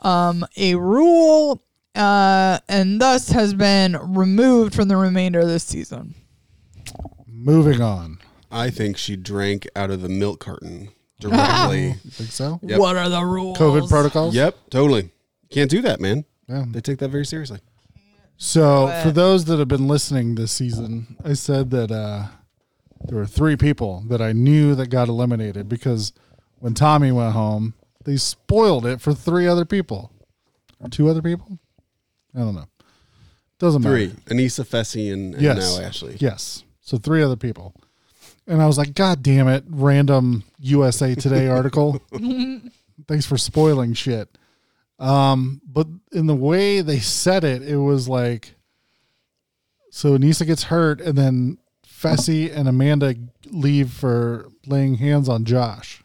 [SPEAKER 3] um, a rule uh, and thus has been removed from the remainder of this season.
[SPEAKER 2] Moving on.
[SPEAKER 4] I think she drank out of the milk carton directly.
[SPEAKER 2] Think so?
[SPEAKER 4] Yep.
[SPEAKER 3] What are the rules?
[SPEAKER 2] COVID protocols.
[SPEAKER 4] yep, totally. Can't do that, man.
[SPEAKER 2] Yeah.
[SPEAKER 4] Mm-hmm. They take that very seriously.
[SPEAKER 2] So,
[SPEAKER 3] But-
[SPEAKER 2] for those that have been listening this season, I said that uh, there were three people that I knew that got eliminated because when Tommy went home, they spoiled it for three other people. Or two other people? I don't know. Doesn't
[SPEAKER 4] Three:
[SPEAKER 2] matter.
[SPEAKER 4] Anissa Fessy and, and
[SPEAKER 2] Yes.
[SPEAKER 4] now Ashley.
[SPEAKER 2] Yes. So, three other people. And I was like, God damn it, random USA Today article. Thanks for spoiling shit. Um, but in the way they said it, it was like so Nisa gets hurt, and then Fessy and Amanda leave for laying hands on Josh.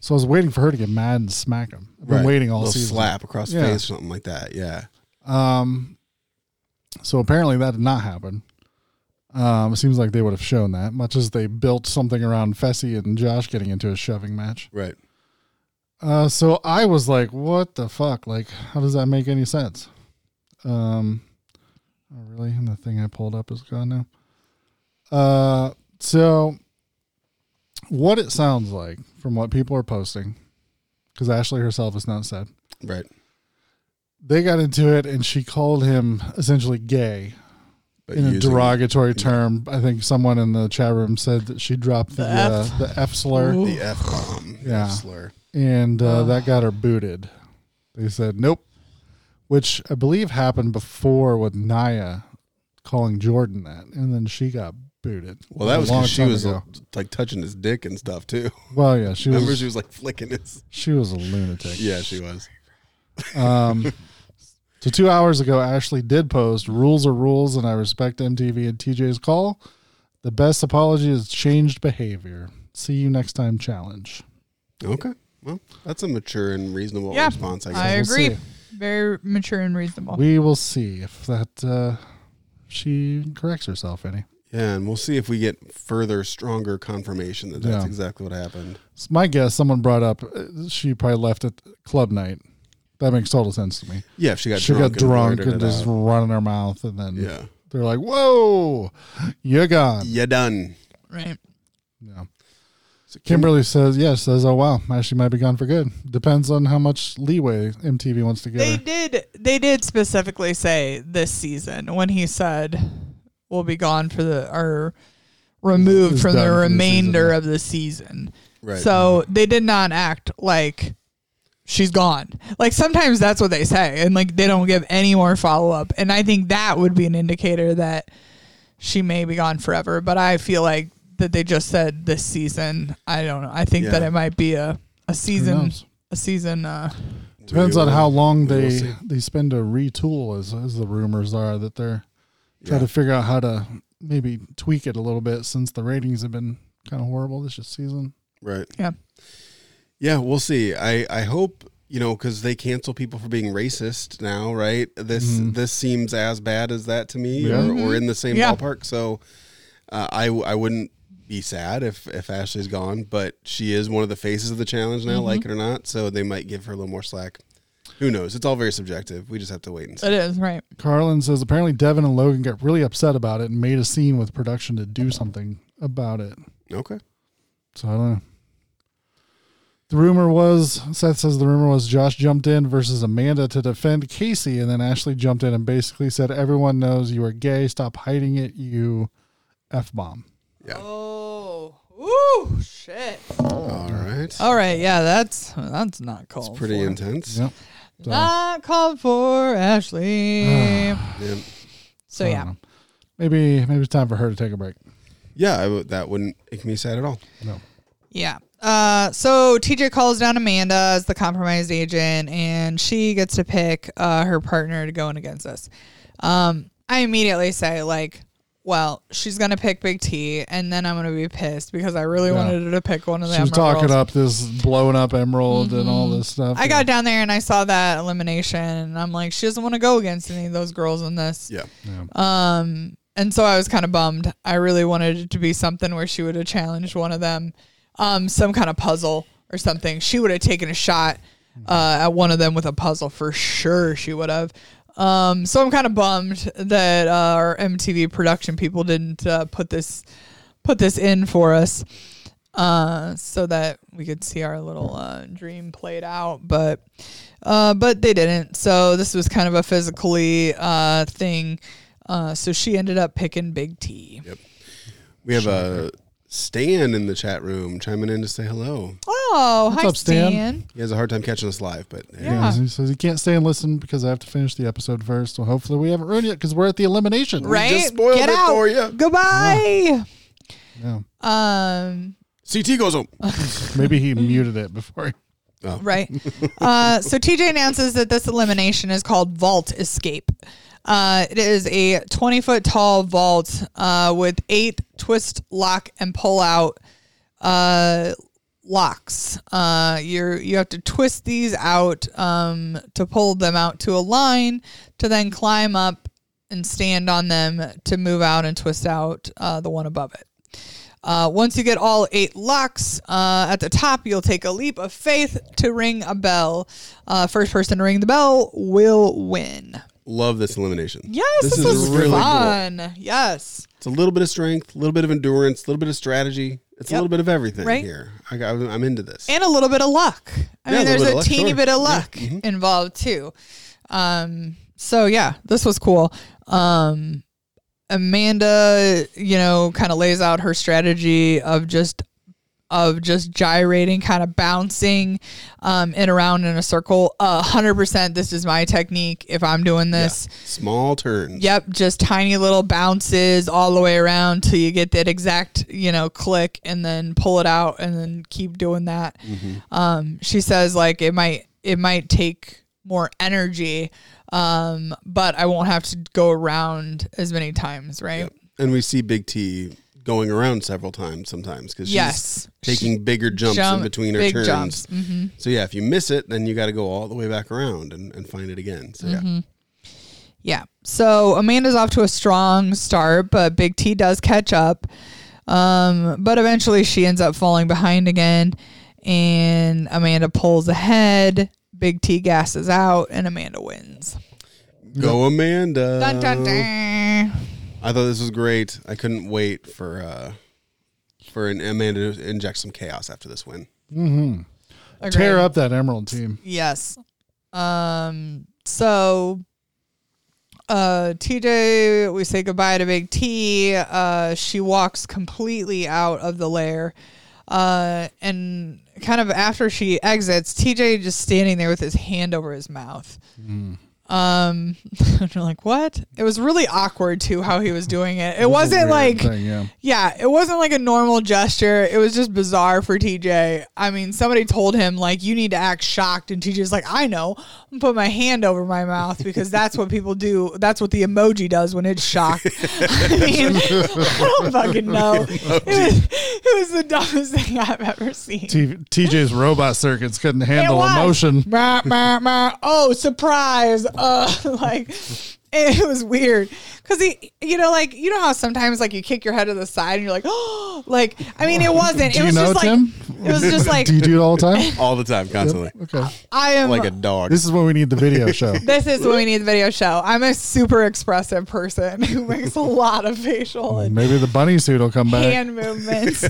[SPEAKER 2] So I was waiting for her to get mad and smack him. I've been
[SPEAKER 4] Right.
[SPEAKER 2] waiting all
[SPEAKER 4] Little
[SPEAKER 2] season.
[SPEAKER 4] slap across the
[SPEAKER 2] Yeah.
[SPEAKER 4] face or something like that. Yeah.
[SPEAKER 2] Um, So apparently that did not happen. Um, it seems like they would have shown that, much as they built something around Fessy and Josh getting into a shoving match.
[SPEAKER 4] Right.
[SPEAKER 2] Uh, so I was like, what the fuck? Like, how does that make any sense? Um, oh, really? And the thing I pulled up is gone now. Uh, so what it sounds like from what people are posting, because Ashley herself has not said,
[SPEAKER 4] Right.
[SPEAKER 2] they got into it and she called him essentially gay
[SPEAKER 4] But
[SPEAKER 2] in a
[SPEAKER 4] using-
[SPEAKER 2] derogatory term. I think someone in the chat room said that she dropped the
[SPEAKER 3] The
[SPEAKER 2] uh,
[SPEAKER 3] F.
[SPEAKER 2] the F slur
[SPEAKER 4] the f bomb.
[SPEAKER 2] Yeah.
[SPEAKER 4] Slur.
[SPEAKER 2] and uh, that got her booted. They said nope, which I believe happened before with Naya calling Jordan that, and then she got booted.
[SPEAKER 4] Well, that
[SPEAKER 2] a
[SPEAKER 4] was
[SPEAKER 2] long
[SPEAKER 4] 'cause she
[SPEAKER 2] time
[SPEAKER 4] was uh,
[SPEAKER 2] ago.
[SPEAKER 4] like touching his dick and stuff too.
[SPEAKER 2] well, yeah, she
[SPEAKER 4] Remember,
[SPEAKER 2] was
[SPEAKER 4] she was like flicking his.
[SPEAKER 2] she was a lunatic.
[SPEAKER 4] Yeah, she was.
[SPEAKER 2] Um, so two hours ago, Ashley did post rules are rules, and I respect MTV and TJ's call. The best apology is changed behavior. See you next time challenge.
[SPEAKER 4] Okay. Well, that's a mature and reasonable
[SPEAKER 3] Yeah.
[SPEAKER 4] response, I guess.
[SPEAKER 3] I
[SPEAKER 2] we'll
[SPEAKER 3] agree.
[SPEAKER 2] see.
[SPEAKER 3] Very mature and reasonable.
[SPEAKER 2] We will see if that uh, she corrects herself any.
[SPEAKER 4] yeah, and we'll see if we get further, stronger confirmation that that's
[SPEAKER 2] Yeah.
[SPEAKER 4] exactly what happened.
[SPEAKER 2] It's my guess. Someone brought up uh, she probably left at club night. That makes total sense to me.
[SPEAKER 4] Yeah, if she got
[SPEAKER 2] she
[SPEAKER 4] drunk
[SPEAKER 2] got drunk
[SPEAKER 4] blurted
[SPEAKER 2] and
[SPEAKER 4] it
[SPEAKER 2] just
[SPEAKER 4] out.
[SPEAKER 2] running her mouth, and then
[SPEAKER 4] yeah,
[SPEAKER 2] they're like, "Whoa, you're gone."
[SPEAKER 4] you done.
[SPEAKER 3] Right.
[SPEAKER 2] Yeah.
[SPEAKER 4] So Kim-
[SPEAKER 2] Kimberly says, yes, says, oh, wow, Ashley might be gone for good. Depends on how much leeway MTV wants to give
[SPEAKER 3] They
[SPEAKER 2] her.
[SPEAKER 3] did. They did specifically say this season when he said, "We'll be gone for the or removed
[SPEAKER 2] It's
[SPEAKER 3] from
[SPEAKER 2] done
[SPEAKER 3] the
[SPEAKER 2] for the season,
[SPEAKER 3] remainder
[SPEAKER 2] yeah.
[SPEAKER 3] of the season."
[SPEAKER 4] right.
[SPEAKER 3] So they did not act like she's gone. Like sometimes that's what they say, and like they don't give any more follow up. And I think that would be an indicator that she may be gone forever. But I feel like that they just said this season. I don't know. I think that
[SPEAKER 4] Yeah.
[SPEAKER 3] it might be a a season
[SPEAKER 2] knows?
[SPEAKER 3] a season. Uh,
[SPEAKER 2] Depends
[SPEAKER 4] We
[SPEAKER 2] on
[SPEAKER 4] will-
[SPEAKER 2] how long
[SPEAKER 4] we will
[SPEAKER 2] they
[SPEAKER 4] see.
[SPEAKER 2] they spend to retool, as, as the rumors are that they're trying
[SPEAKER 4] Yeah.
[SPEAKER 2] to figure out how to maybe tweak it a little bit since the ratings have been kind of horrible this season.
[SPEAKER 4] Right.
[SPEAKER 3] yeah.
[SPEAKER 4] Yeah, we'll see. I I hope you know because they cancel people for being racist now, right? This
[SPEAKER 2] Mm-hmm.
[SPEAKER 4] this seems as bad as that to me,
[SPEAKER 2] Yeah.
[SPEAKER 4] or, or in the same
[SPEAKER 3] Yeah.
[SPEAKER 4] ballpark. So uh, I I wouldn't be sad if if Ashley's gone, but she is one of the faces of the challenge now, like
[SPEAKER 2] Mm-hmm.
[SPEAKER 4] it or not. So they might give her a little more slack. Who knows? It's all very subjective. We just have to wait and see.
[SPEAKER 3] It is right.
[SPEAKER 2] Carlin says, apparently Devin and Logan got really upset about it and made a scene with production to do something about it.
[SPEAKER 4] Okay.
[SPEAKER 2] So I don't know. The rumor was Seth says the rumor was Josh jumped in versus Amanda to defend Casey, and then Ashley jumped in and basically said, "Everyone knows you are gay. Stop hiding it, you f bomb."
[SPEAKER 3] Oh, ooh, shit.
[SPEAKER 4] All right.
[SPEAKER 3] All right, yeah, that's that's not called.
[SPEAKER 4] Pretty
[SPEAKER 3] for.
[SPEAKER 4] intense.
[SPEAKER 2] Yep.
[SPEAKER 3] Not called for, Ashley.
[SPEAKER 4] Yeah.
[SPEAKER 3] so
[SPEAKER 2] I don't
[SPEAKER 3] yeah,
[SPEAKER 2] know. Maybe maybe it's time for her to take a break.
[SPEAKER 4] Yeah, I w- that wouldn't make me sad at all.
[SPEAKER 2] No.
[SPEAKER 3] yeah. Uh, so TJ calls down Amanda as the compromised agent, and she gets to pick uh, her partner to go in against us. Um, I immediately say like. Well, she's gonna pick Big T, and then I'm gonna be pissed because I really wanted her to pick one of them.
[SPEAKER 2] She was talking up this blowing up emerald and all this stuff.
[SPEAKER 3] Mm-hmm. I got down there and I saw that elimination, and I'm like, she doesn't want to go against any of those girls in this.
[SPEAKER 4] Yeah.
[SPEAKER 3] And so I was kind of bummed. I really wanted it to be something where she would have challenged one of them, um, some kind of puzzle or something. She would have taken a shot uh, at one of them with a puzzle for sure. She would have. Um, so I'm kind of bummed that uh, our MTV production people didn't uh, put this put this in for us, uh, so that we could see our little uh, dream played out. But uh, but they didn't. So this was kind of a physically uh, thing. Uh, so she ended up picking Big T.
[SPEAKER 4] We have a Stan in the chat room chiming in to say hello.
[SPEAKER 3] Oh, hi,
[SPEAKER 2] up, Stan?
[SPEAKER 3] Stan.
[SPEAKER 4] He has a hard time catching us live, but hey,
[SPEAKER 3] Yeah.
[SPEAKER 2] He says he can't stay and listen because I have to finish the episode first. So hopefully we haven't ruined it because we're at the elimination.
[SPEAKER 3] Right?
[SPEAKER 4] spoiled
[SPEAKER 3] Get
[SPEAKER 4] it
[SPEAKER 3] out.
[SPEAKER 4] for ya.
[SPEAKER 3] Goodbye.
[SPEAKER 2] Yeah.
[SPEAKER 3] Um,
[SPEAKER 4] CT goes home.
[SPEAKER 2] Maybe he muted it before. He,
[SPEAKER 3] right? uh, so TJ announces that this elimination is called Vault Escape. Uh, it is a 20 foot tall vault uh, with eight twist, lock, and pull out uh, locks. Uh, you're you have to twist these out um, to pull them out to a line to then climb up and stand on them to move out and twist out uh, the one above it. Uh, once you get all eight locks uh, at the top, you'll take a leap of faith to ring a bell. Uh, first person to ring the bell will win.
[SPEAKER 4] Love this elimination.
[SPEAKER 3] Yes, this, was
[SPEAKER 4] really cool.
[SPEAKER 3] fun. Yes.
[SPEAKER 4] It's a little bit of strength, a little bit of endurance, a little bit of strategy. It's a
[SPEAKER 3] Yep.
[SPEAKER 4] little bit of everything
[SPEAKER 3] Right.
[SPEAKER 4] here. I got, I'm into this.
[SPEAKER 3] And a little bit of luck. I
[SPEAKER 4] Yeah, a
[SPEAKER 3] mean,
[SPEAKER 4] little
[SPEAKER 3] there's
[SPEAKER 4] bit of
[SPEAKER 3] a
[SPEAKER 4] luck,
[SPEAKER 3] teeny
[SPEAKER 4] sure.
[SPEAKER 3] bit of
[SPEAKER 4] Yeah, mm-hmm.
[SPEAKER 3] luck involved too. Um, so yeah, this was cool. Um, Amanda, you know, kind of lays out her strategy of just of just gyrating, kind of bouncing um, and around in a circle. A hundred percent, this is my technique. If I'm doing this,
[SPEAKER 4] Small turns.
[SPEAKER 3] Yep, just tiny little bounces all the way around till you get that exact, you know, click and then pull it out and then keep doing that. Um, she says like it might it might take more energy, um, but I won't have to go around as many times, right?
[SPEAKER 4] And we see Big T going around several times sometimes because she's
[SPEAKER 3] Yes.
[SPEAKER 4] taking bigger jumps
[SPEAKER 3] Jump-
[SPEAKER 4] in between her
[SPEAKER 3] big
[SPEAKER 4] turns.
[SPEAKER 3] jumps. Mm-hmm.
[SPEAKER 4] So, yeah, if you miss it, then you got to go all the way back around and, and find it again. So, yeah.
[SPEAKER 3] Mm-hmm. Yeah. So Amanda's off to a strong start, but Big T does catch up. Um, but eventually she ends up falling behind again, and Amanda pulls ahead. Big T gasses out, and Amanda wins.
[SPEAKER 4] Go, Amanda.
[SPEAKER 3] Dun, dun, dun.
[SPEAKER 4] I thought this was great. I couldn't wait for uh, for an Amanda to inject some chaos after this win.
[SPEAKER 2] Tear
[SPEAKER 3] Agreed.
[SPEAKER 2] up that Emerald team.
[SPEAKER 3] Yes. Um. So, uh, TJ, we say goodbye to Big T. Uh, she walks completely out of the lair. Uh, and kind of after she exits, TJ just standing there with his hand over his mouth. Um, and you're like, what? It was really awkward too how he was doing it. It wasn't
[SPEAKER 2] Weird
[SPEAKER 3] like
[SPEAKER 2] thing, yeah.
[SPEAKER 3] yeah, it wasn't like a normal gesture. It was just bizarre for TJ. I mean, somebody told him like you need to act shocked, and TJ's like, I know. I'm put my hand over my mouth because that's what people do. That's what the emoji does when it's shocked. I mean, I don't fucking know. It was, it was the dumbest thing I've ever seen.
[SPEAKER 2] T- TJ's robot circuits couldn't handle
[SPEAKER 3] was.
[SPEAKER 2] emotion.
[SPEAKER 3] Bah, bah, bah. Oh, surprise. Uh, like, it was weird. Because he, you know, like, you know how sometimes, like, you kick your head to the side and you're like, oh, like, I mean, it wasn't.
[SPEAKER 2] Do
[SPEAKER 3] it
[SPEAKER 2] you
[SPEAKER 3] was
[SPEAKER 2] know
[SPEAKER 3] just
[SPEAKER 2] Tim?
[SPEAKER 3] like, it was just like,
[SPEAKER 2] do you do it all the time?
[SPEAKER 4] All the time, constantly.
[SPEAKER 2] Okay.
[SPEAKER 3] I am.
[SPEAKER 4] Like a dog.
[SPEAKER 2] This is when we need the video show.
[SPEAKER 3] this is when we need the video show. I'm a super expressive person who makes a lot of facial and
[SPEAKER 2] Maybe the bunny suit will come back.
[SPEAKER 3] hand movements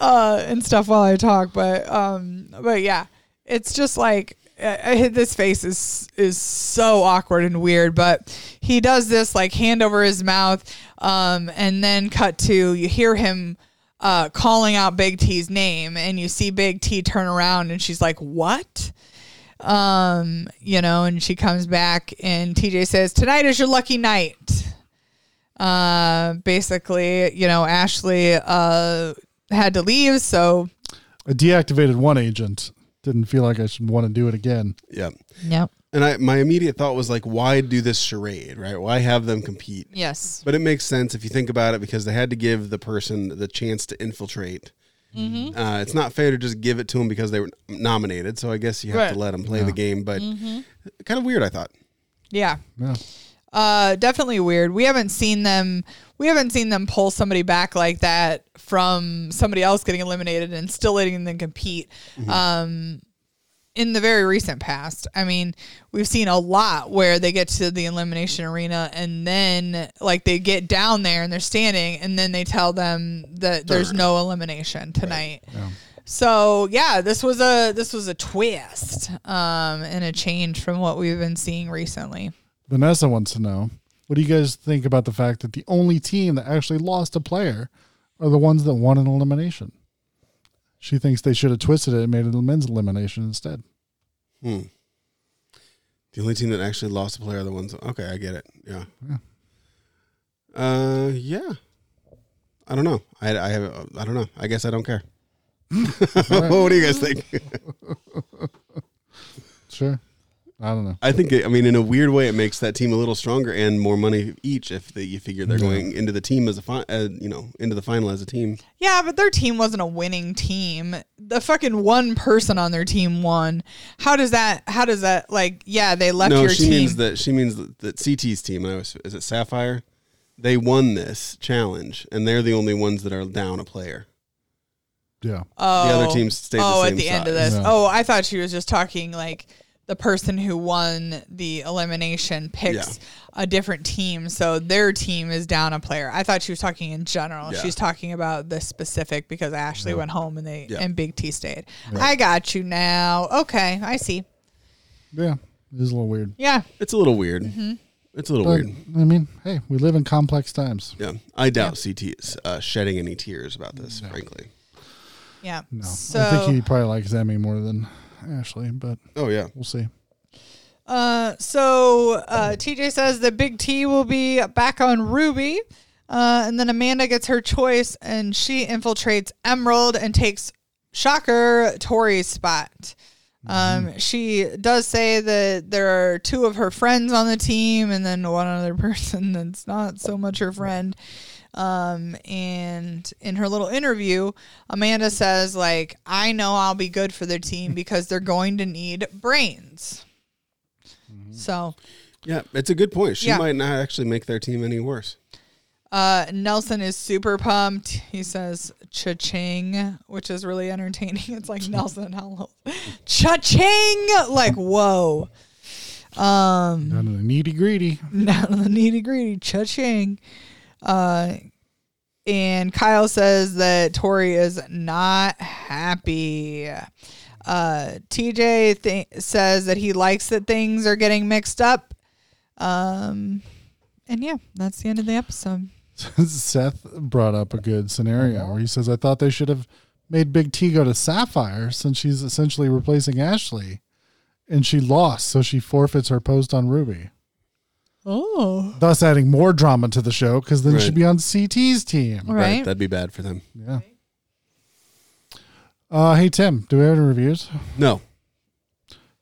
[SPEAKER 3] uh, and stuff while I talk. But um, but yeah, it's just like uh, uh, this face is is so awkward and weird. But he does this like hand over his mouth, um, and then cut to you hear him. Uh, calling out Big T's name, and you see Big T turn around, and she's like, "What?" Um, you know, and she comes back, and TJ says, "Tonight is your lucky night." uh, basically, you know, Ashley uh, had to leave. So,
[SPEAKER 2] I deactivated one agent. Didn't feel like I should want to do it again.
[SPEAKER 4] yeah.
[SPEAKER 3] yep.
[SPEAKER 4] And I, my immediate thought was like, why do this charade, right? Why have them compete?
[SPEAKER 3] Yes.
[SPEAKER 4] But it makes sense if you think about it because they had to give the person the chance to infiltrate. Uh, it's not fair to just give it to them because they were nominated. So I guess you have
[SPEAKER 3] Right.
[SPEAKER 4] to let them play the game. But kind of weird, I thought.
[SPEAKER 3] Yeah.
[SPEAKER 2] Yeah.
[SPEAKER 3] Uh, definitely weird. We haven't seen them. We haven't seen them pull somebody back like that from somebody else getting eliminated and still letting them compete. Um, in the very recent past, I mean, we've seen a lot where they get to the elimination arena and then like they get down there and they're standing and then they tell them that there's no elimination tonight. So yeah, this was a this was a twist um, and a change from what we've been seeing recently.
[SPEAKER 2] Vanessa wants to know what do you guys think about the fact that the only team that actually lost a player are the ones that won an elimination? She thinks they should have twisted it and made it a men's elimination instead.
[SPEAKER 4] Hmm. The only team that actually lost a player are the ones. Okay, I get it. Yeah. Uh, yeah. I don't know. I, I have. I don't know. I guess I don't care. what do you guys think?
[SPEAKER 2] Sure. I don't know.
[SPEAKER 4] I think it, I mean in a weird way it makes that team a little stronger and more money each if they, you figure they're going into the team as a fi- uh, you know into the final as a team.
[SPEAKER 3] Yeah, but their team wasn't a winning team. The fucking one person on their team won. How does that? How does that? Like, yeah, they left
[SPEAKER 4] no,
[SPEAKER 3] your
[SPEAKER 4] she
[SPEAKER 3] team.
[SPEAKER 4] means that she means that, that CT's team. And I was is it Sapphire? They won this challenge and they're the only ones that are down a player.
[SPEAKER 2] Yeah.
[SPEAKER 3] oh,
[SPEAKER 4] other teams stayed the
[SPEAKER 3] Oh, at
[SPEAKER 4] same
[SPEAKER 3] the end of
[SPEAKER 4] size.
[SPEAKER 3] this.
[SPEAKER 2] No.
[SPEAKER 3] Oh, I thought she was just talking like the person who won the elimination picks a different team, so their team is down a player. I thought she was talking in general.
[SPEAKER 4] Yeah.
[SPEAKER 3] She's talking about this specific because Ashley went home and they
[SPEAKER 4] Yeah.
[SPEAKER 3] and Big T stayed. I got you now. Okay, I see.
[SPEAKER 2] Yeah. It is a little weird.
[SPEAKER 3] Yeah.
[SPEAKER 4] It's a little weird.
[SPEAKER 3] Mm-hmm.
[SPEAKER 4] It's a little
[SPEAKER 2] But,
[SPEAKER 4] weird.
[SPEAKER 2] I mean, hey, we live in complex times.
[SPEAKER 4] Yeah, I doubt CT is uh, shedding any tears about this. Frankly,
[SPEAKER 3] Yeah.
[SPEAKER 2] No.
[SPEAKER 3] So
[SPEAKER 2] I think he probably likes Emmy more than Ashley, but
[SPEAKER 4] oh yeah,
[SPEAKER 2] we'll see.
[SPEAKER 3] Uh, so uh, TJ says that Big T will be back on Ruby, uh, and then Amanda gets her choice, and she infiltrates Emerald and takes Shocker Tori's spot. Um, she does say that there are two of her friends on the team, and then one other person that's not so much her friend. Um, and in her little interview, Amanda says, "Like I know I'll be good for the team because they're going to need brains." So
[SPEAKER 4] yeah. It's a good point. She
[SPEAKER 3] Yeah.
[SPEAKER 4] might not actually make their team any worse.
[SPEAKER 3] uh, Nelson is super pumped. He says cha-ching, which is really entertaining. It's like Nelson, hello. Cha-ching! Like, whoa. Um,
[SPEAKER 2] Down to the needy greedy.
[SPEAKER 3] now the nitty gritty, cha-ching. Uh, and Kyle says that Tori is not happy. Uh, TJ th- says that he likes that things are getting mixed up. Um, and yeah, that's the end of the episode.
[SPEAKER 2] Seth brought up a good
[SPEAKER 3] Uh-huh.
[SPEAKER 2] scenario where he says, I thought they should have made Big T go to Sapphire since she's essentially replacing Ashley. And she lost, so she forfeits her post on Ruby,
[SPEAKER 3] Oh,
[SPEAKER 2] thus adding more drama to the show because then she'd
[SPEAKER 4] Right.
[SPEAKER 2] be on CT's team.
[SPEAKER 3] right.
[SPEAKER 4] that'd be bad for them.
[SPEAKER 2] Yeah. Uh, hey, Tim, do we have any reviews?
[SPEAKER 4] No.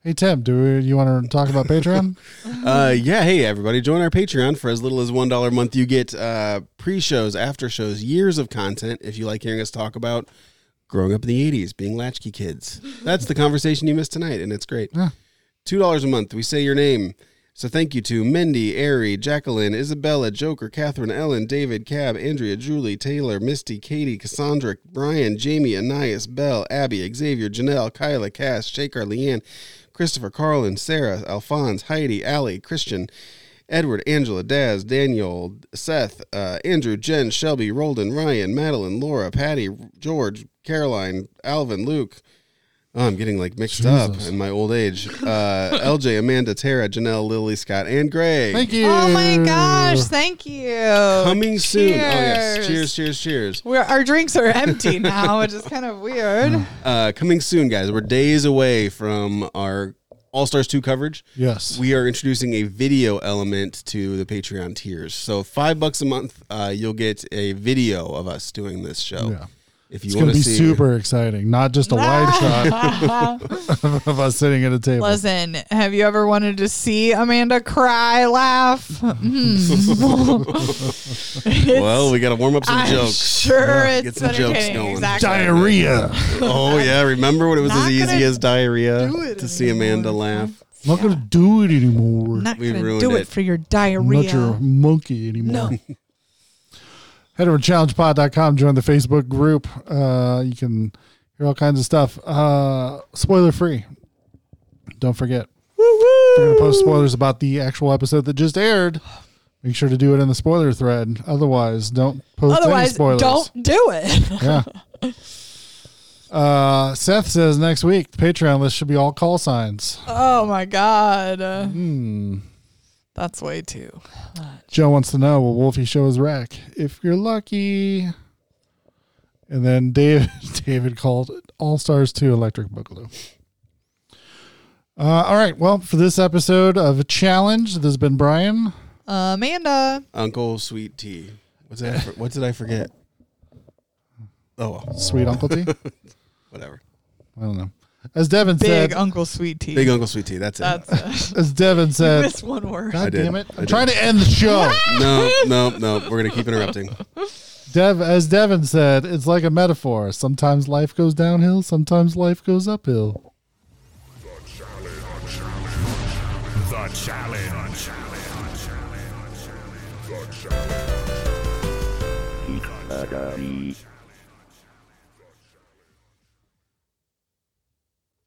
[SPEAKER 2] Hey, Tim, do we, you want to talk about Patreon?
[SPEAKER 4] Uh, yeah. Hey, everybody, join our Patreon for as little as one dollar a month. You get uh, pre-shows, after shows, years of content. If you like hearing us talk about growing up in the '80s, being latchkey kids, that's the conversation you missed tonight, and it's great.
[SPEAKER 2] Yeah.
[SPEAKER 4] Two dollars a month. We say your name. So thank you to Mindy, Ari, Jacqueline, Isabella, Joker, Catherine, Ellen, David, Cab, Andrea, Julie, Taylor, Misty, Katie, Cassandra, Brian, Jamie, Anais, Bell, Abby, Xavier, Janelle, Kyla, Cass, Shaker, Leanne, Christopher, Carlin, Sarah, Alphonse, Heidi, Allie, Christian, Edward, Angela, Daz, Daniel, Seth, uh, Andrew, Jen, Shelby, Roldan, Ryan, Madeline, Laura, Patty, George, Caroline, Alvin, Luke, Oh, I'm getting like mixed up in my old age. Uh, LJ, Amanda, Tara, Janelle, Lily, Scott, and Greg.
[SPEAKER 2] Thank you.
[SPEAKER 3] Oh my gosh, thank you.
[SPEAKER 4] Coming soon. Oh yes. Cheers, cheers, cheers.
[SPEAKER 3] We're, our drinks are empty now, which is kind of weird.
[SPEAKER 4] Uh, coming soon, guys. We're days away from our All Stars 2 coverage.
[SPEAKER 2] Yes.
[SPEAKER 4] We are introducing a video element to the Patreon tiers. So five bucks a month, uh, you'll get a video of us doing this show.
[SPEAKER 2] Yeah.
[SPEAKER 4] If
[SPEAKER 2] it's
[SPEAKER 4] you
[SPEAKER 2] going
[SPEAKER 4] want
[SPEAKER 2] to
[SPEAKER 4] to
[SPEAKER 2] be
[SPEAKER 4] see
[SPEAKER 2] super exciting, not just a wide shot of us sitting at a table.
[SPEAKER 3] Listen, have you ever wanted to see Amanda cry, laugh? Mm.
[SPEAKER 4] well, we got to warm up some
[SPEAKER 3] I'm
[SPEAKER 4] jokes.
[SPEAKER 3] sure
[SPEAKER 4] Yeah,
[SPEAKER 3] it's
[SPEAKER 4] get some jokes
[SPEAKER 3] entertaining.
[SPEAKER 4] going.
[SPEAKER 3] Exactly.
[SPEAKER 2] Diarrhea.
[SPEAKER 4] Oh yeah, remember when it was
[SPEAKER 3] Not
[SPEAKER 4] as easy
[SPEAKER 3] gonna
[SPEAKER 4] as diarrhea
[SPEAKER 3] do it
[SPEAKER 4] to see Amanda
[SPEAKER 3] anymore.
[SPEAKER 4] laugh?
[SPEAKER 2] I'm not going to do it anymore.
[SPEAKER 3] Not
[SPEAKER 4] We
[SPEAKER 3] gonna
[SPEAKER 4] ruined
[SPEAKER 3] do it.
[SPEAKER 4] it.
[SPEAKER 3] for your
[SPEAKER 2] I'm
[SPEAKER 3] diarrhea.
[SPEAKER 2] not your monkey anymore. Head over to challengepod.com, join the Facebook group. Uh, you can hear all kinds of stuff. Uh, spoiler free. Don't forget. We're going to post spoilers about the actual episode that just aired. Make sure to do it in the spoiler thread. Otherwise, don't post any
[SPEAKER 3] Otherwise,
[SPEAKER 2] spoilers.
[SPEAKER 3] don't do it.
[SPEAKER 2] Yeah. Uh, Seth says next week the Patreon list should be all call signs. Hmm.
[SPEAKER 3] oh my god. That's way too.
[SPEAKER 2] Joe wants to know will Wolfie show his rack? If you're lucky. And then Dave, David called All Stars 2 Electric Boogaloo. Uh, all right. Well, for this episode of Challenge, this has been Brian.
[SPEAKER 3] Uh, Amanda.
[SPEAKER 4] Uncle Sweet Tea. What's that? For, what did I forget? Oh, well,
[SPEAKER 2] Sweet Uncle T. I
[SPEAKER 4] whatever.
[SPEAKER 2] don't know. as Devin
[SPEAKER 3] Big
[SPEAKER 2] said,
[SPEAKER 3] Uncle Sweet Tea.
[SPEAKER 4] Big Uncle Sweet Tea. That's it.
[SPEAKER 3] That's uh,
[SPEAKER 2] as Devin said,
[SPEAKER 3] missed one word.
[SPEAKER 2] God
[SPEAKER 4] did.
[SPEAKER 2] damn it!
[SPEAKER 4] I
[SPEAKER 2] I'm
[SPEAKER 4] did.
[SPEAKER 2] trying to end the show.
[SPEAKER 4] no, no, no. We're gonna keep interrupting.
[SPEAKER 2] Dev, as Devin said, it's like a metaphor. Sometimes life goes downhill. Sometimes life goes uphill.
[SPEAKER 5] The challenge. The challenge.